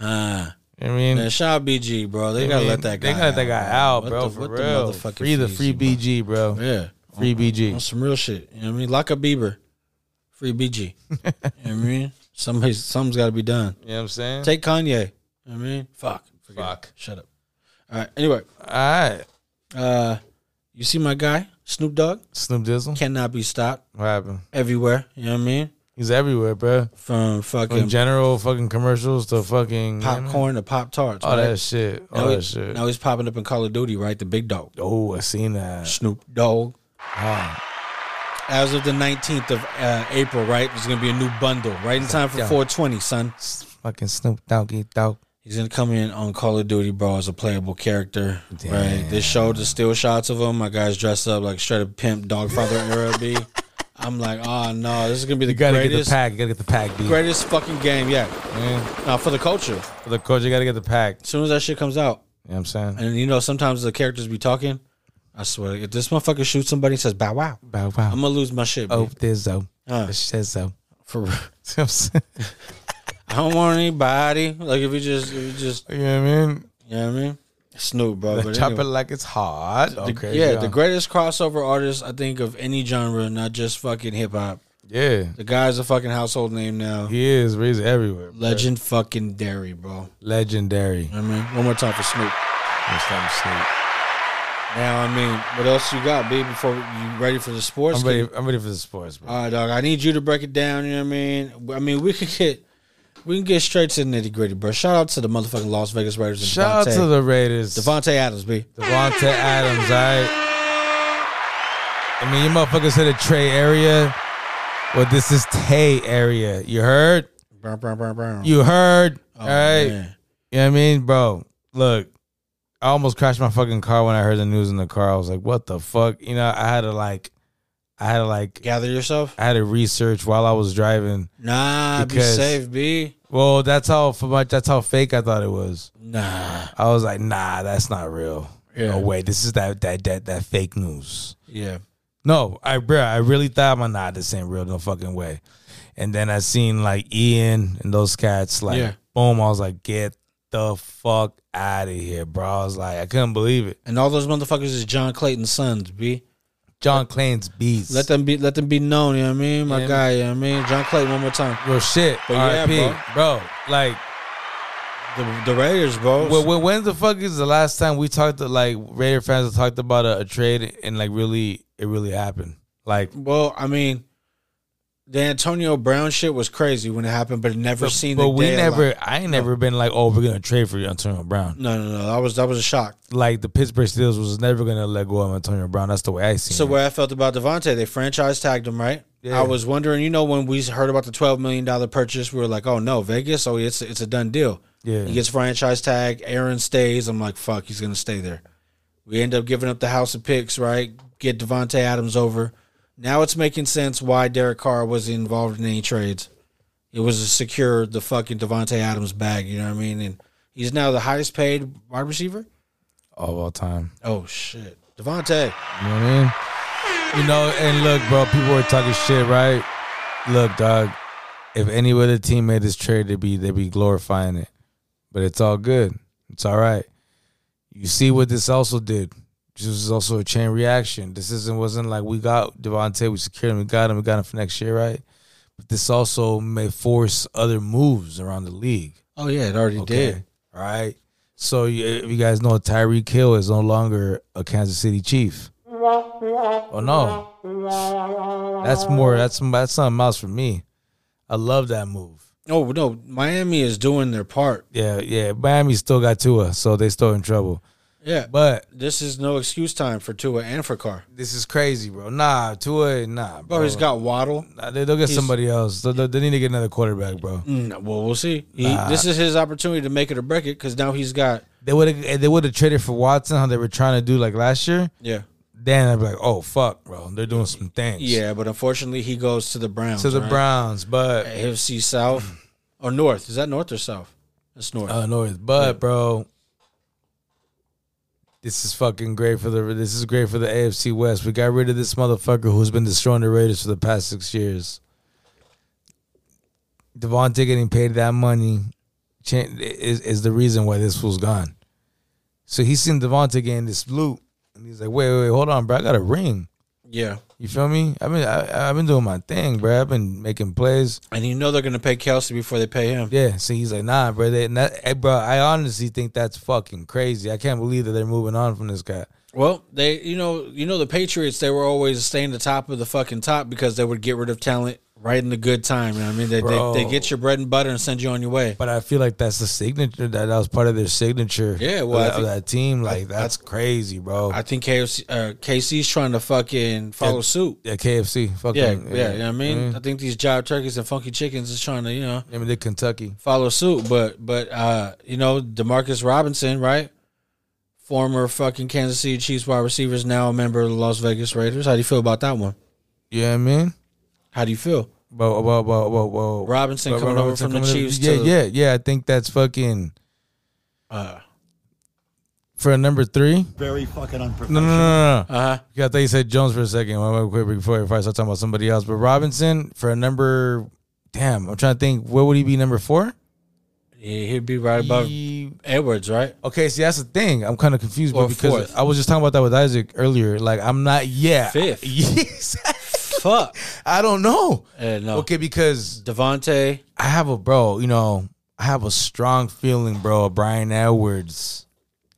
Ah. I mean, Man, shout out BG, bro. They gotta I mean, let that guy. They gotta let that guy out, What bro. the- for what the real. motherfucking free the free BG, bro. Yeah, Free on BG. some real shit. You know what I mean? Lock up Bieber, free BG. you know what I mean? Somebody, something's got to be done. You know what I'm saying? Take Kanye. You know what I mean, fuck, Forget it. Fuck. shut up. All right. Anyway, All right. uh, you see my guy Snoop Dogg Snoop Dizzle. cannot be stopped What happened? everywhere. You know what I mean? He's everywhere, bro. From From fucking general fucking commercials to fucking popcorn to pop tarts. All right? that shit. All now, he- that shit. now he's popping up in Call of Duty, right? The big dog, Oh, I seen that. Ah, Snoop Dogg. Wow. As of the 19th of uh, April, right? There's going to be a new bundle right in time for 420, son. S- Fucking Snoop Doggy Dog. He's gonna come in on Call of Duty, bro, as a playable character. Right? They showed the still shots of him. My guys dressed up like straight up pimp, dogfather era B. I'm like, oh no, this is gonna be the You gotta get greatest, the pack. You gotta get the pack, B. greatest fucking game yet. Yeah. Now for the culture, For the coach, you gotta get the pack. as soon as that shit comes out, You know what I'm saying? and you know sometimes the characters be talking. I swear, if this motherfucker shoots somebody and says bow wow, Bow wow. I'm gonna lose my shit. oh, Oh, there's though. Huh. It says so. for real. You know what I'm saying? I don't want anybody. Like if you just, if you just, You know what I mean? you know what I mean? Snoop, bro. But Chop anyway. it like it's hot. The- Okay. yeah, the greatest crossover artist I think of any genre, not just fucking hip hop. Yeah. The guy's a fucking household name now. He is. He's everywhere. bro. Legend Mm-hmm. fucking dairy, bro. Legendary. I mean, one more time for Snoop. That's what I'm saying. Now, I mean, what else you got, B? Before you ready for the sports? I'm ready. I'm ready for the sports, bro. All right, dog. I need you to break it down. You know what I mean? I mean, we could get we can get straight to the nitty gritty, bro. Shout out to the motherfucking Las Vegas Raiders and Shout out Devontae, to the Raiders. Devontae Adams, B. Devontae Adams, all right. I mean, you motherfuckers hit a Trey area. Well, this is Tay area. You heard? Brown, brown, brown, brown. You heard? all right. Oh, man. You know what I mean, bro? Look, I almost crashed my fucking car when I heard the news in the car. I was like, what the fuck? You know, I had to like, I had to like, Gather yourself. I had to research while I was driving. Nah, Because- be safe, B. Well, that's how for much. That's how fake I thought it was. Nah. I was like, nah, that's not real. Yeah. No way. This is that that that that fake news. Yeah. No, I bro, I really thought I'm nah, this ain't real, no fucking way. And then I seen like Ian and those cats, like Yeah. boom, I was like, get the fuck out of here, bro. I was like, I couldn't believe it. And all those motherfuckers is John Clayton's sons, B. John Clayton's beats. Let them be let them be known, you know what I mean? My Yeah. guy, you know what I mean? John Clayton one more time. Yo, shit, But yeah, RIP, bro. Like, The, the Raiders, bro. when, when, when the fuck is the last time we talked to like Raider fans that talked about a, a trade and like really it really happened? Like, well, I mean, the Antonio Brown shit was crazy when it happened, but it never seen but the we day of never, light. I ain't never been like, oh, we're gonna trade for Antonio Brown. No, no, no. That was that was a shock. like the Pittsburgh Steelers was never gonna let go of Antonio Brown. That's the way I see So it. where I felt about Devontae, they franchise tagged him, right? Yeah. I was wondering, you know, when we heard about the twelve million dollar purchase, we were like, "Oh no, Vegas! Oh, it's it's a done deal." Yeah. he gets franchise tag. Aaron stays. I'm like, "Fuck, he's gonna stay there." We end up giving up the house of picks, right? Get Devonte Adams over. Now it's making sense why Derek Carr was involved in any trades. It was to secure the fucking Devonte Adams bag. You know what I mean? And he's now the highest paid wide receiver. of all time. Oh shit, Devonte. You know what I mean? You know, and look, bro, people were talking shit, right? Look, dog, if any other team made this trade, they'd be they'd be glorifying it. But it's all good. It's all right. You see what this also did. This is also a chain reaction. This isn't wasn't like we got Devontae, we secured him, we got him, we got him for next year, right? But this also may force other moves around the league. Oh yeah, it already did. All right. So you, if you guys know Tyreek Hill is no longer a Kansas City Chief. Oh no. That's more that's that's something else for me. I love that move. Oh no, Miami is doing their part. Yeah, yeah. Miami still got Tua, so they still in trouble. Yeah, but But this is no excuse time for Tua and for Carr. this is crazy, bro. Nah, Tua, nah, bro. Bro, he's got Waddle. Nah, they, they'll get he's- somebody else. They, they- they need to get another quarterback, bro. Mm, well, we'll see. He, This is his opportunity to make it or break it because now he's got They would have they would have traded for Watson, how they were trying to do like last year. yeah, Then I'd be like, oh fuck, bro, they're doing some things. yeah. But unfortunately, he goes to the Mm-hmm. Browns. to the right? Browns, but AFC South or North? Is that North or South? That's North. uh, North, but bro, this is fucking great for the this is great for the AFC West. We got rid of this motherfucker who's been destroying the Raiders for the past six years. Devontae getting paid that money cha- is is the reason why this fool's gone. So he's seen Devontae getting this loot, and he's like, wait, wait, wait, hold on, bro, I got a ring. yeah, You feel me? I've been I, I've been doing my thing, bro. I've been making plays. And you know they're gonna pay Kelsey before they pay him. Yeah. So he's like, nah, bro. They, and that, eh, bro, I honestly think that's fucking crazy. I can't believe that they're moving on from this guy. Well, they you know you know the Patriots they were always staying the top of the fucking top because they would get rid of talent right in the good time. You know what I mean? They, Bro. they they get your bread and butter and send you on your way. But I feel like that's the signature. That, that was part of their signature. Yeah, well, of I that, of think- that team, like that's crazy, bro. I think KFC, uh, KC's trying to fucking follow Yeah. Mm-hmm. suit. yeah, KFC. Fucking, Yeah, yeah, You know what I mean, I think these job turkeys and funky chickens is trying to you know I mean, they Kentucky. follow suit. But but uh, you know Demarcus Robinson, right? Former fucking Kansas City Chiefs wide receivers, now a member of the Las Vegas Raiders. How do you feel about that one? You know what I mean? How do you feel? Whoa, whoa, whoa, whoa, whoa. Robinson Whoa, coming over from the coming Chiefs Yeah, to- yeah, yeah. I think that's fucking Uh for a number three. Very fucking No, no, unprofessional. no, no. no. huh. Yeah, I thought you said Jones for a second. Well, quick before before I start talking about somebody else, but Robinson for a number. Damn, I'm trying to think. Where would he be? Number four? Yeah, he'd be right above He- Edwards, right? Okay, see that's the thing. I'm kind of confused, but Or because fourth. I was just talking about that with Isaac earlier. Like I'm not yeah Fifth. Yes, Fuck. I don't know. Eh, no. Okay, because Devontae. I have a bro. You know, I have a strong feeling, bro. Brian Edwards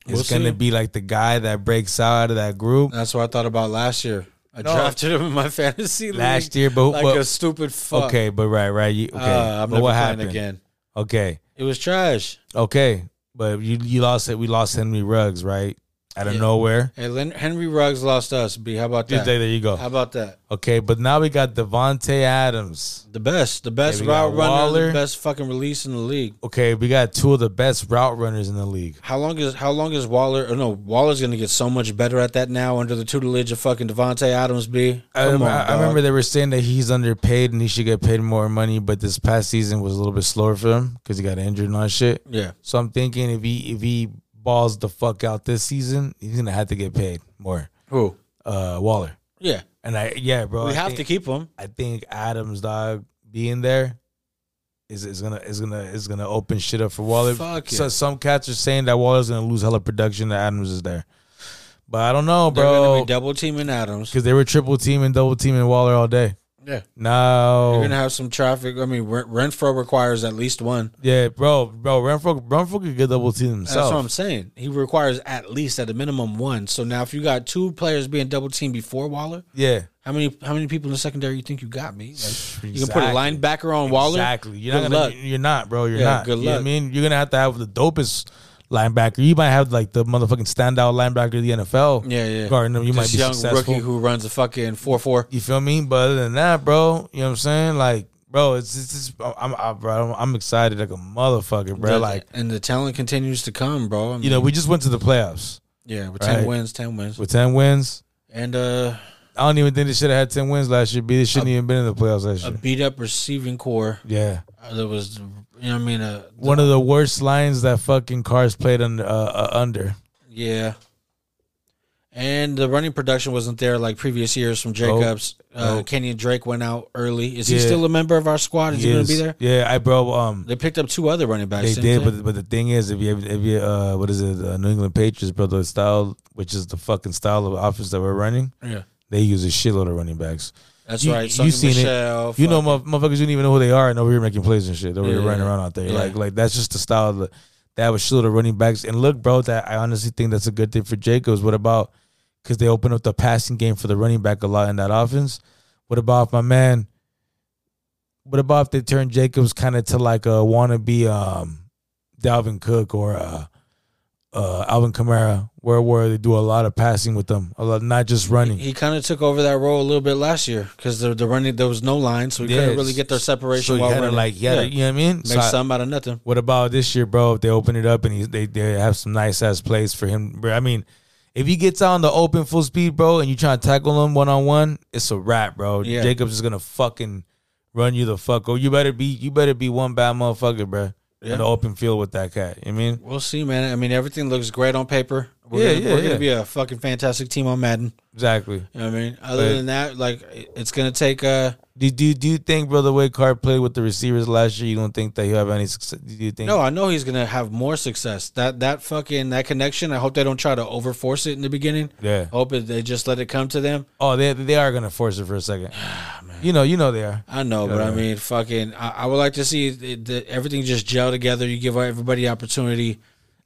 We'll is gonna see. Uh, be like the guy that breaks out of that group. That's what I thought about last year. I drafted him in my fantasy league Last year, but- like but- a stupid fuck. Okay, but right, right. You, okay, Uh, I'm but never what playing happened? again. Okay, It was trash. okay, but you you lost it. We lost Henry Ruggs, right? Out of nowhere. Hey, Len- Henry Ruggs lost us. B, how about Just There that? there you go. How about that? Okay, but now we got Devonte Adams. The best, the best Yeah, we route got runner, Waller. the best fucking release in the league. okay, we got two of the best route runners in the league. How long is how long is Waller? Oh no, Waller's gonna get so much better at that now under the tutelage of fucking Devontae Adams. B. I, Come remember, on, Um, I- I dog. remember they were saying that he's underpaid and he should get paid more money, but this past season was a little bit slower for him because he got injured and all that shit. Yeah. So I'm thinking if he if he balls the fuck out this season, he's gonna have to get paid more. Who? Uh, Waller Yeah, and I, yeah, bro. we I have think, to keep him. I think Adams dog being there is is gonna is gonna is gonna open shit up for Waller. Fuck so yeah. some cats are saying that Waller's gonna lose hella production that Adams is there, but I don't know, They're bro. gonna be double teaming Adams. because they were triple teaming, double teaming Waller all day. Yeah. No, You're gonna have some traffic. I mean, Ren- Renfro requires at least one. yeah, bro, bro, Renfro, Renfro could get double team That's himself. what I'm saying. He requires at least, at a minimum, one. So now, if you got two players being double teamed before Waller, yeah, how many how many people in the secondary you think you got? Me, like, you can put a Exactly. linebacker on Waller. exactly. You're not Good gonna, luck. you're not, bro. You're Yeah, not. good You know what I luck. mean, you're gonna have to have the dopest linebacker. You might have like the motherfucking standout linebacker of the NFL. Yeah, yeah. Guarding them, you This might be young successful. rookie who runs a fucking four four. You feel me? But other than that, bro, you know what I'm saying? Like, bro, it's it's, it's I'm I, bro, I'm, I'm excited like a motherfucker, bro. Like, and the talent continues to come, bro. I mean, you know, we just went to the playoffs yeah, with right. ten wins, ten wins, with ten wins. and uh, I don't even think they should have had ten wins last year. B, they shouldn't even been in the playoffs last a year. beat up receiving core Yeah, uh, that was, you know, what I mean, uh, one of the worst lines that fucking Cars played under. Uh, uh, under. Yeah. And the running production wasn't there like previous years from Jacobs. Uh, Nope. Kenyon Drake went out early. Is he Yeah. still a member of our squad? Is he, going Yes. to be there? Yeah, I bro. Um, They picked up two other running backs. they didn't did, but but the thing is, if you if you uh, what is it, uh, New England Patriots, bro, the style, which is the fucking style of offense that we're running, yeah, they use a shitload of running backs. that's you, right. You seen Michelle, it. You know, motherf- motherfuckers, you don't even know who they are, and over here making plays and shit. They were Yeah. running around out there. Yeah. Like, like that's just the style of the, that was shitload of running backs. And look, bro, that I honestly think that's a good thing for Jacobs. What about because they open up the passing game for the running back a lot in that offense? What about if my man? What about if they turn Jacobs kind of to like a wannabe um, Dalvin Cook or uh, uh, Alvin Kamara, where where they do a lot of passing with them, a lot, not just running. he kind of took over that role a little bit last year because the, the running there was no line, so he couldn't Yeah, really get their So separation you while had to running. like, yeah, you know what I mean. make So I- some out of nothing. What about this year, bro? If they open it up and he's, they they have some nice ass plays for him, bro. I mean, if he gets out on the open full speed, bro, and you trying to tackle him one on one, it's a wrap, bro. Yeah. Jacobs is gonna fucking run you the fuck. over. you better be you better be one bad motherfucker, bro. Yeah. In the open field with that cat. You know what I mean, We'll see, man. I mean, everything looks great on paper. We're Yeah, gonna, yeah, we're yeah. gonna be a fucking fantastic team on Madden. exactly. You know what I mean? Other But- than that, like it- it's gonna take uh Do, do do you think Brother Wickhart played with the receivers last year? You don't think that he'll have any success? Do you think? No, I know he's gonna have more success. That that fucking that connection. I hope they don't try to overforce it in the beginning. Yeah. Hope it, they just let it come to them. Oh, they they are gonna force it for a second. Ah, You know, you know they are. I know, but I Yeah. mean, fucking. I, I would like to see the, the, everything just gel together. You give everybody opportunity,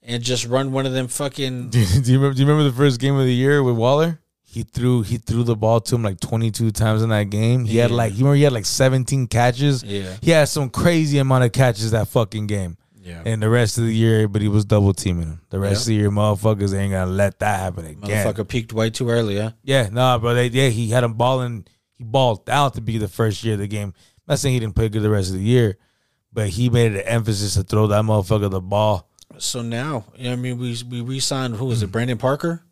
and just run one of them fucking. do you remember? Do you remember the first game of the year with Waller? He threw he threw the ball to him like twenty two times in that game. He had Yeah. like you remember he had like seventeen catches. Yeah. he had some crazy amount of catches that fucking game. Yeah. and the rest of the year, but he was double teaming him. The rest of the year, motherfuckers ain't gonna let that happen again. Motherfucker peaked way too early, huh? Yeah, nah, bro. They, yeah, he had him balling. He balled out to be the first year of the game. I'm not saying he didn't play good the rest of the year, but he made it an emphasis to throw that motherfucker the ball. So now, you know what I mean, we we re-signed who Hmm. was it, Brandon Parker?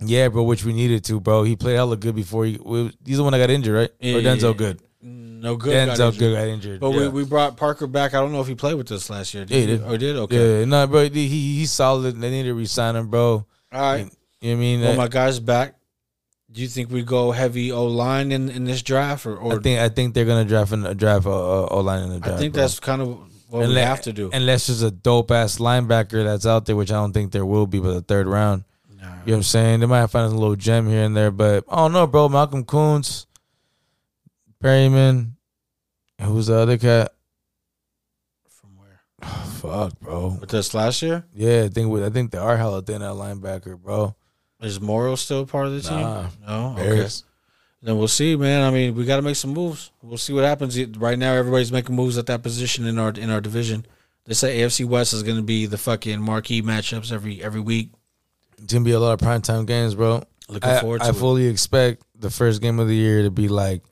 Yeah, bro, which we needed to, bro. He played hella good before he. we- He's the one that got injured, right? Yeah, or yeah, yeah. Denzel Good. No good. got Denzel injured. Good got injured. But yeah. we, we brought Parker back. I don't know if he played with us last year. Yeah, he Did did. Or did? Okay. yeah, no, bro. He he's solid. They need to resign him, bro. All right. You know what I mean? Well, my guy's back. Do you think we go heavy O line in, in this draft, or, or I think I think they're gonna draft an, draft a, a, a line in the I draft. think bro. that's kind of what we Unle- have to do. Unless there's a dope ass linebacker that's out there, which I don't think there will be by the third round. You know what I'm saying? They might find a little gem here and there, but I don't know, bro. Malcolm Coons, Perryman, and who's the other cat? From where? Fuck, bro. With us last year, Yeah, I think we- I think they are hella thin at linebacker, bro. is Morrow still part of the team? Nah. No. Okay. Bears. Then we'll see, man. I mean, we got to make some moves. We'll see what happens. It- Right now, everybody's making moves at that position in our in our division. They say AFC West is going to be the fucking marquee matchups every every week. It's gonna be a lot of primetime games, bro. Looking I, forward to I it. fully expect the first game of the year to be like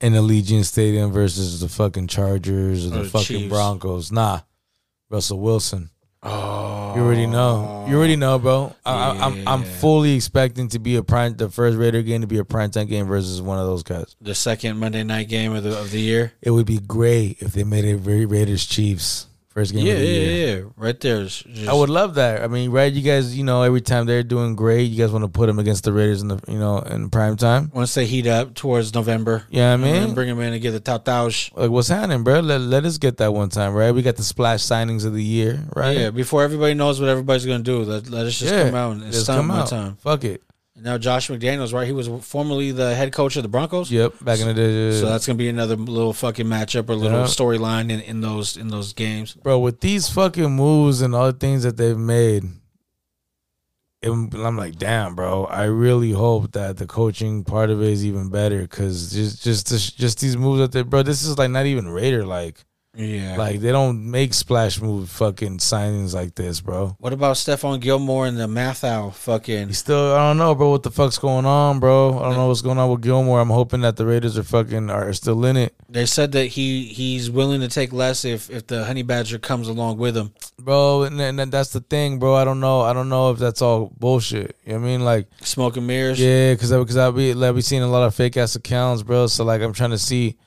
in Allegiant Stadium versus the fucking Chargers or the Or the fucking Chiefs. Broncos. Nah, Russell Wilson. Oh, you already know. You already know, bro. I, I, I'm I'm fully expecting to be a prime. The first Raider game to be a primetime game versus one of those guys. The second Monday night game of the of the year. It would be great if they made it Ra- Raiders Chiefs first game Yeah, of the year. yeah, yeah. Right there. is Just, I would love that. I mean, right? You guys, you know, every time they're doing great, you guys want to put them against the Raiders in the, you know, in prime time. once they heat up towards November. Yeah, I and then mean? bring him in and get the top thousand. Like, what's happening, bro? Let, let us get that one time, right? We got the splash signings of the year, right? Yeah, before everybody knows what everybody's gonna do, let, let us just come out and Just stunt come one out. time. Fuck it. Now Josh McDaniels, right? He was formerly the head coach of the Broncos. Yep. Back in the day, So that's gonna be another little fucking matchup or little Yeah. storyline in, in those in those games. bro. With these fucking moves and all the things that they've made, it, I'm like, damn, bro. I really hope that the coaching part of it is even better because just just this, just these moves that they, bro. This is like not even Raider like. Yeah. Like Like they don't make splash move fucking signings like this, bro. what about Stephon Gilmore and the Mathau fucking He still, I don't know, bro. What the fuck's going on, bro? I don't know what's going on with Gilmore. I'm hoping that the Raiders are fucking are still in it, they said that he he's willing to take less if if the honey badger comes along with him. bro. And, and then that's the thing, bro. I don't know. I don't know if that's all bullshit. You know what I mean? Like, Smoking mirrors. yeah, because because I be like, be seeing a lot of fake ass accounts, bro. So like, I'm trying to see.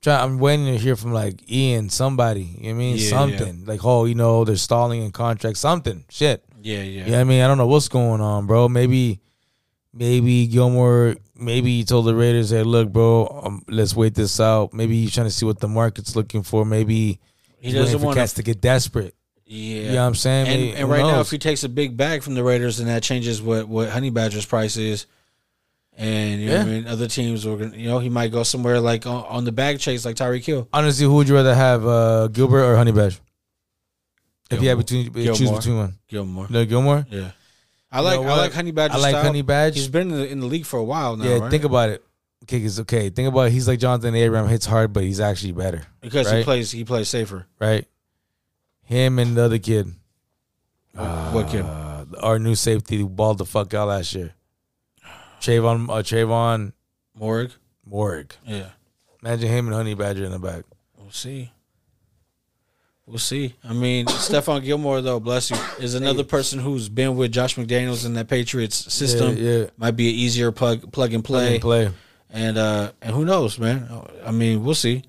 Try, I'm waiting to hear from like Ian, somebody. You know what I mean? Yeah, yeah. something like, oh, you know, they're stalling in contract, something, shit. Yeah, yeah. Yeah, I mean, I don't know what's going on, bro. Maybe, maybe Gilmore, maybe he told the Raiders, "Hey, look, bro, um, let's wait this out." Maybe he's trying to see what the market's looking for. Maybe He he's waiting doesn't for wanna- cats to get desperate. Yeah. Yeah. You know what I'm saying? And, Maybe- and who right now, knows? if he takes a big bag from the Raiders, then that changes what, what Honey Badger's price is. And you know what I Yeah. mean, other teams were gonna, you know, he might go somewhere like on, on the bag chase, like Tyreek Hill. honestly, who would you rather have, uh, Gilbert or Honey Badger? If you had between, choose Gilmore. between one, Gilmore. no Gilmore. Yeah, I like know I what? like Honey Badger. I like style. Honey Badger. He's been in the, in the league for a while now. yeah, right? think about it. Okay, 'cause- okay. Think about it. he's like Jonathan Abram hits hard, but he's actually better, because he right? plays he plays safer. right? Him and the other kid. what kid? uh, our new safety who balled the fuck out last year. Trayvon uh, Trayvon Morrig. Morg. Yeah, Imagine him and Honey Badger in the back. we'll see. We'll see. I mean, Stephon Gilmore, though, bless you, is another person who's been with Josh McDaniels in that Patriots system. Yeah, yeah. might be an easier plug plug and play. Play. play. and uh and who knows man i mean we'll see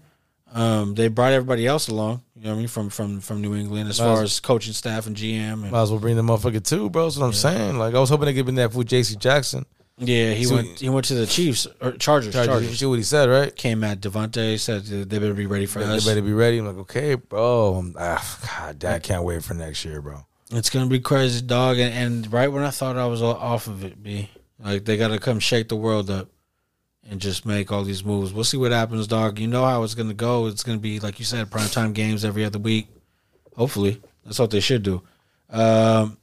um they brought everybody else along you know what i mean from from from new england as far as coaching staff and gm and Might as well bring the motherfucker too, bro. That's what I'm saying. Like I was hoping they could bring that fool JC Jackson. Yeah, he So- went. He went to the Chiefs or Chargers. Chargers. Chargers. You see what he said, right? Came at Devontae. Said that they better be ready for They us. better be ready. I'm like, okay, bro. I'm- ah, God, Dad, I can't wait for next year, bro. It's gonna be crazy, dog. And, and right when I thought I was all off of it, b like they gotta come shake the world up and just make all these moves. We'll see what happens, dog. You know how it's gonna go. It's gonna be like you said, prime time games every other week. Hopefully, that's what they should do. Um,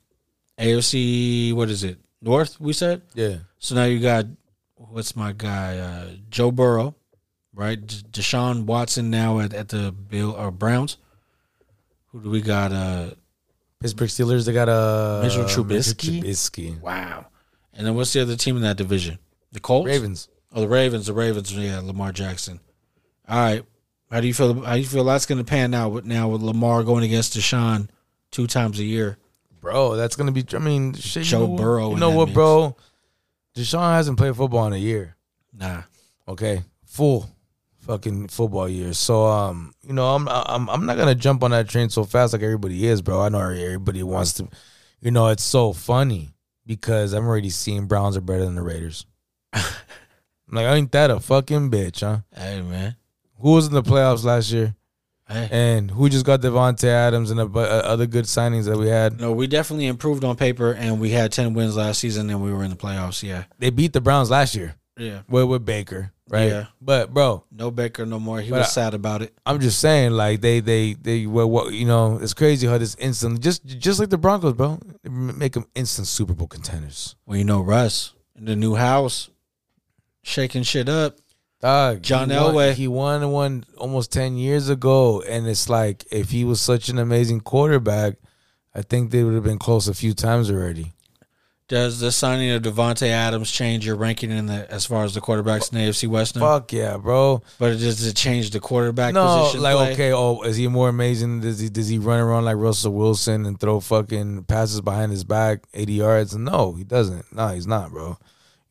AOC, what is it? North, we said. Yeah. So now you got what's my guy, uh, Joe Burrow, right? D- Deshaun Watson now at, at the Bill or Browns. Who do we got? Uh, Pittsburgh Steelers, they got a Mitchell Trubisky? Trubisky. wow. And then what's the other team in that division? The Colts, Ravens. Oh, the Ravens. The Ravens. Yeah, Lamar Jackson. All right. How do you feel? How do you feel that's going to pan out with now with Lamar going against Deshaun two times a year? Bro, that's gonna be I mean shit, Joe you know what- Burrow You in know that what, mix. bro? Deshaun hasn't played football in a year. Nah. Okay. Full fucking football year. So um, you know, I'm I'm I'm not gonna jump on that train so fast like everybody is, bro. I know everybody wants to you know, it's so funny because I'm already seeing Browns are better than the Raiders. I'm like, ain't that a fucking bitch, huh? Hey man. Who was in the playoffs last year? Hey. And who just got Devonte Adams and the, bu- uh, other good signings that we had? No, we definitely improved on paper, and we had ten wins last season, and we were in the playoffs. Yeah. They beat the Browns last year Yeah. with, with Baker, right? Yeah. But bro, No Baker no more. He But was I- sad about it. I'm just saying, like they they they well, what you know, it's crazy how this instantly just just like the Broncos, bro, they m- make them instant Super Bowl contenders. Well, you know Russ in the new house, shaking shit up. Dog, John he won- Elway. he won one almost ten years ago, and it's like if he was such an amazing quarterback, I think they would have been close a few times already. Does the signing of Devonte Adams change your ranking in the as far as the quarterbacks in the AFC West? now? Fuck yeah, bro. But does it change the quarterback no, position? like play? okay, oh, is he more amazing? Does he does he run around like Russell Wilson and throw fucking passes behind his back eighty yards? No, he doesn't. No, he's not, bro.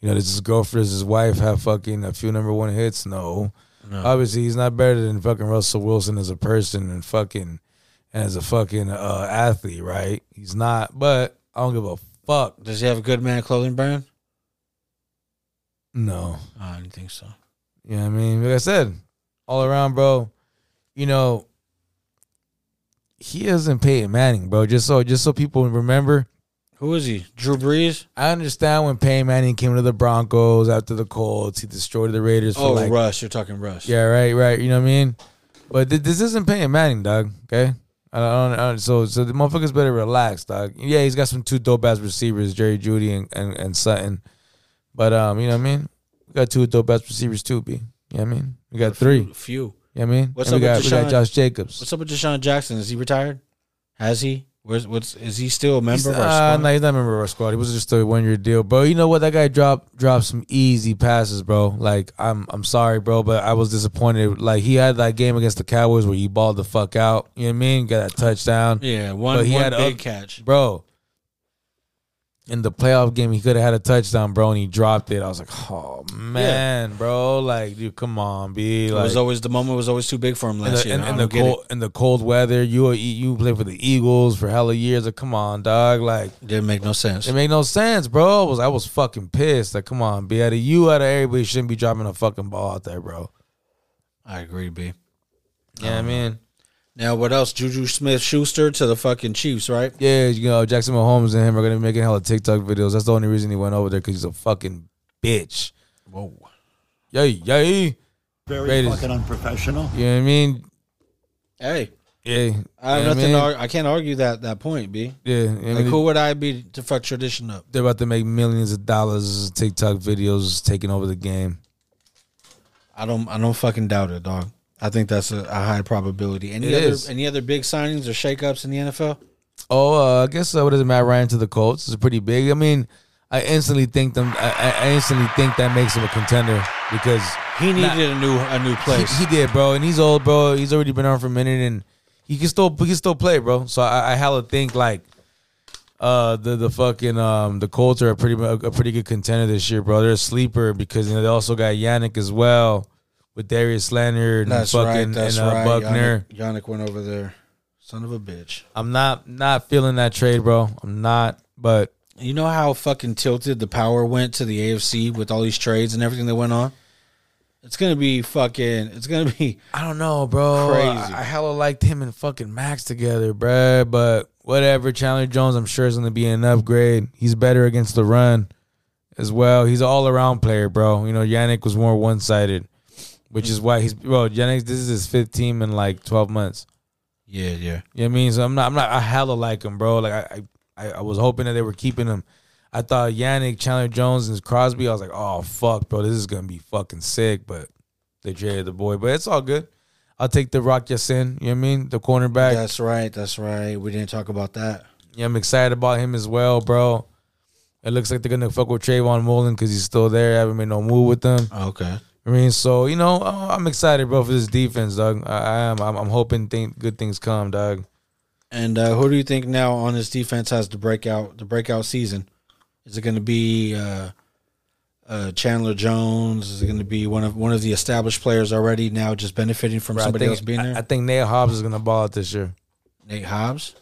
You know, does his girlfriend, does his wife have fucking a few number one hits? No. Obviously, he's not better than fucking Russell Wilson as a person and fucking as a fucking uh, athlete, right? He's not. But I don't give a fuck. Does he have a good man clothing brand? No. Oh, I didn't think so. You know what I mean? Like I said, all around, bro, you know, he isn't Peyton Manning, bro. Just so just so people remember, Who is he? Drew Brees? I understand when Peyton Manning came to the Broncos after the Colts, he destroyed the Raiders for Oh, like Russ. You're talking Russ. Yeah, right, right. You know what I mean? But th- this isn't Peyton Manning, dog. Okay? I don't, I don't- so so the motherfuckers better relax, dog. Yeah, he's got some two dope ass receivers, Jerry Judy and, and, and Sutton. But um, you know what I mean? We got two dope ass receivers too, B. You know what I mean? We got three. Few. You know what I mean? What's and we up got, with we got Deshaun? Josh Jacobs. What's up with Deshaun Jackson? Is he retired? Has he? Where's what's is he still a member? He's, of our uh, squad? no, he's not a member of our squad. He was just a one year deal, bro. You know what? That guy dropped dropped some easy passes, bro. Like I'm I'm sorry, bro, but I was disappointed. Like he had that game against the Cowboys where he balled the fuck out. You know what I mean? Got that touchdown, yeah, one, But he one had big oth- catch. bro. In the playoff game, he could have had a touchdown, bro, and he dropped it. I was like, oh man, bro, like dude, come on, b. it Like was always the moment was always too big for him in last the, year. in, I in the don't get it. cold in the cold weather. You are- you play for the Eagles for hella years. Like, come on, dog. Like Didn't make no sense. it made no sense, bro. I was I was fucking pissed. Like, come on, be out of you out of everybody shouldn't be dropping a fucking ball out there, bro. Um, I agree, B. Yeah, I mean, Now what else? Juju Smith Schuster to the fucking Chiefs, right? yeah, you know, Jackson Mahomes and him are gonna be making hella TikTok videos. That's the only reason he went over there because he's a fucking bitch. Whoa. Yay, yay. Very Raiders. fucking unprofessional. You know what I mean? Hey, Yeah, I have you know what nothing. I to mean? ar- I can't argue that that point, B. Yeah, you know what I Like, mean? who would I be to fuck tradition up? They're about to make millions of dollars. TikTok videos taking over the game. I don't. I don't fucking doubt it, dog. I think that's a, a high probability. Any It other is. any other big signings or shakeups in the NFL? Oh, uh, I guess uh, what is it, Matt Ryan to the Colts is pretty big. I mean, I instantly think them. I, I- I instantly think that makes him a contender because He needed Nah. a new a new place. he, he did, bro, and he's old, bro. He's already been on for a minute, and he can still he can still play, bro. So I, I hella think like uh the the fucking um the Colts are a pretty mu- a pretty good contender this year, bro. They're a sleeper because you know they also got Yannick as well with Darius Leonard and that's fucking right. That's and uh, right. Buckner. Yannick, Yannick went over there. Son of a bitch. I'm not not feeling that trade, bro. I'm not, but You know how fucking tilted the power went to the AFC with all these trades and everything that went on? It's gonna be fucking it's gonna be I don't know, bro. Crazy. I, I hella liked him and fucking Max together, bro. But whatever, Chandler Jones, I'm sure is going to be an upgrade. He's better against the run as well. He's an all around player, bro. You know, Yannick was more one sided, which is why he's bro. Yannick, this is his fifth team in like 12 months. Yeah, yeah. You know what I mean? So I'm not, I'm not, I hella like him, bro. Like I, I, I was hoping that they were keeping him. I thought Yannick, Chandler Jones, and Crosby. I was like, oh fuck, bro, this is gonna be fucking sick. But they traded the boy, but it's all good. I'll take the Rock Yassin. You know what I mean? The cornerback. That's right, that's right. We didn't talk about that. Yeah, I'm excited about him as well, bro. It looks like they're gonna fuck with Trayvon Mullen because he's still there. haven't made no move with them. Okay. I mean, so you know, I- I'm excited, bro, for this defense, dog. I, I am. I'm, I'm hoping think good things come, dog. And uh, who do you think now on this defense has the breakout the breakout season? Is it going to be uh, uh, Chandler Jones? Is it going to be one of one of the established players already now just benefiting from Bro, somebody I think, else being there? I, I think Nate Hobbs is gonna ball out this year. Nate Hobbs.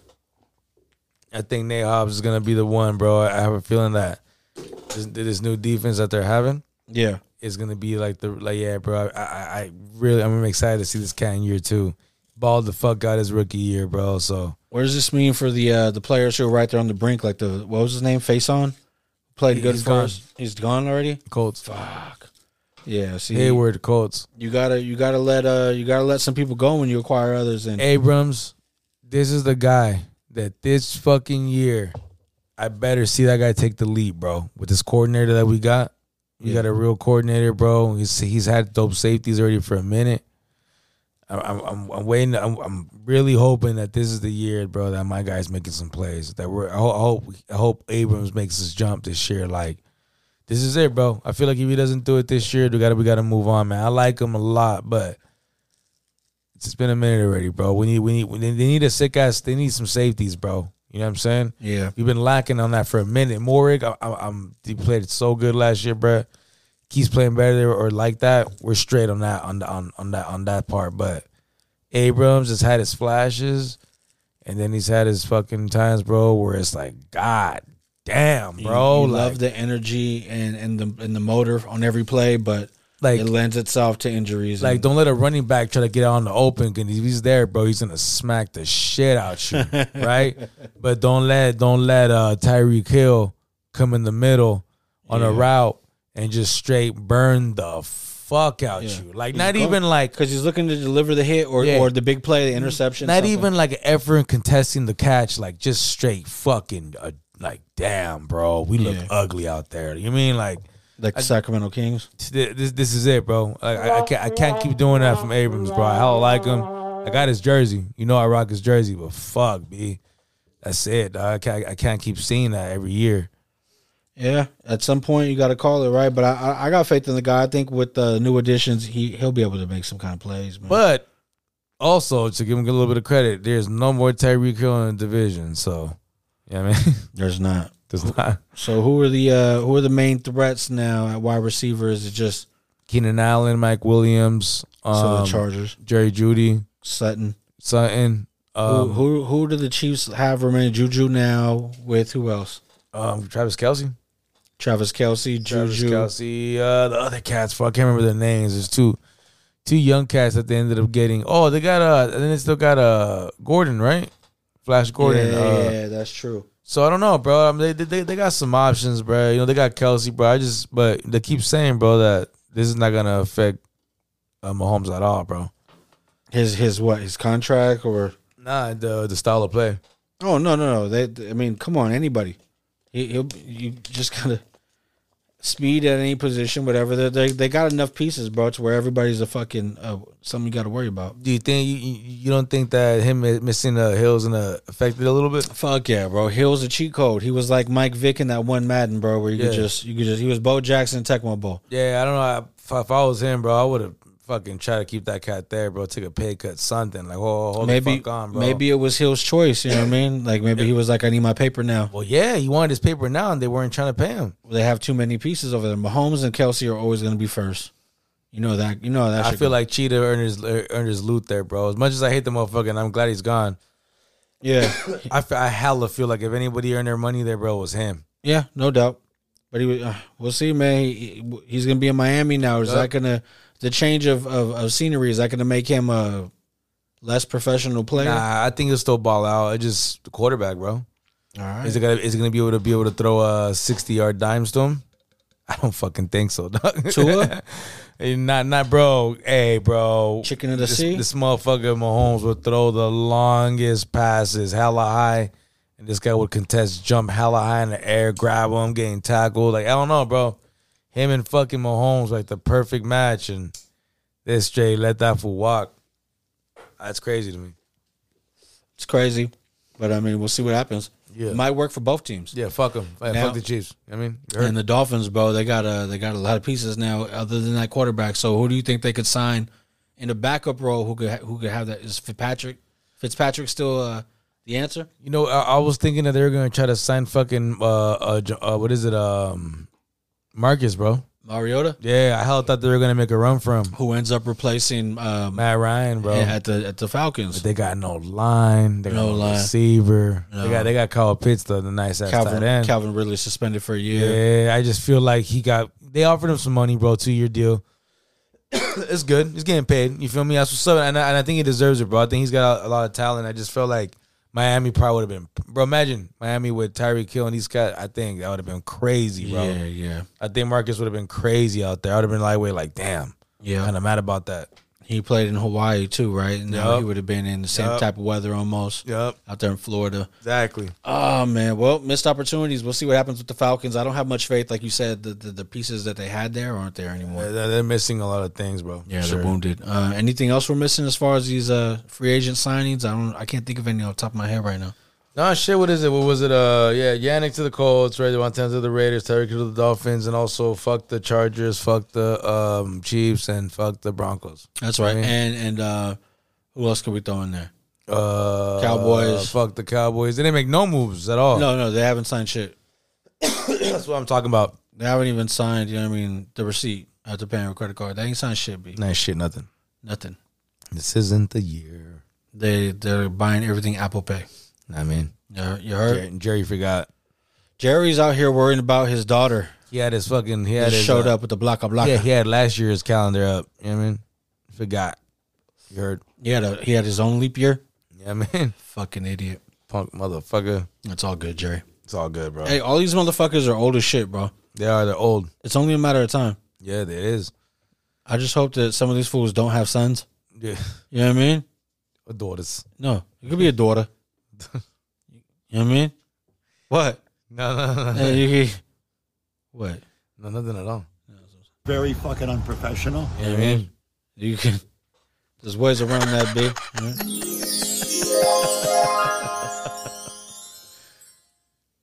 I think Nate Hobbs is gonna be the one, bro. I have a feeling that this, this new defense that they're having Yeah. is gonna be like the like yeah, bro. I, I, I really I'm excited to see this cat in year two. Balled the fuck out his rookie year, bro. So What does this mean for the uh, the players who are right there on the brink? Like the what was his name? Face on played He- good he's for gone. us. He's gone already. Colts, Fuck. Yeah. See, Hayward, Colts, you gotta you gotta let uh you gotta let some people go when you acquire others. And Abrams. This is the guy that this fucking year. I better see that guy take the lead, bro. With this coordinator that we got, we got a real coordinator, bro. He's he's had dope safeties already for a minute. I- I'm I'm, I'm waiting. I'm, I'm really hoping that this is the year, bro, that my guy's making some plays. That we're I ho- I hope I hope Abrams makes his jump this year. Like this is it, bro. I feel like if he doesn't do it this year, we got to we got to move on, man. I like him a lot, but. It's been a minute already, bro. We need, we need, we need they need a sick ass. They need some safeties, bro. You know what I'm saying? yeah, We've been lacking on that for a minute. Morig, I, I, I'm he played so good last year, bro. Keeps playing better or like that. We're straight on that on the- on on that on that part. But Abrams has had his flashes, and then he's had his fucking times, bro, where it's like, God damn, bro. you, you Oh, like, love the energy and and the and the motor on every play, but like it lends itself to injuries. Like, and- don't let a running back try to get out on the open because if he's there, bro, he's gonna smack the shit out you, right? But don't let don't let uh, Tyreek Hill come in the middle on a route and just straight burn the fuck out Yeah. you. Like, He's not going- even like because he's looking to deliver the hit or, Yeah. or the big play, the interception. not something. even like effort contesting the catch. Like, just straight fucking uh, like, damn, bro, we look Yeah. ugly out there. You mean like? like the Sacramento Kings. th- this this is it, bro. Like I, I can't I can't keep doing that from Abrams, bro. I hella like him. I got his jersey. You know I rock his jersey, but fuck, b. That's it. dog. I can't I can't keep seeing that every year. Yeah, at some point you got to call it right. But I, I I got faith in the guy. I think with the new additions, he he'll be able to make some kind of plays. Man. But also to give him a little bit of credit, there's no more Tyreek Hill in the division. So yeah, man, there's not. there's not So who are the uh who are the main threats now at wide receiver? Is it just Keenan Allen, Mike Williams, so um, the Chargers, Jerry Judy, Sutton? Sutton. Um, who, who who do the Chiefs have remaining? Juju now with who else? um, Travis Kelsey, Travis Kelsey, Travis Juju. Kelsey, uh, the other cats. Fuck, I can't remember their names. There's two, two young cats that they ended up getting. Oh, they got uh, and then they still got uh, Gordon, right? Flash Gordon. yeah, uh, yeah, that's true. So I don't know, bro. I mean, they, they they got some options, bro. You know, they got Kelsey, bro. I just, but they keep saying, bro, that this is not gonna affect uh, Mahomes at all, bro. His his what? His contract or Nah, the the style of play. Oh no no no! They, I mean, come on, anybody. He, he'll you just gotta speed at any position, whatever. They they they got enough pieces, bro, to where everybody's a fucking uh, something you got to worry about. Do you think you, you you don't think that him missing the hills and uh, affected it a little bit? Fuck yeah, bro. Hill's a cheat code. He was like Mike Vick in that one Madden, bro, where you could Yeah. just you could just he was Bo Jackson in Tecmo Bowl. Yeah, I don't know. I, if, I- if I was him, bro, I would have fucking tried to keep that cat there, bro. Take a pay cut, something like, oh, hold the Maybe fuck on, bro. maybe it was Hill's choice. You know what I mean? Like maybe he was like, I need my paper now. Well, yeah, he wanted his paper now, and they weren't trying to pay him. They have too many pieces over there. Mahomes and Kelsey are always gonna be first. You know that. You know how that. I shit feel go. like Cheetah earned his er, earned his loot there, bro. As much as I hate the motherfucker, and I'm glad he's gone. yeah. I, fe- I hella feel like if anybody earned their money there, bro, it was him. Yeah, no doubt. But he, was- uh, we'll see, man. He, he- he's gonna be in Miami now. Is that gonna the change of, of of scenery? Is that gonna make him a less professional player? Nah, I think he'll still ball out. It just the quarterback, bro. All right. Is it gonna is it gonna be able to be able to throw a sixty yard dimes to him? I don't fucking think so, dog. Tua? Hey, not not bro. Hey, bro. Chicken of the this, sea? This motherfucker Mahomes would throw the longest passes, hella high, and this guy would contest, jump hella high in the air, grab him, getting tackled. Like I don't know, bro. Him and fucking Mahomes like the perfect match, and this straight let that fool walk. That's crazy to me. It's crazy, but I mean, we'll see what happens. Yeah. It might work for both teams. Yeah, fuck him. Now- fuck the Chiefs. I mean, you heard And the Dolphins, bro, they got a they got a lot of pieces now, other than that quarterback. So who do you think they could sign in the backup role? Who could ha- who could have that? Is Fitzpatrick? Fitzpatrick still uh, the answer? You know, I, I was thinking that they were gonna try to sign fucking uh, uh, J- uh what is it um Marcus, bro. Mariota, Yeah, I hell thought they were gonna make a run for him. who ends up replacing um, Matt Ryan, bro. at the at the Falcons. They got no line. They got No no, line. receiver. No. They got they got Kyle Pitts, the, the nice ass tight Calvin end. Calvin Ridley suspended for a year. Yeah, I just feel like he got. They offered him some money, bro. Two year deal. it's good. He's getting paid. You feel me? That's what's up. And I, and I think he deserves it, bro. I think he's got a, a lot of talent. I just felt like Miami probably would have been, bro. Imagine Miami with Tyreek Hill and these guys. I think that would have been crazy, bro. yeah, yeah. I think Marcus would have been crazy out there. I would have been lightweight, like damn. Yeah. kind of mad about that. He played in Hawaii too, right? And now Yup. he would have been in the same Yup. type of weather almost. Yep, Out there in Florida. exactly. Oh man, well, missed opportunities. We'll see what happens with the Falcons. I don't have much faith, like you said. The the, the pieces that they had there aren't there anymore. They're, they're missing a lot of things, bro. Yeah, Sure. they're wounded. Uh, anything else we're missing as far as these uh, free agent signings? I don't. I can't think of any off the top of my head right now. Nah, shit. What is it? What was it? Uh, yeah, Yannick to the Colts, Ray Montana to the Raiders, Tyreek Hill to the Dolphins, and also fuck the Chargers, fuck the um Chiefs, and fuck the Broncos. That's right. Yeah. And and uh, who else could we throw in there? Uh, Cowboys. fuck the Cowboys. They didn't make no moves at all. No, no, they haven't signed shit. that's what I'm talking about. They haven't even signed. You know what I mean? The receipt after paying with credit card. They ain't signed shit. B. Nah, shit, nothing. Nothing. This isn't the year. They they're buying everything Apple Pay. Nah, I mean, You heard- you heard? Jerry, Jerry forgot. Jerry's out here worrying about his daughter. He had his fucking. He He had his, showed uh, up with the block of block. Yeah, he had last year's calendar up. You know what I mean? Forgot. You heard? He had a, he had his own leap year. Yeah, man. Fucking idiot. Punk motherfucker. It's all good, Jerry. It's all good, bro. Hey, all these motherfuckers are old as shit, bro. They are. They're old. It's only a matter of time. Yeah, it is. I just hope that some of these fools don't have sons. Yeah. You know what I mean? Or daughters. No, it could be a daughter. you know what I mean? What? No, no, no, no, Hey, you could- what? no, nothing at all. Very fucking unprofessional. You know what I mean? You can. There's ways around that, B.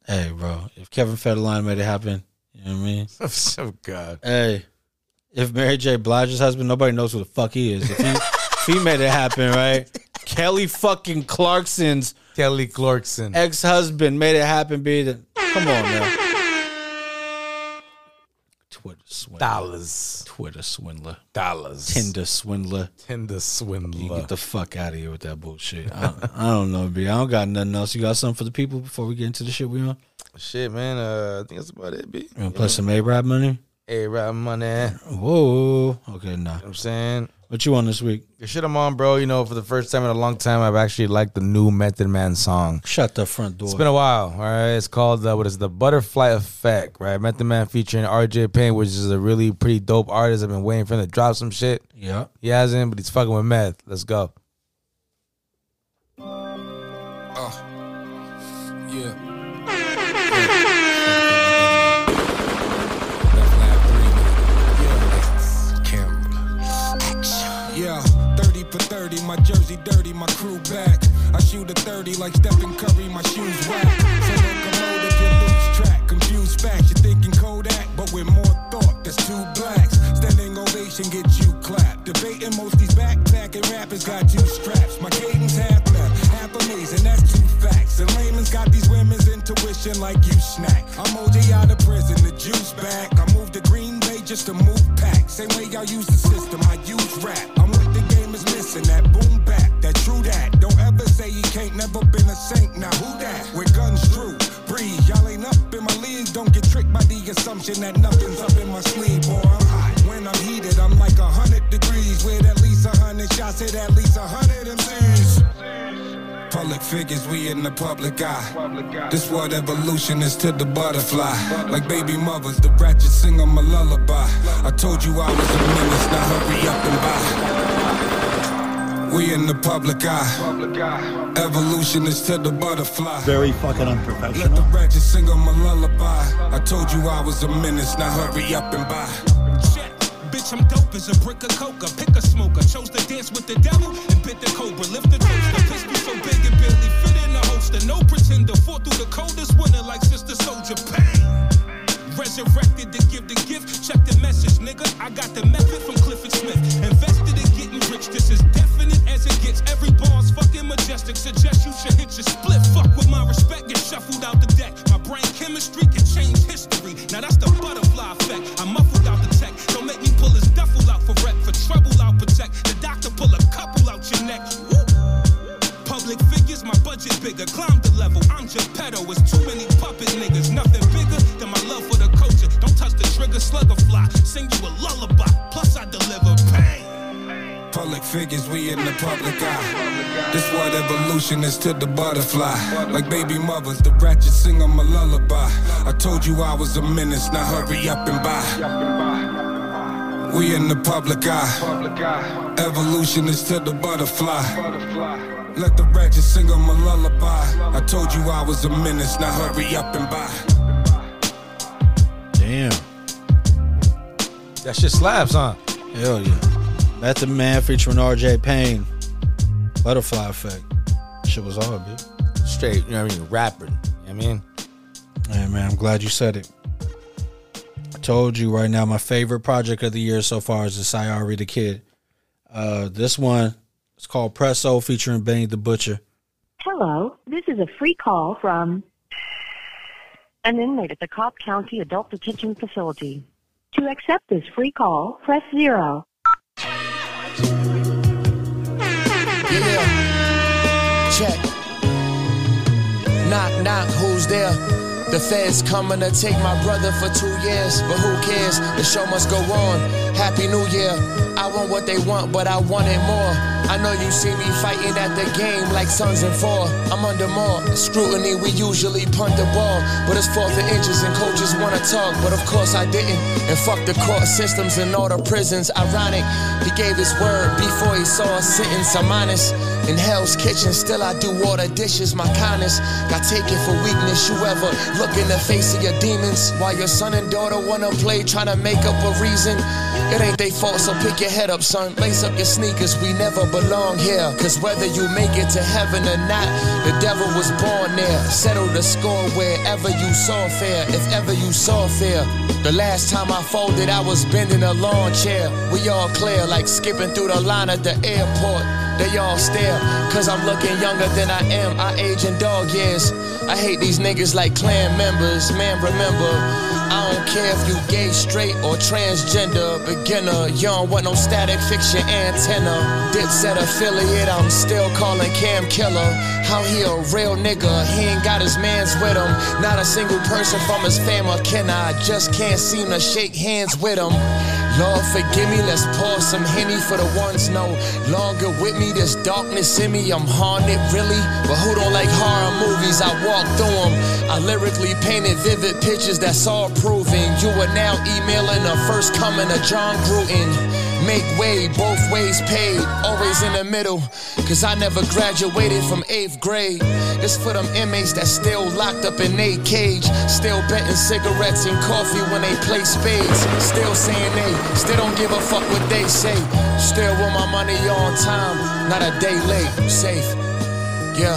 hey, bro. If Kevin Federline made it happen, you know what I mean? oh God. Hey, if Mary J. Blige's husband, nobody knows who the fuck he is. If he, if he made it happen, right? Kelly fucking Clarkson's Kelly Clarkson. ex husband made it happen. Be the come on now. Twitter swindler, Dollars. Twitter swindler, Dollars. Tinder swindler. Tinder You swindler. get the fuck out of here with that bullshit. I, I don't know, B. I don't got nothing else. You got something for the people before we get into the shit we on? Shit, man. Uh, I think that's about it, B. You want to play some A-Rap money? Hey, rap money. You know Whoa. Okay, nah. what I'm saying? What you on this week? The shit I'm on, bro. You know, for the first time in a long time, I've actually liked the new Method Man song. Shut the front door. It's been a while. All right, it's called uh, what is it, the Butterfly Effect, right? Method Man featuring R.J. Payne, which is a really pretty dope artist. I've been waiting for him to drop some shit. yeah. He hasn't, but he's fucking with meth. Let's go. Yeah, 30 for 30, my jersey dirty, my crew back. I shoot a 30 like Stephen Curry, my shoes whack. So don't come out if you lose track, confused facts. You're thinking Kodak, but with more thought, that's two blacks. Standing ovation get you clapped. Debating most these backpacking rappers got two straps. My cadence half left, half amazing, that's two facts. And layman's got these women's intuition like you snack. I'm OJ out of prison, the juice back. I moved to Green Bay just to move pack. Same way y'all use the system, I use rap. I'm what the game is missing, that boom back, that true that. Don't ever say he can't never been a saint, now who that? With guns drew, breathe, y'all ain't up in my league thinking that nothing's up in my sleeve, boy. I'm hot. When I'm heated, I'm like a hundred degrees. With at least a hundred shots at at least a hundred MCs. Public figures, we in the public eye. This what evolution is to the butterfly. Like baby mothers, the ratchet sing 'em a lullaby. I told you I was a menace, now hurry up and buy. We in the public eye. Evolution is to the butterfly. Very fucking unprofessional. Let the ratchet sing 'em a lullaby. I told you I was a menace, now hurry up and buy. Bitch, I'm dope as a brick of coca. Pick a smoker. Chose to dance with the devil and bit the cobra. Lift the toaster. Pistol so big it barely fit in the holster. No pretender. Fought through the coldest winter like Sister Soldier. Bang! Resurrected to give the gift. Check the message, nigga. I got the method from Clifford Smith. Invested in getting rich. This is definite as it gets. Every bar's fucking majestic. Suggest you should hit your split. Fuck with my respect. Get shuffled out the deck. My brain chemistry can change history. Now that's the butterfly effect. I muffled out the tech. Don't make me pull his duffel out for rep. For trouble, I'll protect. The doctor pull a couple out your neck. Woo. Public figures, my budget bigger. Climb the level, I'm Geppetto. It's too many puppet niggas. Nothing bigger than my love for the culture. Don't touch the trigger, slug or fly. Sing you a lullaby. Plus, I deliver pain. Public figures, we in the public eye. This what evolution is to the butterfly. Like baby mothers, the ratchet sing 'em a lullaby. I told you I was a menace, now hurry up and buy. We in the public eye. Evolution is to the butterfly. Let the ratchet sing 'em a lullaby. I told you I was a menace, now hurry up and buy. Damn. That shit slaps, huh? Hell yeah. Method Man featuring RJ Payne. Butterfly Effect. Shit was hard, bitch. Straight, you know what I mean? Rapping. You know what I mean? Hey, man, I'm glad you said it. I told you right now, my favorite project of the year so far is the Sayari the Kid. Uh, this one is called Presso featuring Benny the Butcher. Hello, this is a free call from an inmate at the Cobb County Adult Detention Facility. To accept this free call, press zero. Yeah. Check. Knock, knock, who's there? The feds coming to take my brother for two years, but who cares? The show must go on. Happy New Year. I want what they want, but I want it more. I know you see me fighting at the game like sons and four. I'm under more scrutiny. We usually punt the ball, but it's fourth and inches, and coaches wanna talk, but of course I didn't. And fuck the court systems and all the prisons. Ironic, he gave his word before he saw a sentence. I'm honest. In Hell's Kitchen, still I do all the dishes. My kindness got taken for weakness. You ever look in the face of your demons while your son and daughter wanna play, trying to make up a reason? It ain't they fault, so pick your head up, son. Lace up your sneakers. We never belong here. Cause whether you make it to heaven or not, the devil was born there. Settle the score wherever you saw fair, if ever you saw fair. The last time I folded, I was bending a lawn chair. We all clear, like skipping through the line at the airport. They all stare, cause I'm looking younger than I am. I age in dog years. I hate these niggas like clan members. Man, remember, I don't care if you gay, straight, or transgender. Beginner, you don't want no static, fix your antenna. Dipset affiliate, I'm still calling Cam Killer. How he a real nigga, he ain't got his mans with him. Not a single person from his fam or kin, I just can't seem to shake hands with him. Lord, forgive me, let's pour some Henny for the ones no longer with me. This darkness in me, I'm haunted, really. But who don't like horror movies? I walk through them. I lyrically painted vivid pictures that's all proving. You are now emailing the first coming of John Gruden. Make way, both ways paid, always in the middle. Cause I never graduated from eighth grade. It's for them inmates that still locked up in a cage. Still betting cigarettes and coffee when they play spades. Still saying they, still don't give a fuck what they say. Still with my money on time, not a day late. Safe, yeah.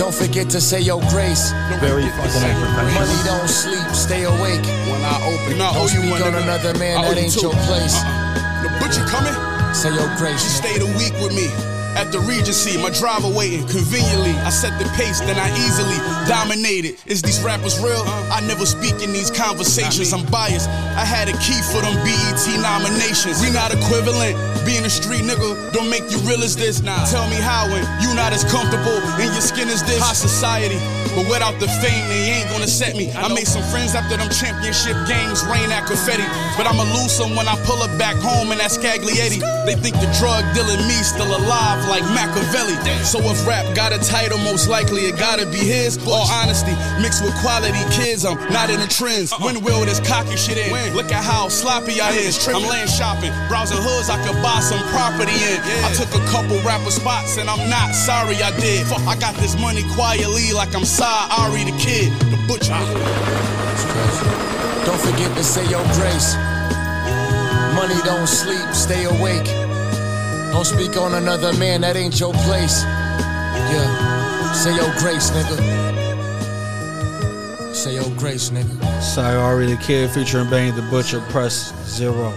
Don't forget to say your grace. Very fucking unprofessional. Money don't sleep, stay awake. When I open, I Don't owe you speak one. on nigga. another man, I owe that you ain't two. your place. Uh-uh. The butcher coming. Say your grace. She stayed a week with me. at the Regency. My driver waiting conveniently. I set the pace, then I easily dominated. Is these rappers real? I never speak in these conversations. I'm biased. I had a key for them BET nominations. We not equivalent. Being a street nigga don't make you real as this. Nah. Tell me how when you not as comfortable in your skin as this. High society, but without the fame, they ain't gonna set me. I made some friends after them championship games, rain at confetti. But I'ma lose some when I pull up back home in that Scaglietti. They think the drug dealing me still alive like Machiavelli. So if rap got a title, most likely it gotta be his. All honesty, mixed with quality kids, I'm not in the trends. When will this cocky shit end? Look at how sloppy I is. I'm land shopping, browsing hoods I could buy some property in. I took a couple rapper spots and I'm not sorry I did. Fuck, I got this money quietly like I'm Sai Ari the kid, the butcher. Don't forget to say your grace. Money don't sleep, stay awake. Don't speak on another man, that ain't your place. Yeah, say your grace, nigga. Say your grace, nigga. Sayari the Kid featuring Bang the Butcher, press zero.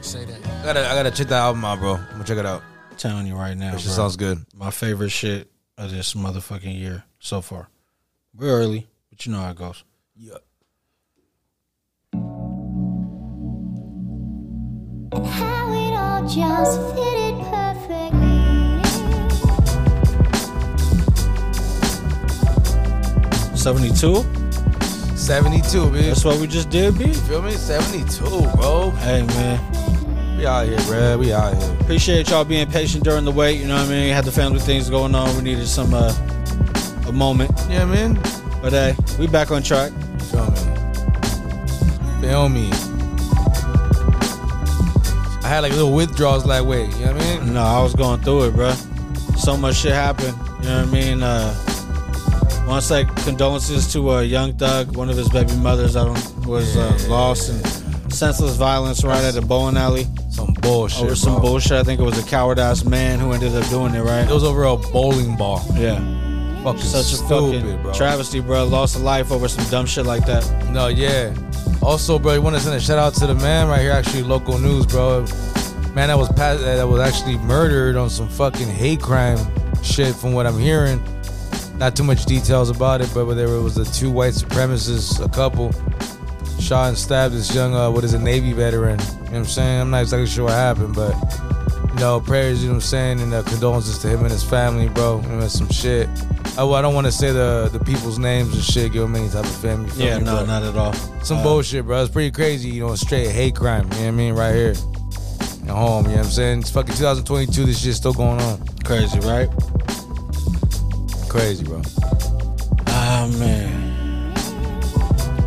Say that. I gotta, I gotta check that album out, bro. I'm gonna check it out. telling you right now. That shit bro. sounds good. My favorite shit of this motherfucking year so far. We're early, but you know how it goes. Yeah. How it all just fitted perfectly. 72? 72, bitch. That's what we just did, B. Feel me? 72, bro. Hey, man. We out here, bro. We out here. Appreciate y'all being patient during the wait. You know what I mean? Had the family things going on. We needed some, uh, a moment. Yeah, man. But hey, we back on track. Feel me. Feel me. I had like little withdrawals that way. You know what I mean? No, I was going through it, bro. So much shit happened. You know what I mean? Uh, want to say condolences to uh, Young Thug, one of his baby mothers. I don't was uh, lost in senseless violence right at the bowling alley. Oh, Some bullshit. Over some bro. bullshit. I think it was a coward ass man who ended up doing it. Right? It was over a bowling ball. Yeah. Fucking Such a stupid, fucking bro. travesty, bro. Lost a life over some dumb shit like that. No, yeah. Also, bro, you want to send a shout out to the man right here, actually, local news, bro. Man that was pa- uh, that was actually murdered on some fucking hate crime shit, from what I'm hearing. Not too much details about it, but there was the two white supremacists, a couple, shot and stabbed this young, uh, what is a Navy veteran. You know what I'm saying? I'm not exactly sure what happened, but, you know, prayers, you know what I'm saying, and uh, condolences to him and his family, bro. You know, that's some shit. I, I don't want to say the the people's names and shit, give them any type of family. feel Yeah, me, no, but- not at all. some Uh, bullshit, bro. It's pretty crazy, you know, a straight hate crime, you know what I mean, right here. At home, you know what I'm saying? It's fucking 2022, this shit's still going on. Crazy, right? Crazy, bro. Ah man.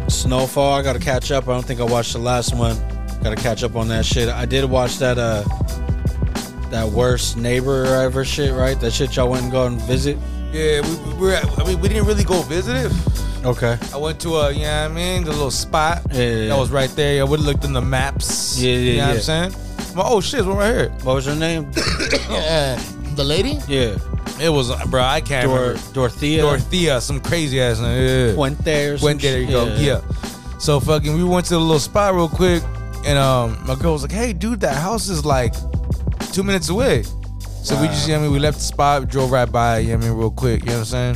Snowfall, I gotta catch up. I don't think I watched the last one. Gotta catch up on that shit. I did watch that uh that worst neighbor ever shit, right? That shit y'all went and go and visit. Yeah, we, we were, at- I mean, we didn't really go visit it. Okay. I went to a, you know what I mean, the little spot yeah, that yeah. was right there. I would have looked in the maps. Yeah, yeah, You know what yeah. I'm saying? I'm like, oh, shit, it's one right here. What was her name? yeah. The lady? Yeah. It was, bro, I can't Dor- remember. Dorothea. Dorothea, some crazy ass name. Yeah. Went there. or some Went there, there you shit. go. Yeah. So fucking, we went to the little spot real quick, and um, my girl was like, "Hey, dude, that house is like two minutes away." So we just, you know what I mean, we left the spot, drove right by, you know what I mean, real quick. You know what I'm saying?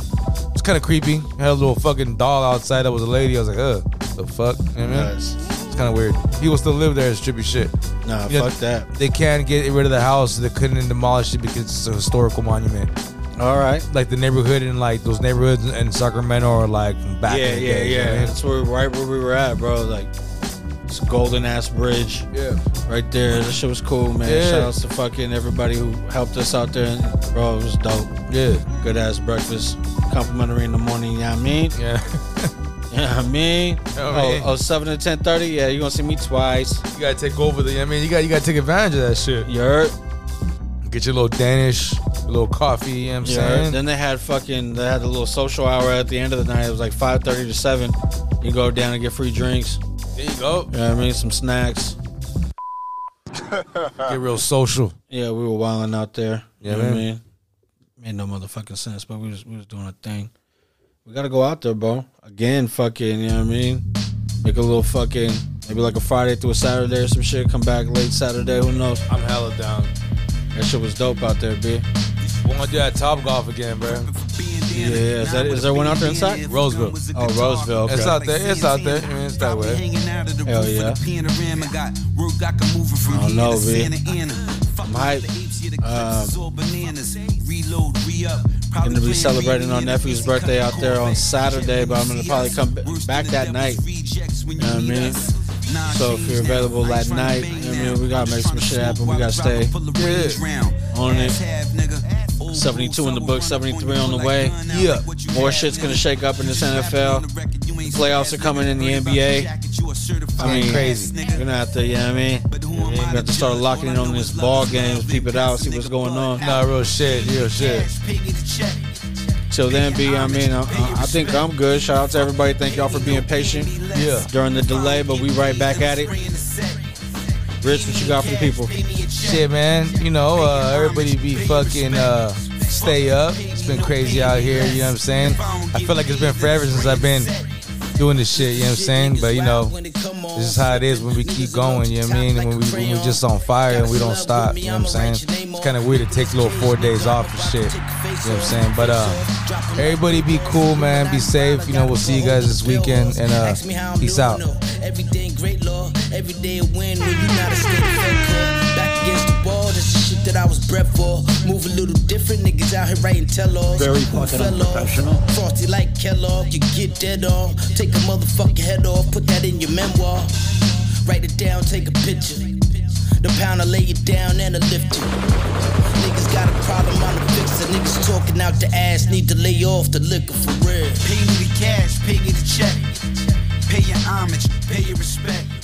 It's kind of creepy. Had a little fucking doll outside that was a lady. I was like, "Uh, the fuck?" You know what I mean? Nice. It's kind of weird. People still live there. It's trippy shit. Nah, You know, fuck that. They can get rid of the house. They couldn't demolish it because it's a historical monument. All right. Like the neighborhood and like those neighborhoods in Sacramento are like from back. yeah, in the yeah, day, you know yeah. what I mean? That's where right where we were at, bro. Like it's a golden ass bridge. Yeah. Right there. That shit was cool, man. Yeah. Shout outs to fucking everybody who helped us out there and bro, it was dope. Yeah. Good ass breakfast. Complimentary in the morning, you know what I mean? Yeah. Yeah, I mean, oh, man. oh, 7 to ten thirty. Yeah, you're gonna see me twice. You gotta take over the. I mean, you got you gotta take advantage of that shit. You heard? Get your little Danish, your little coffee. You know what I'm You heard? saying? Then they had fucking, they had a little social hour at the end of the night. It was like five thirty to 7. You go down and get free drinks. there you go. You know what I mean? Some snacks. Get real social. Yeah, we were wilding out there. Yeah, you know what I man. mean? Made no motherfucking sense, but we was we was doing a thing. We gotta go out there, bro. Again, fucking, you know what I mean? Make a little fucking maybe like a Friday through a Saturday or some shit, come back late Saturday, who knows? I'm hella down. That shit was dope out there, B. We're gonna do that Top Golf again, bro. Yeah, is, that, is there one out there inside? Roseville. Oh, Roseville. Okay. It's out there. It's out there. I mean, it's that way. Hell yeah. Panorama got work I can move it from I don't know, here B. to Santa Ana. Fuck I'm with hype. the apes, yeah, the clips uh, Um, is all bananas. Reload, re-up. Going to Probably be plan celebrating reunion our if nephew's it's birthday kinda out there cool. on Saturday, but I'm gonna probably come b- back that night. You know what I mean? So if you're available that night, you know what I mean, we gotta make some shit happen. We gotta stay on it. 72 in the book, 73 on the way. Yeah. More shit's gonna shake up in this NFL. The playoffs are coming in the NBA. I mean, crazy. You're gonna have to, you know what I mean? You know what I mean? You have to start locking in on this ball game, peep it out, see what's going on. Nah, real shit. Real shit. Till then, B, I mean, I, I I think I'm good. Shout out to everybody. Thank y'all for being patient yeah. during the delay, but we right back at it. Rich, what you got for the people? Shit, man. You know, uh, everybody be fucking uh, stay up. It's been crazy out here. You know what I'm saying? I feel like it's been forever since I've been doing this shit. You know what I'm saying? But you know, this is how it is when we keep going. You know what I mean? When we when we just on fire and we don't stop. You know what I'm saying? It's kind of weird. It takes little four days off and shit. You know what I'm saying? But uh, everybody be cool, man. Be safe. You know, we'll see you guys this weekend and uh, peace out. Everything great, Lord. Every day a win when you not a state of fake Back against the wall, that's the shit that I was bred for. Move a little different, niggas out here writing tell-alls. Very Who fucking fell off? unprofessional. Frosty like Kellogg, you get dead on. Take a motherfucking head off, put that in your memoir. Write it down, take a picture. The pounder lay it down and I lift you. Niggas got a problem, I'm a fixer. Niggas talking out the ass, need to lay off the liquor for real. Pay me the cash, pay me the check. Pay your homage, pay your respect.